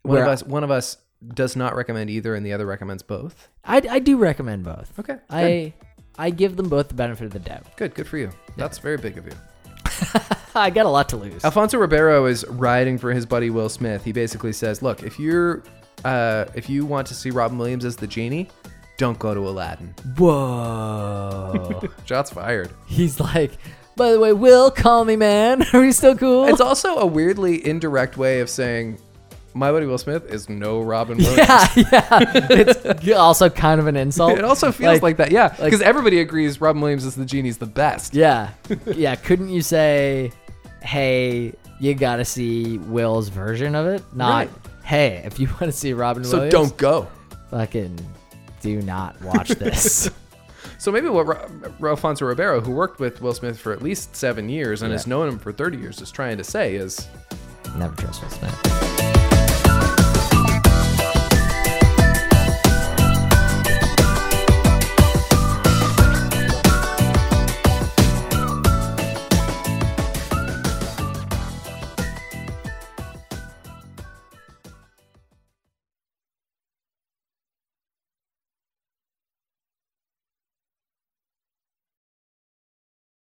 [SPEAKER 1] One of
[SPEAKER 2] Where-
[SPEAKER 1] us, one of us does not recommend either, and the other recommends both.
[SPEAKER 2] I, I do recommend both.
[SPEAKER 1] Okay, good.
[SPEAKER 2] I I give them both the benefit of the doubt.
[SPEAKER 1] good, good for you. That's very big of you.
[SPEAKER 2] I got a lot to lose.
[SPEAKER 1] Alfonso Ribeiro is riding for his buddy Will Smith. He basically says, "Look, if you're, uh, if you want to see Robin Williams as the genie, don't go to Aladdin."
[SPEAKER 2] Whoa.
[SPEAKER 1] Shots fired.
[SPEAKER 2] He's like, by the way, Will, call me, man. Are we still cool?
[SPEAKER 1] It's also a weirdly indirect way of saying my buddy Will Smith is no Robin Williams.
[SPEAKER 2] yeah, yeah. It's also kind of an insult.
[SPEAKER 1] It also feels Oh, like, that, yeah, because everybody agrees Robin Williams is the genie's the best.
[SPEAKER 2] Yeah. Yeah. Couldn't you say, hey, you got to see Will's version of it? Not,
[SPEAKER 1] Right.
[SPEAKER 2] hey, if you want to see Robin
[SPEAKER 1] so
[SPEAKER 2] Williams,
[SPEAKER 1] don't go.
[SPEAKER 2] fucking do not watch this.
[SPEAKER 1] So maybe what Ro- Alfonso Ribeiro, who worked with Will Smith for at least seven years and has known him for thirty years, is trying to say is
[SPEAKER 2] Never trust Will Smith.